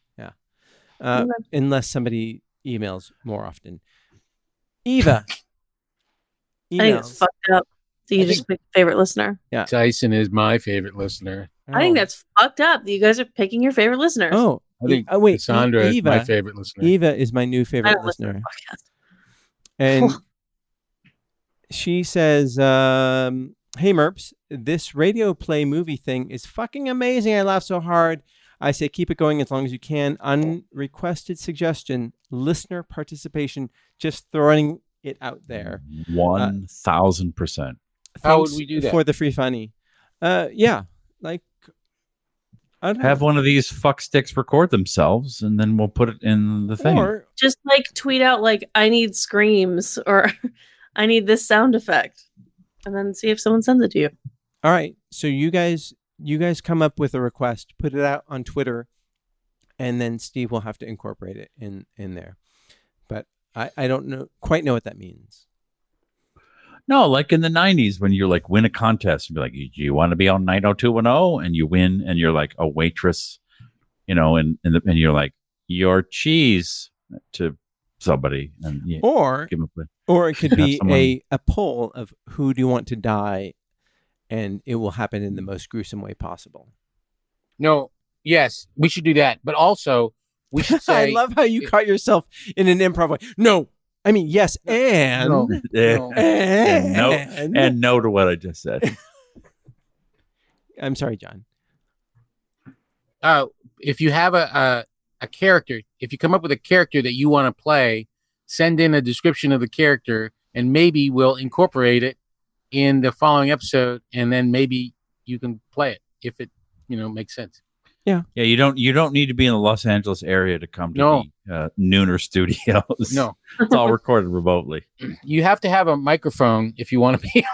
S4: uh,
S5: Okay.
S4: unless somebody emails more often. Eva,
S5: i think it's
S4: emails.
S5: fucked up that you
S6: I
S5: just picked favorite listener
S6: Tyson is my favorite listener.
S5: i think
S4: Oh.
S5: that's fucked up that you guys are picking your favorite listeners
S4: oh.
S6: I think
S4: oh, wait,
S6: Cassandra is
S4: Eva.
S6: my favorite listener.
S4: Eva is my new
S5: i
S4: favorite
S5: don't listen to
S4: listener.
S5: podcasts [laughs]
S4: And she says, um, Hey, Merps, this radio play movie thing is fucking amazing. I laughed so hard. I say, keep it going as long as you can. Unrequested suggestion, listener participation, just throwing it out there.
S3: One thousand percent.
S6: How would
S4: Thanks
S6: we do that?
S4: uh, For the free funny. Uh, yeah. Like, I don't
S3: Have
S4: know.
S3: one of these fuck sticks record themselves, and then we'll put it in the thing.
S4: Or,
S5: just like tweet out like i need screams or [laughs] i need this sound effect and then see if someone sends it to you
S4: all right. So you guys, you guys come up with a request, put it out on Twitter, and then Steve will have to incorporate it in in there. But I, I don't know quite know what that means.
S3: No, like in the '90s when you're like win a contest and be like, "Do you want to be on 90210?" and you win, and you're like a waitress, you know, and and, the, and you're like your cheese to somebody, and you
S4: Or
S3: give 'em a-
S4: or
S3: [laughs]
S4: it could
S3: Have
S4: be
S3: someone-
S4: a, a poll of who do you want to die, and it will happen in the most gruesome way possible.
S6: No, yes, we should do that. But also, we should
S4: [laughs] I
S6: say
S4: love how you caught yourself in an improv way. No, I mean yes, and
S6: No, no.
S4: and,
S3: no, [laughs] and no to what I just said.
S4: I'm sorry, John.
S6: uh, if you have a, a a character, if you come up with a character that you want to play, send in a description of the character, and maybe we'll incorporate it in the following episode, and then maybe you can play it if it you know makes sense.
S3: yeah, you don't you don't need to be in the Los Angeles area to come to
S6: No.
S3: the uh, Nooner Studios.
S6: No,
S3: [laughs] it's all recorded remotely,
S6: you have to have a microphone if you want to be.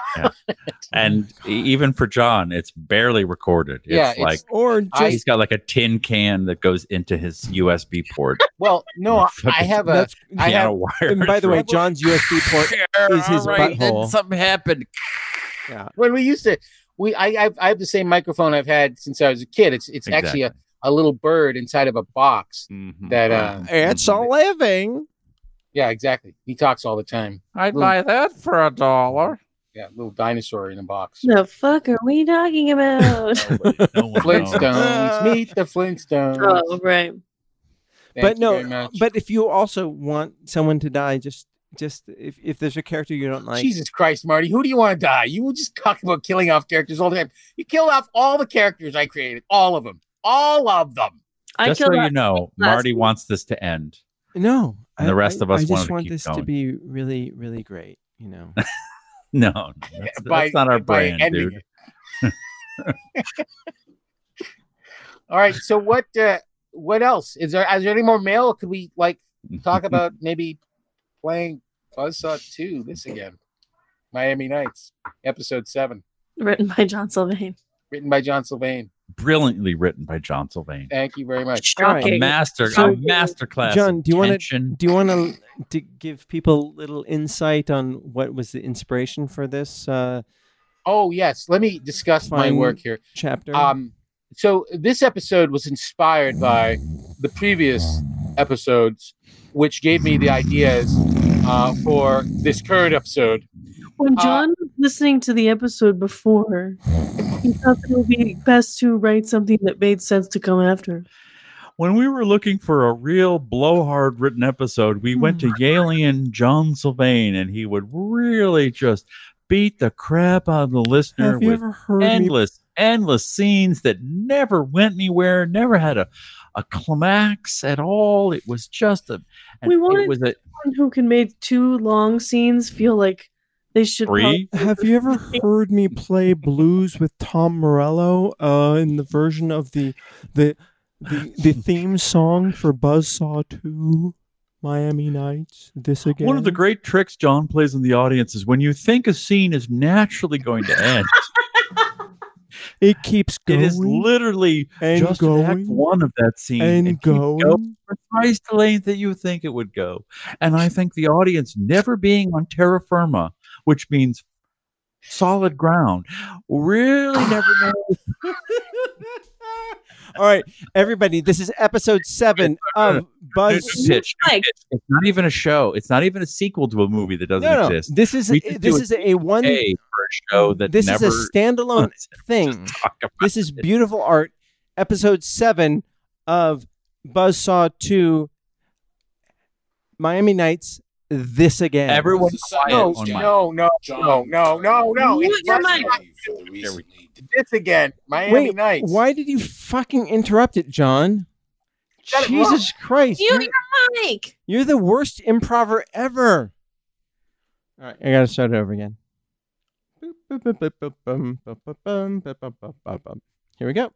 S3: and e- even for John, it's barely recorded. It's
S6: Yeah, it's-
S3: like.
S4: Or just
S6: I-
S3: He's got like a tin can that goes into his
S4: [laughs]
S3: USB port.
S6: [laughs] Well, no, I have a
S4: that's
S6: I
S3: piano
S6: have
S3: wire.
S4: And by the way, John's USB port is his butthole.
S3: something happened.
S6: when we used to we I I've, I have the same microphone I've had since I was a kid. It's it's actually a, a little bird inside of a box
S3: Mm-hmm.
S6: that uh
S4: It's a living.
S6: yeah exactly. He talks all the time.
S3: I'd
S6: buy
S3: that for a dollar.
S6: Yeah, little dinosaur in a box.
S5: The fuck are we talking about? [laughs]
S3: Nobody- no one knows.
S6: Flintstones, [laughs] meet the Flintstones.
S5: oh, right.
S6: Thank
S4: but
S6: you
S4: no,
S6: very much.
S4: but if you also want someone to die, just just if, if there's a character you don't [laughs] like,
S6: Jesus Christ, Marty, who do you want to die? You will just talk about killing off characters all the time. You killed off all the characters I created, all of them, all of them.
S5: I
S3: Just so
S5: killed
S3: you
S5: that.
S3: know,
S5: last
S3: Marty
S5: week.
S3: wants this to end.
S4: no,
S3: And the rest of us
S4: I just
S3: wanted to
S4: want
S3: keep
S4: this to
S3: going.
S4: be really, really great. You know,
S3: [laughs] No, no, that's,
S6: By-
S3: that's not our
S6: by
S3: brand,
S6: ending
S3: dude. [laughs]
S6: it. all right, so what? Uh, what else is there? Is there any more mail? Could we like
S3: [laughs]
S6: talk about maybe playing Buzzsaw Two this again? Miami Nights, episode seven,
S5: Written by John Sylvain.
S6: written by John Sylvain.
S3: Brilliantly written by John Sylvain.
S6: Thank you very much.
S4: right.
S3: A
S5: Shocking.
S3: master,
S4: So,
S3: a master class.
S4: John, do you wanna-
S3: to?
S4: do you want to to give people a little insight on what was the inspiration for this uh,
S6: Oh yes, let me discuss my
S4: Fine.
S6: work here.
S4: chapter?
S6: Um, so this episode was inspired by the previous episodes, which gave me the ideas uh, for this current episode.
S5: When
S6: Uh,
S5: John was listening to the episode before, he thought that it would be best to write something that made sense to come after.
S3: When we were looking for a real blowhard written episode, we went to
S4: Mm-hmm.
S3: Yalean John Sylvain, and he would really just beat the crap out of the listener
S4: Have you
S3: with
S4: ever heard me?
S3: endless, endless scenes that never went anywhere, never had a, a climax at all. It was just a, an-
S5: We
S3: it
S5: wanted-
S3: was a
S5: Someone who can make two long scenes feel like they should
S3: three.
S4: Have you ever heard me play blues with Tom Morello uh, in the version of the the the, the theme song for Buzzsaw Two, Miami Nights? This again.
S3: One of the great tricks John plays in the audience is when you think a scene is naturally going to end,
S4: [laughs] it keeps going
S3: it is literally
S4: and
S3: just an act
S4: going
S3: one of that scene
S4: and
S3: keep going
S4: going.
S3: precise the length that you think it would go. And I think the audience never being on terra firma, which means solid ground,
S4: [laughs]
S3: really never knows. [laughs]
S4: All right, everybody, this is episode
S3: [laughs]
S4: seven of Buzz.
S3: Pitch, pitch.
S5: Like-
S3: It's not even a show. It's not even a sequel to a movie that doesn't
S4: No, no,
S3: exist.
S4: this is
S3: We could do
S4: this
S3: it
S4: is a one.
S3: Hey, for a show that
S4: this
S3: never
S4: is a standalone
S3: Let's [laughs]
S4: thing.
S3: talk about
S4: This is
S3: it.
S4: beautiful art. Episode seven of Buzzsaw Two, Miami Nights. This again.
S3: Everyone
S9: This is
S3: quiet
S6: No,
S3: on my.
S6: no, no, no, no, no, no.
S5: Mute
S6: It's
S5: your
S6: just
S5: mic.
S6: not
S9: For the reason needed.
S6: This again, Miami
S4: Wait,
S6: Nights.
S4: Why did you fucking interrupt it, John?
S6: Shut it,
S4: Jesus Christ!
S5: You,
S4: You're,
S5: your mic.
S4: you're the worst improver ever. All right, I gotta start it over again. Here we go.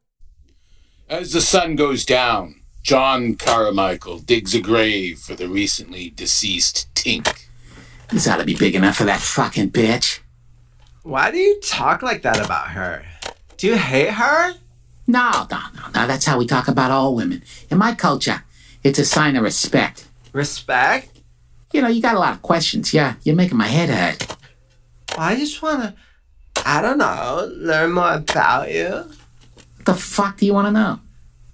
S9: As the sun goes down, John Carmichael digs a grave for the recently deceased Tink.
S10: This ought to be big enough for that fucking bitch.
S11: Why do you talk like that about her? Do you hate her?
S10: No, no, no, no. That's how we talk about all women. In my culture, it's a sign of respect.
S11: Respect?
S10: You know, you got a lot of questions. Yeah, you're making my head hurt.
S11: I just wanna, I don't know, learn more about you.
S10: What the fuck do you want to know?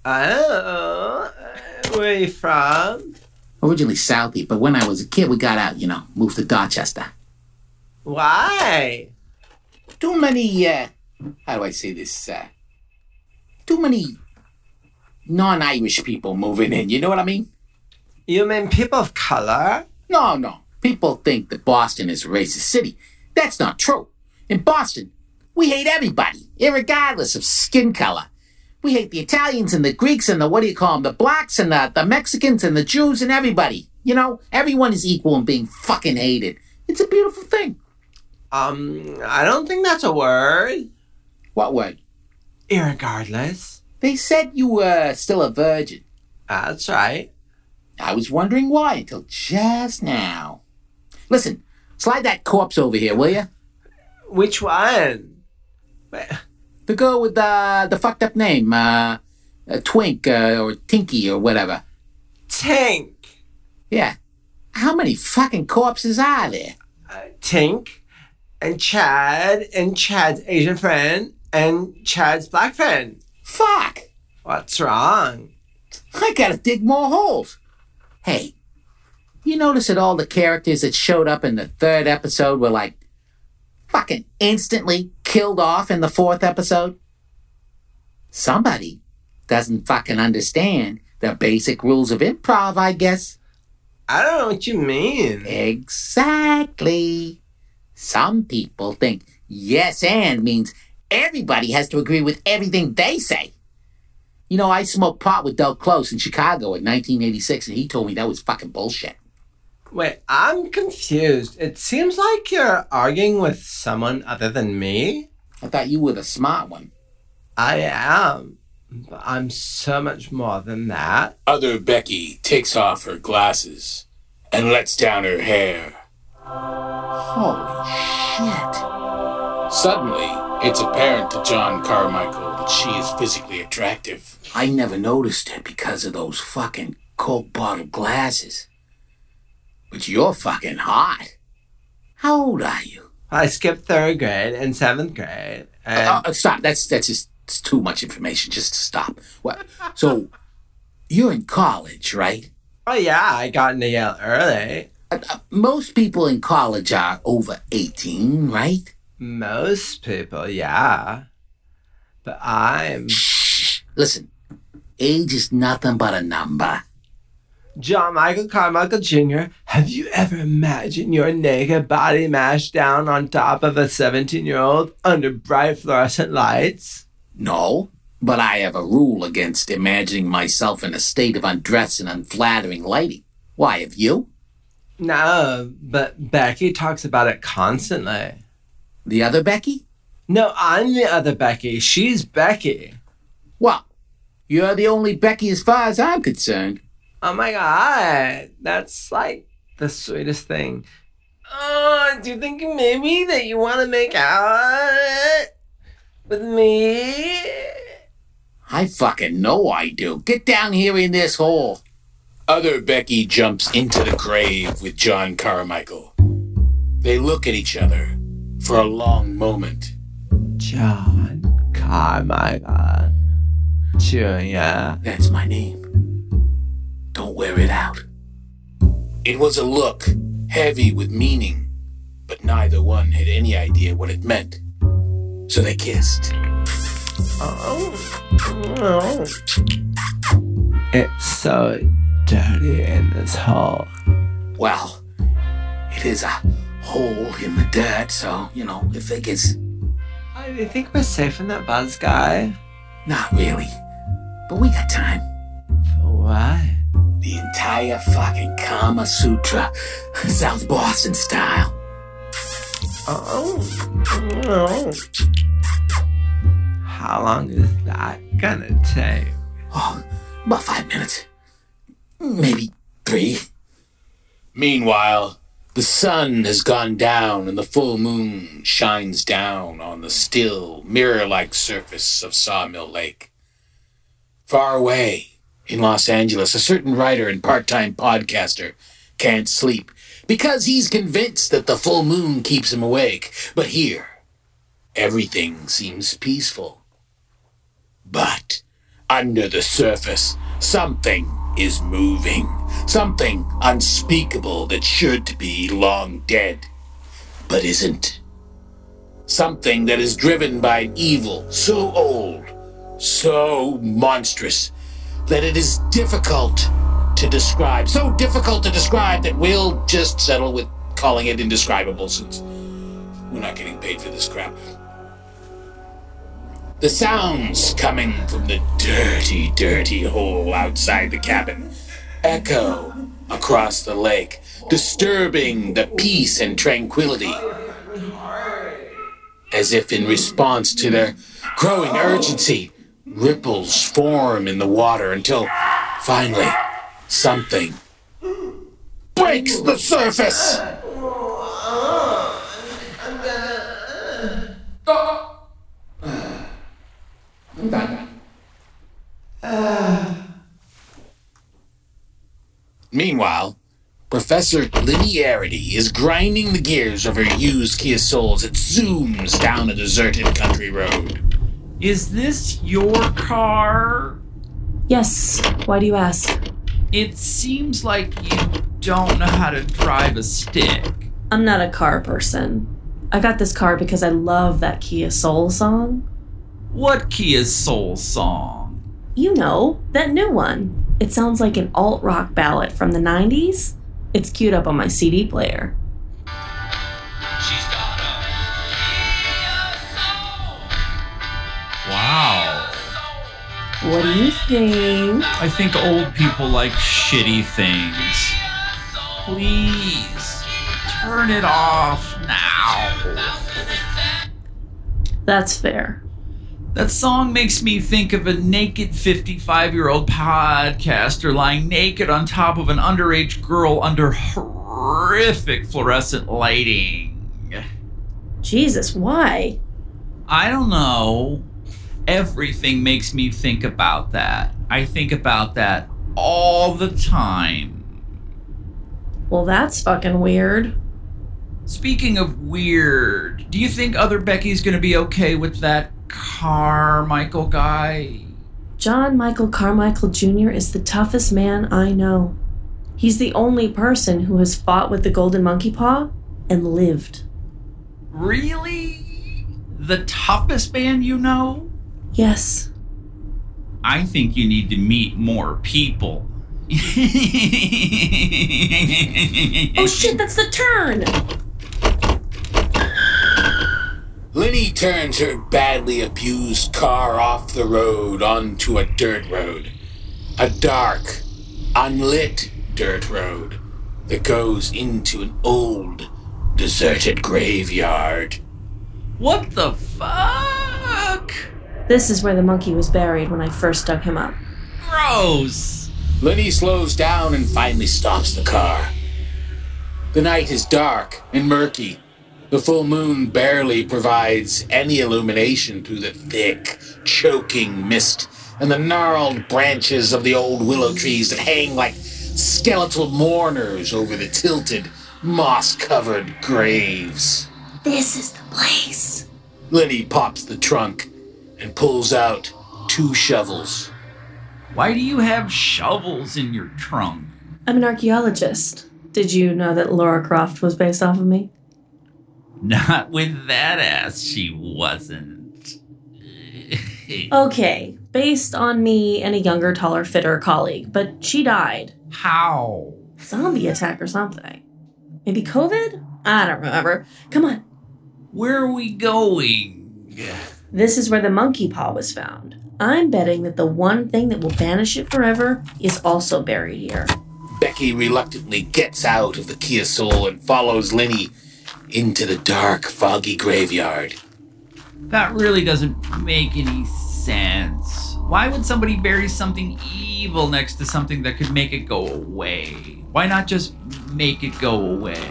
S11: I don't know. Uh, Where you from?
S10: Originally Southie, but when I was a kid, we got out, you know, moved to Dorchester.
S11: Why?
S10: Too many, uh, how do I say this? Uh, too many non Irish people moving in. You know what I mean?
S11: You mean people of color?
S10: No, no. People think that Boston is a racist city. That's not true. In Boston, we hate everybody, irregardless of skin color. We hate the Italians and the Greeks and the what do you call them, the blacks and the, the Mexicans and the Jews and everybody. You know, everyone is equal in being fucking hated. It's a beautiful thing.
S11: Um, I don't think that's a word.
S10: What word?
S11: Irregardless.
S10: They said you were still a virgin.
S11: Ah, That's right.
S10: I was wondering why until just now. Listen, slide that corpse over here, will you?
S11: Which one? Wait,
S10: The girl with the the fucked up name, uh, uh Twink uh, or Tinky or whatever.
S11: Tink.
S10: Yeah. How many fucking corpses are there?
S11: Uh, Tink. And Chad. And Chad's Asian friend. And Chad's black friend.
S10: Fuck!
S11: What's wrong?
S10: I gotta dig more holes. Hey, you notice that all the characters that showed up in the third episode were like fucking instantly killed off in the fourth episode? Somebody doesn't fucking understand the basic rules of improv, I guess.
S4: I don't know what you mean.
S10: Exactly. Some people think yes and means everybody has to agree with everything they say. You know, I smoked pot with Del Close in Chicago in 1986, and he told me that was fucking bullshit.
S4: Wait, I'm confused. It seems like you're arguing with someone other than me.
S10: I thought you were the smart one.
S4: I am. But I'm so much more than that.
S9: Other Becky takes off her glasses and lets down her hair.
S10: Holy shit.
S9: Suddenly, it's apparent to John Carmichael that she is physically attractive.
S10: I never noticed it because of those fucking Coke bottle glasses. But you're fucking hot. How old are you?
S4: I skipped third grade and seventh grade. And
S10: Uh, uh, stop. That's that's just it's too much information. Just stop. What? So you're in college, right?
S4: oh yeah, I got into Yale early.
S10: Uh, uh, most people in college are over eighteen, right?
S4: Most people, yeah. But I'm
S10: Listen, age is nothing but a number.
S4: John Michael Carmichael Jr. Have you ever imagined your naked body mashed down on top of a 17 year old under bright fluorescent [laughs] lights?
S10: No, but I have a rule against imagining myself in a state of undress and unflattering lighting. Why have you?
S4: No, Um, but Becky talks about it constantly.
S10: The other Becky?
S4: No, I'm the other Becky. She's Becky.
S10: Well, you're the only Becky as far as I'm concerned.
S4: Oh my god, that's like the sweetest thing. Oh, do you think maybe that you want to make out with me?
S10: I fucking know I do. Get down here in this hole.
S9: Other Becky jumps into the grave with John Carmichael. They look at each other for a long moment.
S4: John Carmichael Jr.
S10: That's my name. Don't wear it out.
S9: It was a look, heavy with meaning, but neither one had any idea what it meant. So they kissed.
S4: It's so dirty in this hole.
S10: Well, it is a hole Oh, in the dirt, so, you know, it figures.
S4: Oh, do you think we're safe in that buzz guy?
S10: Not really. But we got time.
S4: Why?
S10: The entire fucking
S9: [laughs]
S10: Kama Sutra, South Boston style.
S4: Oh, How long is that gonna take?
S10: Oh, about five minutes. Maybe three.
S9: Meanwhile, the sun has gone down and the full moon shines down on the still, mirror like surface of Sawmill Lake. Far away in Los Angeles, a certain writer and part time podcaster can't sleep because he's convinced that the full moon keeps him awake. But here, everything seems peaceful. But under the surface, something is moving. Something unspeakable that should be long dead, but isn't. Something that is driven by an evil so old, so monstrous, that it is difficult to describe. So difficult to describe that we'll just settle with calling it indescribable since we're not getting paid for this crap. The sounds coming from the dirty, dirty hole outside the cabin echo across the lake, disturbing the peace and tranquility. As if in response to their growing urgency, ripples form in the water until finally something breaks the surface.
S4: uh,
S9: Meanwhile, Professor Linearity is grinding the gears of her used Kia Souls. It zooms down a deserted country road.
S8: Is this your car?
S5: Yes. Why do you ask?
S8: It seems like you don't know how to drive a stick.
S5: I'm not a car person. I got this car because I love that Kia Soul song.
S8: What Kia's soul song?
S5: You know, that new one. It sounds like an alt rock ballad from the 90s. It's queued up on my CD player.
S8: Wow.
S5: What do you think?
S8: I think old people like shitty things. Please turn it off now.
S5: That's fair.
S8: That song makes me think of a naked 55 year old podcaster lying naked on top of an underage girl under horrific fluorescent lighting.
S5: Jesus, why?
S8: I don't know. Everything makes me think about that. I think about that all the time.
S5: Well, that's fucking weird.
S8: Speaking of weird, do you think other Becky's gonna be okay with that Carmichael guy?
S5: John Michael Carmichael Jr. is the toughest man I know. He's the only person who has fought with the golden monkey paw and lived.
S8: Really? The toughest man you know?
S5: Yes,
S8: I think you need to meet more people.
S5: Oh shit, that's the turn!
S9: Lenny turns her badly abused car off the road onto a dirt road. A dark, unlit dirt road that goes into an old, deserted graveyard.
S8: What the fuck?
S5: This is where the monkey was buried when I first dug him up.
S8: Gross!
S9: Lenny slows down and finally stops the car. The night is dark and murky. The full moon barely provides any illumination through the thick, choking mist and the gnarled branches of the old willow trees that hang like skeletal mourners over the tilted, moss covered graves.
S5: This is the place.
S9: Lenny pops the trunk and pulls out two shovels.
S8: Why do you have shovels in your trunk? [laughs]
S5: I'm an archaeologist. Did you know that Laura Croft was based off of me?
S8: Not with that ass, she wasn't.
S5: Okay, based on me and a younger, taller, fitter colleague, but she died.
S8: How?
S5: Zombie attack or something. Maybe COVID? I don't remember. Come on.
S8: Where are we going?
S5: This is where the monkey paw was found. I'm betting that the one thing that will banish it forever is also buried here.
S9: Becky reluctantly gets out of the Kia Soul and follows Lenny into the dark, foggy graveyard.
S8: That really doesn't make any sense. Why would somebody bury something evil next to something that could make it go away? Why not just make it go away?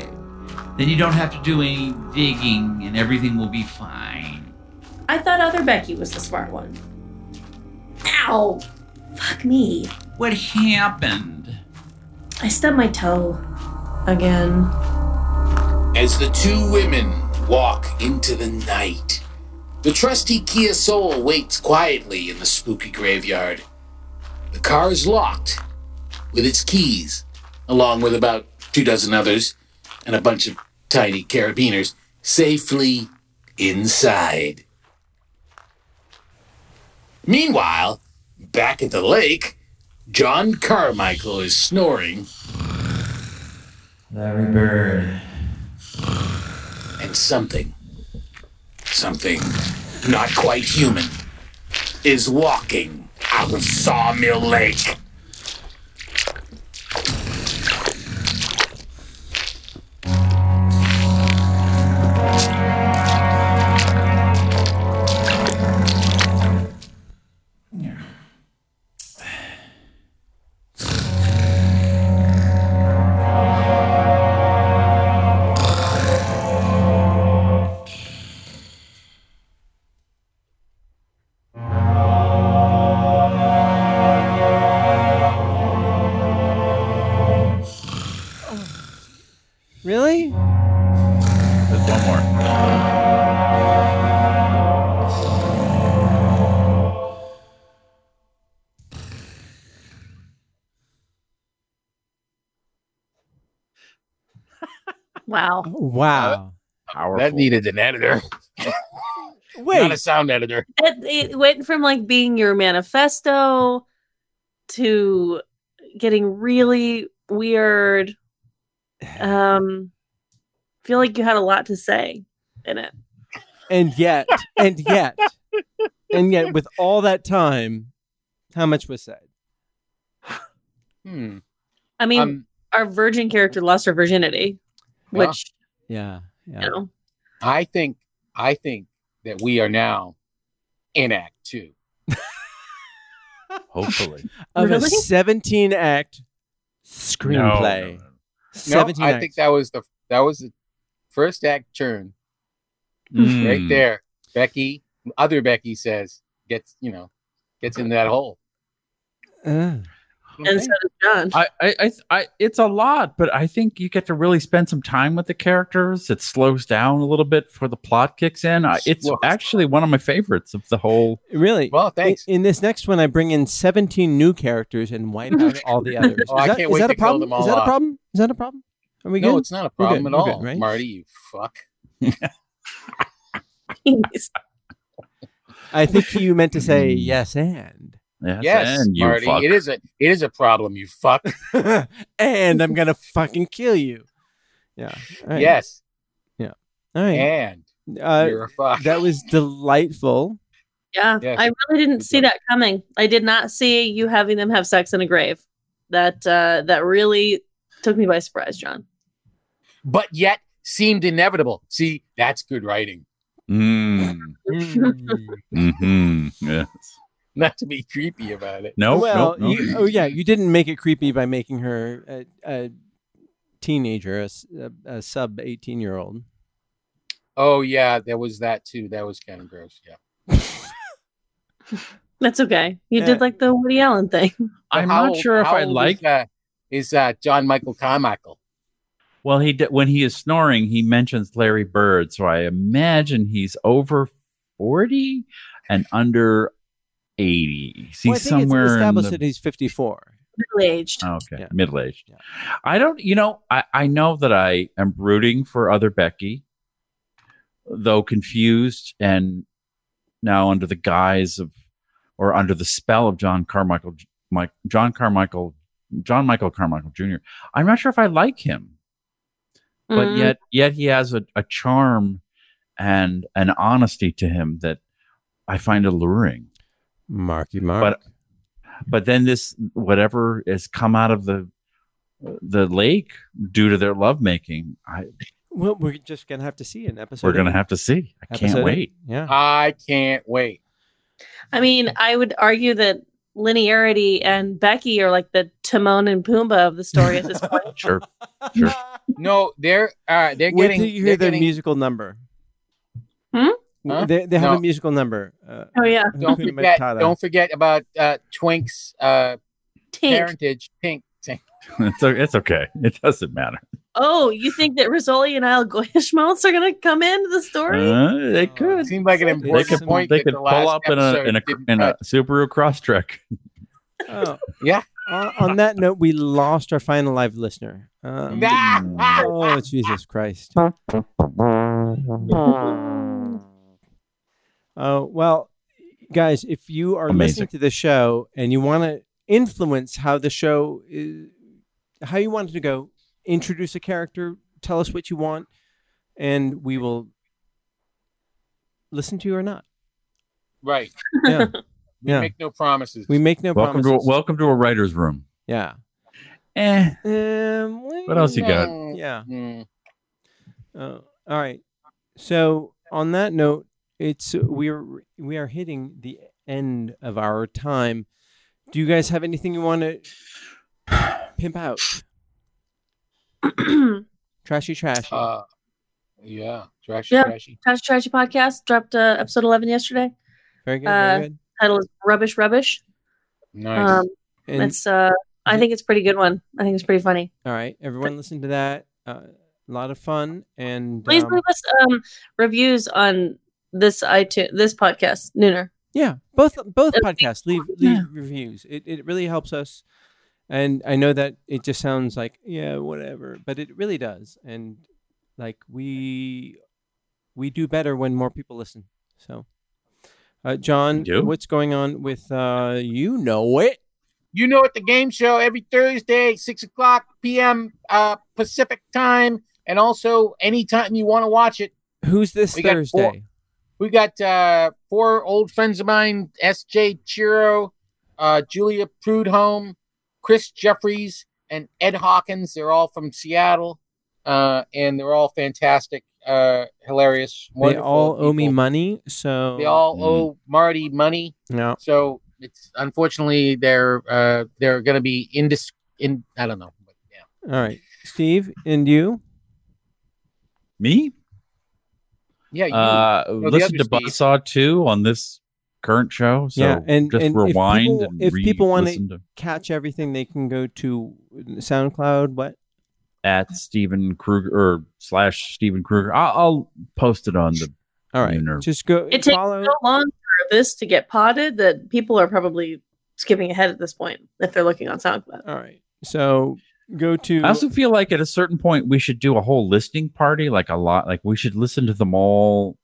S8: Then you don't have to do any digging and everything will be fine.
S5: I thought other Becky was the smart one. Ow! Fuck me.
S8: What happened?
S5: I stubbed my toe. Again.
S9: As the two women walk into the night, the trusty Kia Soul waits quietly in the spooky graveyard. The car is locked with its keys, along with about two dozen others and a bunch of tiny carabiners, safely inside. Meanwhile, back at the lake, John Carmichael is snoring
S8: Larry Bird.
S9: and something, something not quite human, is walking out of Sawmill Lake.
S4: Really?
S3: There's one more.
S12: Wow.
S4: Wow.
S3: powerful.
S6: That needed an editor, not a
S4: Wait,
S6: sound editor.
S5: It, it went from like being your manifesto to getting really weird. Um, feel like you had a lot to say in it.
S4: and yet, and yet, and yet, with all that time, how much was said?
S6: Hmm.
S5: I mean,
S6: Um,
S5: our virgin character lost her virginity,
S6: Yeah.
S5: which
S4: [sighs] Yeah, yeah.
S5: you know,
S6: I think I think that we are now in Act Two.
S3: Hopefully.
S4: Of a
S5: Really?
S4: seventeen act
S3: No, no,
S4: screenplay.
S3: no, no.
S6: No,
S4: Seventeen.
S6: I think
S4: acts.
S6: that was the that was the first act turn right
S4: Hmm.
S3: Mm.
S6: there. Becky, other Becky says gets you know gets in that hole.
S4: Uh,
S5: and so does John.
S3: I, I, I, I, it's a lot, but I think you get to really spend some time with the characters. It slows down a little bit before the plot kicks in. I, it's
S6: Slows
S3: actually one of my favorites of the whole.
S4: really.
S6: Well, thanks.
S4: In, in this next one, I bring in 17 new characters and wipe out all
S6: [laughs]
S4: the others.
S6: Oh, I
S4: is that,
S6: can't
S4: is
S6: wait
S4: that
S6: to
S4: a
S6: kill them
S4: problem? Is
S6: all
S4: that a
S6: off.
S4: problem? Is that a problem? Are we
S6: no,
S4: good?
S6: it's not a
S4: We're good,
S6: problem at
S4: we're good,
S6: all,
S4: right?
S6: Marty. You fuck.
S4: I think you meant
S3: [laughs]
S4: to say yes and.
S3: Yes,
S6: yes,
S3: and you
S6: Marty.
S3: fuck.
S6: It is a it is a problem. You fuck. [laughs]
S4: [laughs] and I'm gonna fucking kill you. Yeah. All right.
S6: Yes,
S4: All right.
S6: and
S4: Uh,
S6: you're a fuck.
S4: that was delightful.
S5: Yeah,
S6: Yes.
S5: I really didn't
S6: Good
S5: see
S6: job.
S5: that coming. I did not see you having them have sex in a grave. That uh, that really took me by surprise, John.
S6: but yet seemed inevitable. See, that's good writing.
S8: Mm-hmm.
S3: Mm.
S4: Hmm.
S3: Mhm. Yes.
S6: Not to be creepy about it.
S3: No,
S4: well,
S3: no, no.
S4: you, oh yeah, you didn't make it creepy by making her a, a teenager, a, s- a- a sub 18 year old.
S6: [laughs] Oh yeah, there was that too. That was kind of gross. Yeah.
S5: That's okay. You
S4: Yeah.
S5: did like the Woody Allen thing. [laughs]
S3: I'm
S6: How
S3: not
S6: old-
S3: sure if
S6: how
S3: I
S6: old is,
S3: like.
S6: uh, is uh, John Michael Carmichael.
S3: Well, he d- when he is snoring, he mentions Larry Bird, so I imagine he's over forty and under eighty. He's
S4: Well, I think
S3: somewhere
S4: it's
S3: in
S4: established
S3: the- Oh,
S4: that he's 54.
S5: Middle aged.
S3: Okay,
S4: Yeah.
S3: middle aged.
S4: Yeah.
S3: I don't, you know, I, I know that I am rooting for other Becky, though confused and now under the guise of or under the spell of John Carmichael, Mike, John Carmichael, John Michael Carmichael Jr. I'm not sure if I like him, but yet, yet he has a, a charm and an honesty to him that I find alluring
S4: Marky Mark.
S3: but then this whatever has come out of the the lake due to their lovemaking i [laughs]
S4: well, we're just gonna have to see an episode.
S3: we're gonna
S4: eight.
S3: have to see i can't
S4: Episode
S3: wait
S4: eight. Yeah.
S6: I can't wait.
S5: I mean, I would argue that linearity and Becky are like the Timon and Pumbaa of the story at
S6: [laughs]
S5: this point.
S3: Sure, sure.
S6: No, they're uh, they're
S4: Wait
S6: getting.
S4: till you
S6: they're
S4: hear their
S6: getting-
S4: musical number.
S5: Hmm?
S6: Huh?
S4: They, they have
S6: No.
S4: a musical number. Uh,
S5: Oh yeah,
S6: Don't
S4: Hakuna
S6: forget,
S4: Matata.
S6: don't forget about uh, Twink's uh,
S5: Tink.
S6: parentage. Pink. Tink.
S3: it's, o- it's okay it doesn't matter
S5: Oh, you think that Rizzoli and Al Goyashmaltz are gonna come into the story?
S3: Uh, they could
S6: Seemed like an
S4: They
S3: they
S6: important
S3: could,
S6: point.
S3: they
S6: that
S3: could
S6: the
S3: pull
S6: last
S3: up in a
S6: episode
S3: in a
S6: didn't
S3: in a
S6: touch.
S3: subaru crosstrek
S4: Oh.
S6: Yeah.
S4: On, on that note, we lost our final live listener. Um,
S6: Ah, ah,
S4: oh Jesus Christ! Uh, well, guys, if you are
S3: Amazing.
S4: listening to the show and you want to influence how the show is, how you want it to go, introduce a character, tell us what you want, and we will listen to you
S6: [laughs]
S4: or not.
S6: right.
S4: Yeah, yeah.
S6: Make no promises.
S4: We make no
S3: welcome to
S4: promises.
S3: a, welcome to a writer's room
S4: yeah.
S3: eh
S4: Um,
S3: what else you got
S6: Mm,
S4: Yeah.
S6: mm.
S4: Uh, all right. So on that note, it's we're we are hitting the end of our time. Do you guys have anything you want to
S5: [clears throat]
S4: pimp out? Trashy, trashy.
S6: Uh, yeah. Trashy,
S5: Yeah.
S6: trashy.
S5: Trash Trashy Podcast dropped uh, episode eleven yesterday.
S4: very good,
S5: uh,
S4: very good.
S5: Title is Rubbish Rubbish.
S6: Nice.
S5: Um,
S4: And-
S5: it's uh, I think it's a pretty good one. I think it's pretty funny.
S4: all right, everyone, listen to that. Uh, A lot of fun and
S5: Please
S4: um,
S5: leave us um, reviews on this iTunes, this podcast, Nooner.
S4: Yeah, both both
S5: That'd be
S4: podcasts leave leave
S5: Yeah.
S4: reviews. It it really helps us, and I know that it just sounds like yeah whatever, but it really does. And like we we do better when more people listen. So, uh, John,
S3: do?
S4: what's going on with uh, you know it?
S6: You know it, the game show every Thursday, six o'clock p.m. Uh, Pacific time, and also anytime you want to watch it.
S4: Who's this
S6: We got
S4: Thursday?
S6: four- We got uh, four old friends of mine: S.J. Chiro, uh, Julia Prudhomme, Chris Jeffries, and Ed Hawkins. They're all from Seattle, uh, and they're all fantastic, uh, hilarious.
S4: They
S6: wonderful
S4: all owe me
S6: people.
S4: money, so
S6: They all
S3: Mm.
S6: owe Marty money.
S4: no.
S6: So it's unfortunately they're uh, they're going to be indis in I don't know. But yeah.
S4: All right, Steve and you.
S3: Me?
S6: Yeah, you,
S3: Uh,
S6: the
S3: listen to
S6: other Steve.
S3: Buzzsaw 2 on this current show. So
S4: Yeah, and-
S3: just
S4: and if
S3: rewind
S4: people-
S3: and
S4: if people wanna-
S3: re-listen to
S4: Catch everything. They can go to uh, SoundCloud. What?
S3: at Steven Kruger or slash Steven Kruger. I'll, I'll post it on the.
S4: All right,
S3: Lunar.
S4: just go
S5: It takes
S4: follow.
S5: so long for this to get potted that people are probably skipping ahead at this point if they're looking on SoundCloud.
S4: All right, so go to.
S3: I also feel like at a certain point we should do a whole listening party, like a lot, like we should listen to them all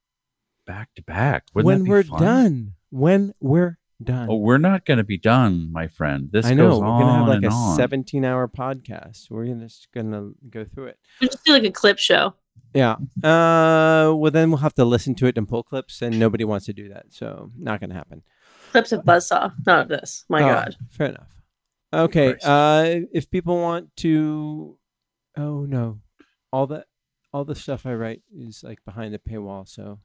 S3: back to back Wouldn't that
S4: when
S3: be
S4: we're
S3: fun?
S4: done. When we're done.
S3: Oh, we're not going to be done, my friend. This
S4: I know
S3: goes
S4: we're
S3: on
S4: gonna have like
S3: and
S4: a
S3: on.
S4: 17 hour podcast. We're gonna- just gonna go through it.
S5: We just do like a clip show.
S4: Yeah. Uh. Well, then we'll have to listen to it and pull clips, and nobody wants to do that, so not gonna happen.
S5: Clips of Buzzsaw, not of this. My
S4: All
S5: God.
S4: right, Fair enough. Okay.
S3: Christ.
S4: Uh, if people want to, oh no, all the all the stuff I write is like behind the paywall. So,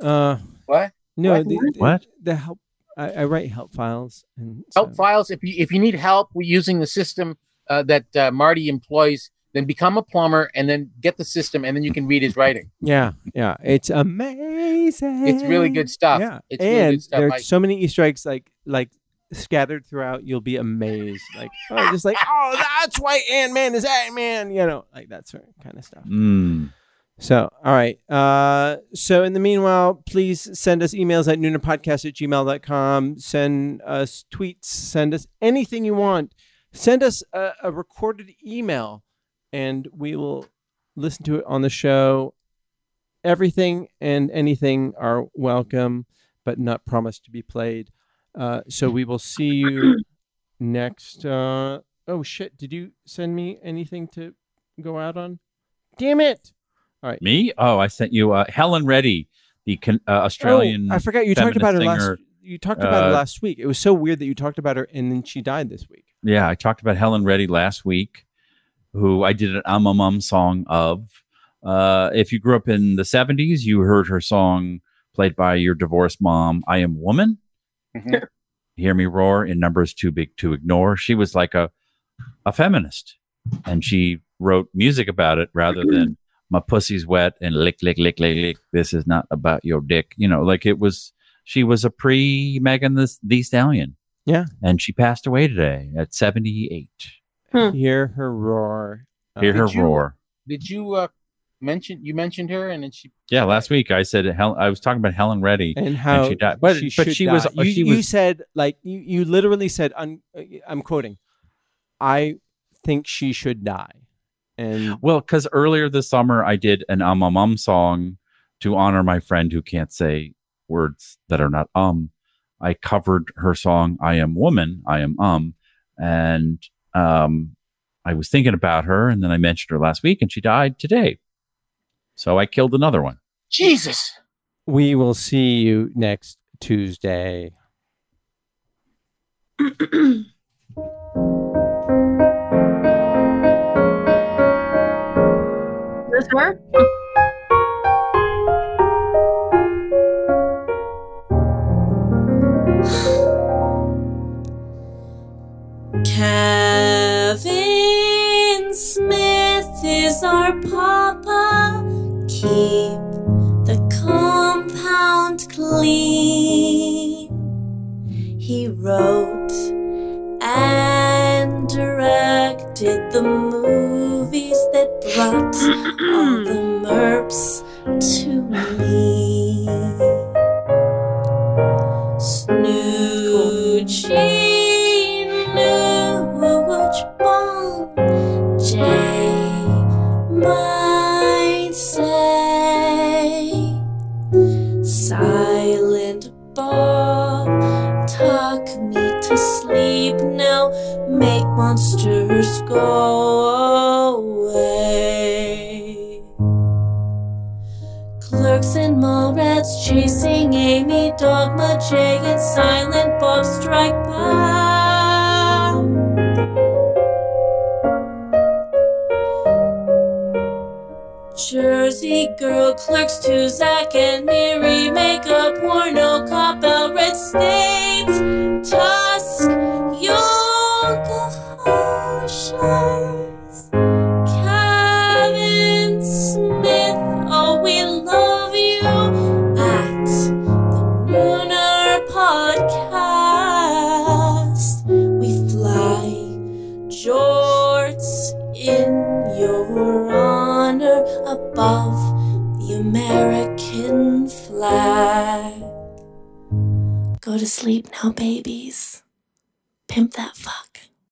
S4: uh,
S6: What?
S4: No,
S6: What?
S4: The, the-
S3: What?
S4: The, help. I, I write help files and
S6: help
S4: so-
S6: files. If you if you need help with using the system uh, that uh, Marty employs, then become a plumber and then get the system, and then you can read his
S4: [laughs]
S6: writing.
S4: Yeah, yeah, it's amazing.
S6: It's really good stuff.
S4: Yeah,
S6: It's really
S4: and
S6: good stuff.
S4: there's
S6: I-
S4: so many Easter eggs like like scattered throughout. You'll be amazed. Like oh, just like oh, that's why Ant Man is Ant Man. You know, like that sort of kind of stuff.
S3: Mm.
S4: So, all right. Uh, so, in the meanwhile, please send us emails at noonerpodcast at gmail.com. Send us tweets. Send us anything you want. Send us a, a recorded email, and we will listen to it on the show. Everything and anything are welcome, but not promised to be played. Uh, so, we will see you next. Uh, oh, shit. Did you send me anything to go out on? Damn it.
S3: Me? Oh, I sent you uh, Helen Reddy, the con- uh, Australian.
S4: Oh, I forgot you talked
S3: feminist
S4: about her
S3: singer,
S4: last. You talked about her
S3: uh,
S4: last week. It was so weird that you talked about her and then she died this week.
S3: Yeah, I talked about Helen Reddy last week, who I did an Um Um Um song of. Uh, if you grew up in the 70s, you heard her song played by your divorced mom, I Am Woman.
S6: Mhm.
S3: Hear Me Roar in Numbers Too Big to Ignore. She was like a, a feminist and she wrote music about it rather than my pussy's wet and lick, lick, lick, lick, lick. This is not about your dick. You know, like it was, she was a pre Megan the, the Stallion and she passed away today at 78.
S4: Hear her roar. Uh,
S3: Hear her
S6: Did you-
S3: roar.
S6: Did you uh, mention you mentioned her, and then she
S3: Yeah, last week I said Hel- I was talking about Helen Reddy.
S4: And how
S3: she died. But- but
S4: should
S3: she was- uh,
S4: die. You,
S3: she
S4: you
S3: was-
S4: said like you, you literally said. Un, uh, I'm quoting. I think she should die. And
S3: Well, because earlier this summer I did an um um um song to honor my friend who can't say words that are not um. I covered her song "I Am Woman," "I Am Um," and um, I was thinking about her, and then I mentioned her last week, and she died today. So I killed another one.
S6: Jesus.
S4: we will see you next Tuesday.
S5: [laughs] This her?
S13: Kevin Smith is our papa. Keep the compound clean. He wrote and directed the movies that brought all the merps to me. Snoochie Nooch Bong Jay might say
S14: monsters go away. Clerks and mall rats chasing Amy, Dogma Jay, and Silent Bob strike back. Jersey girl clerks to Zack and Miri make up porno cop out red states Tusk Yoga Hoshers Kevin Smith Oh we love you at the Nooner Podcast We fly jorts in your honor above the American flag.
S13: Go to sleep now, babies. Pimp that fuck.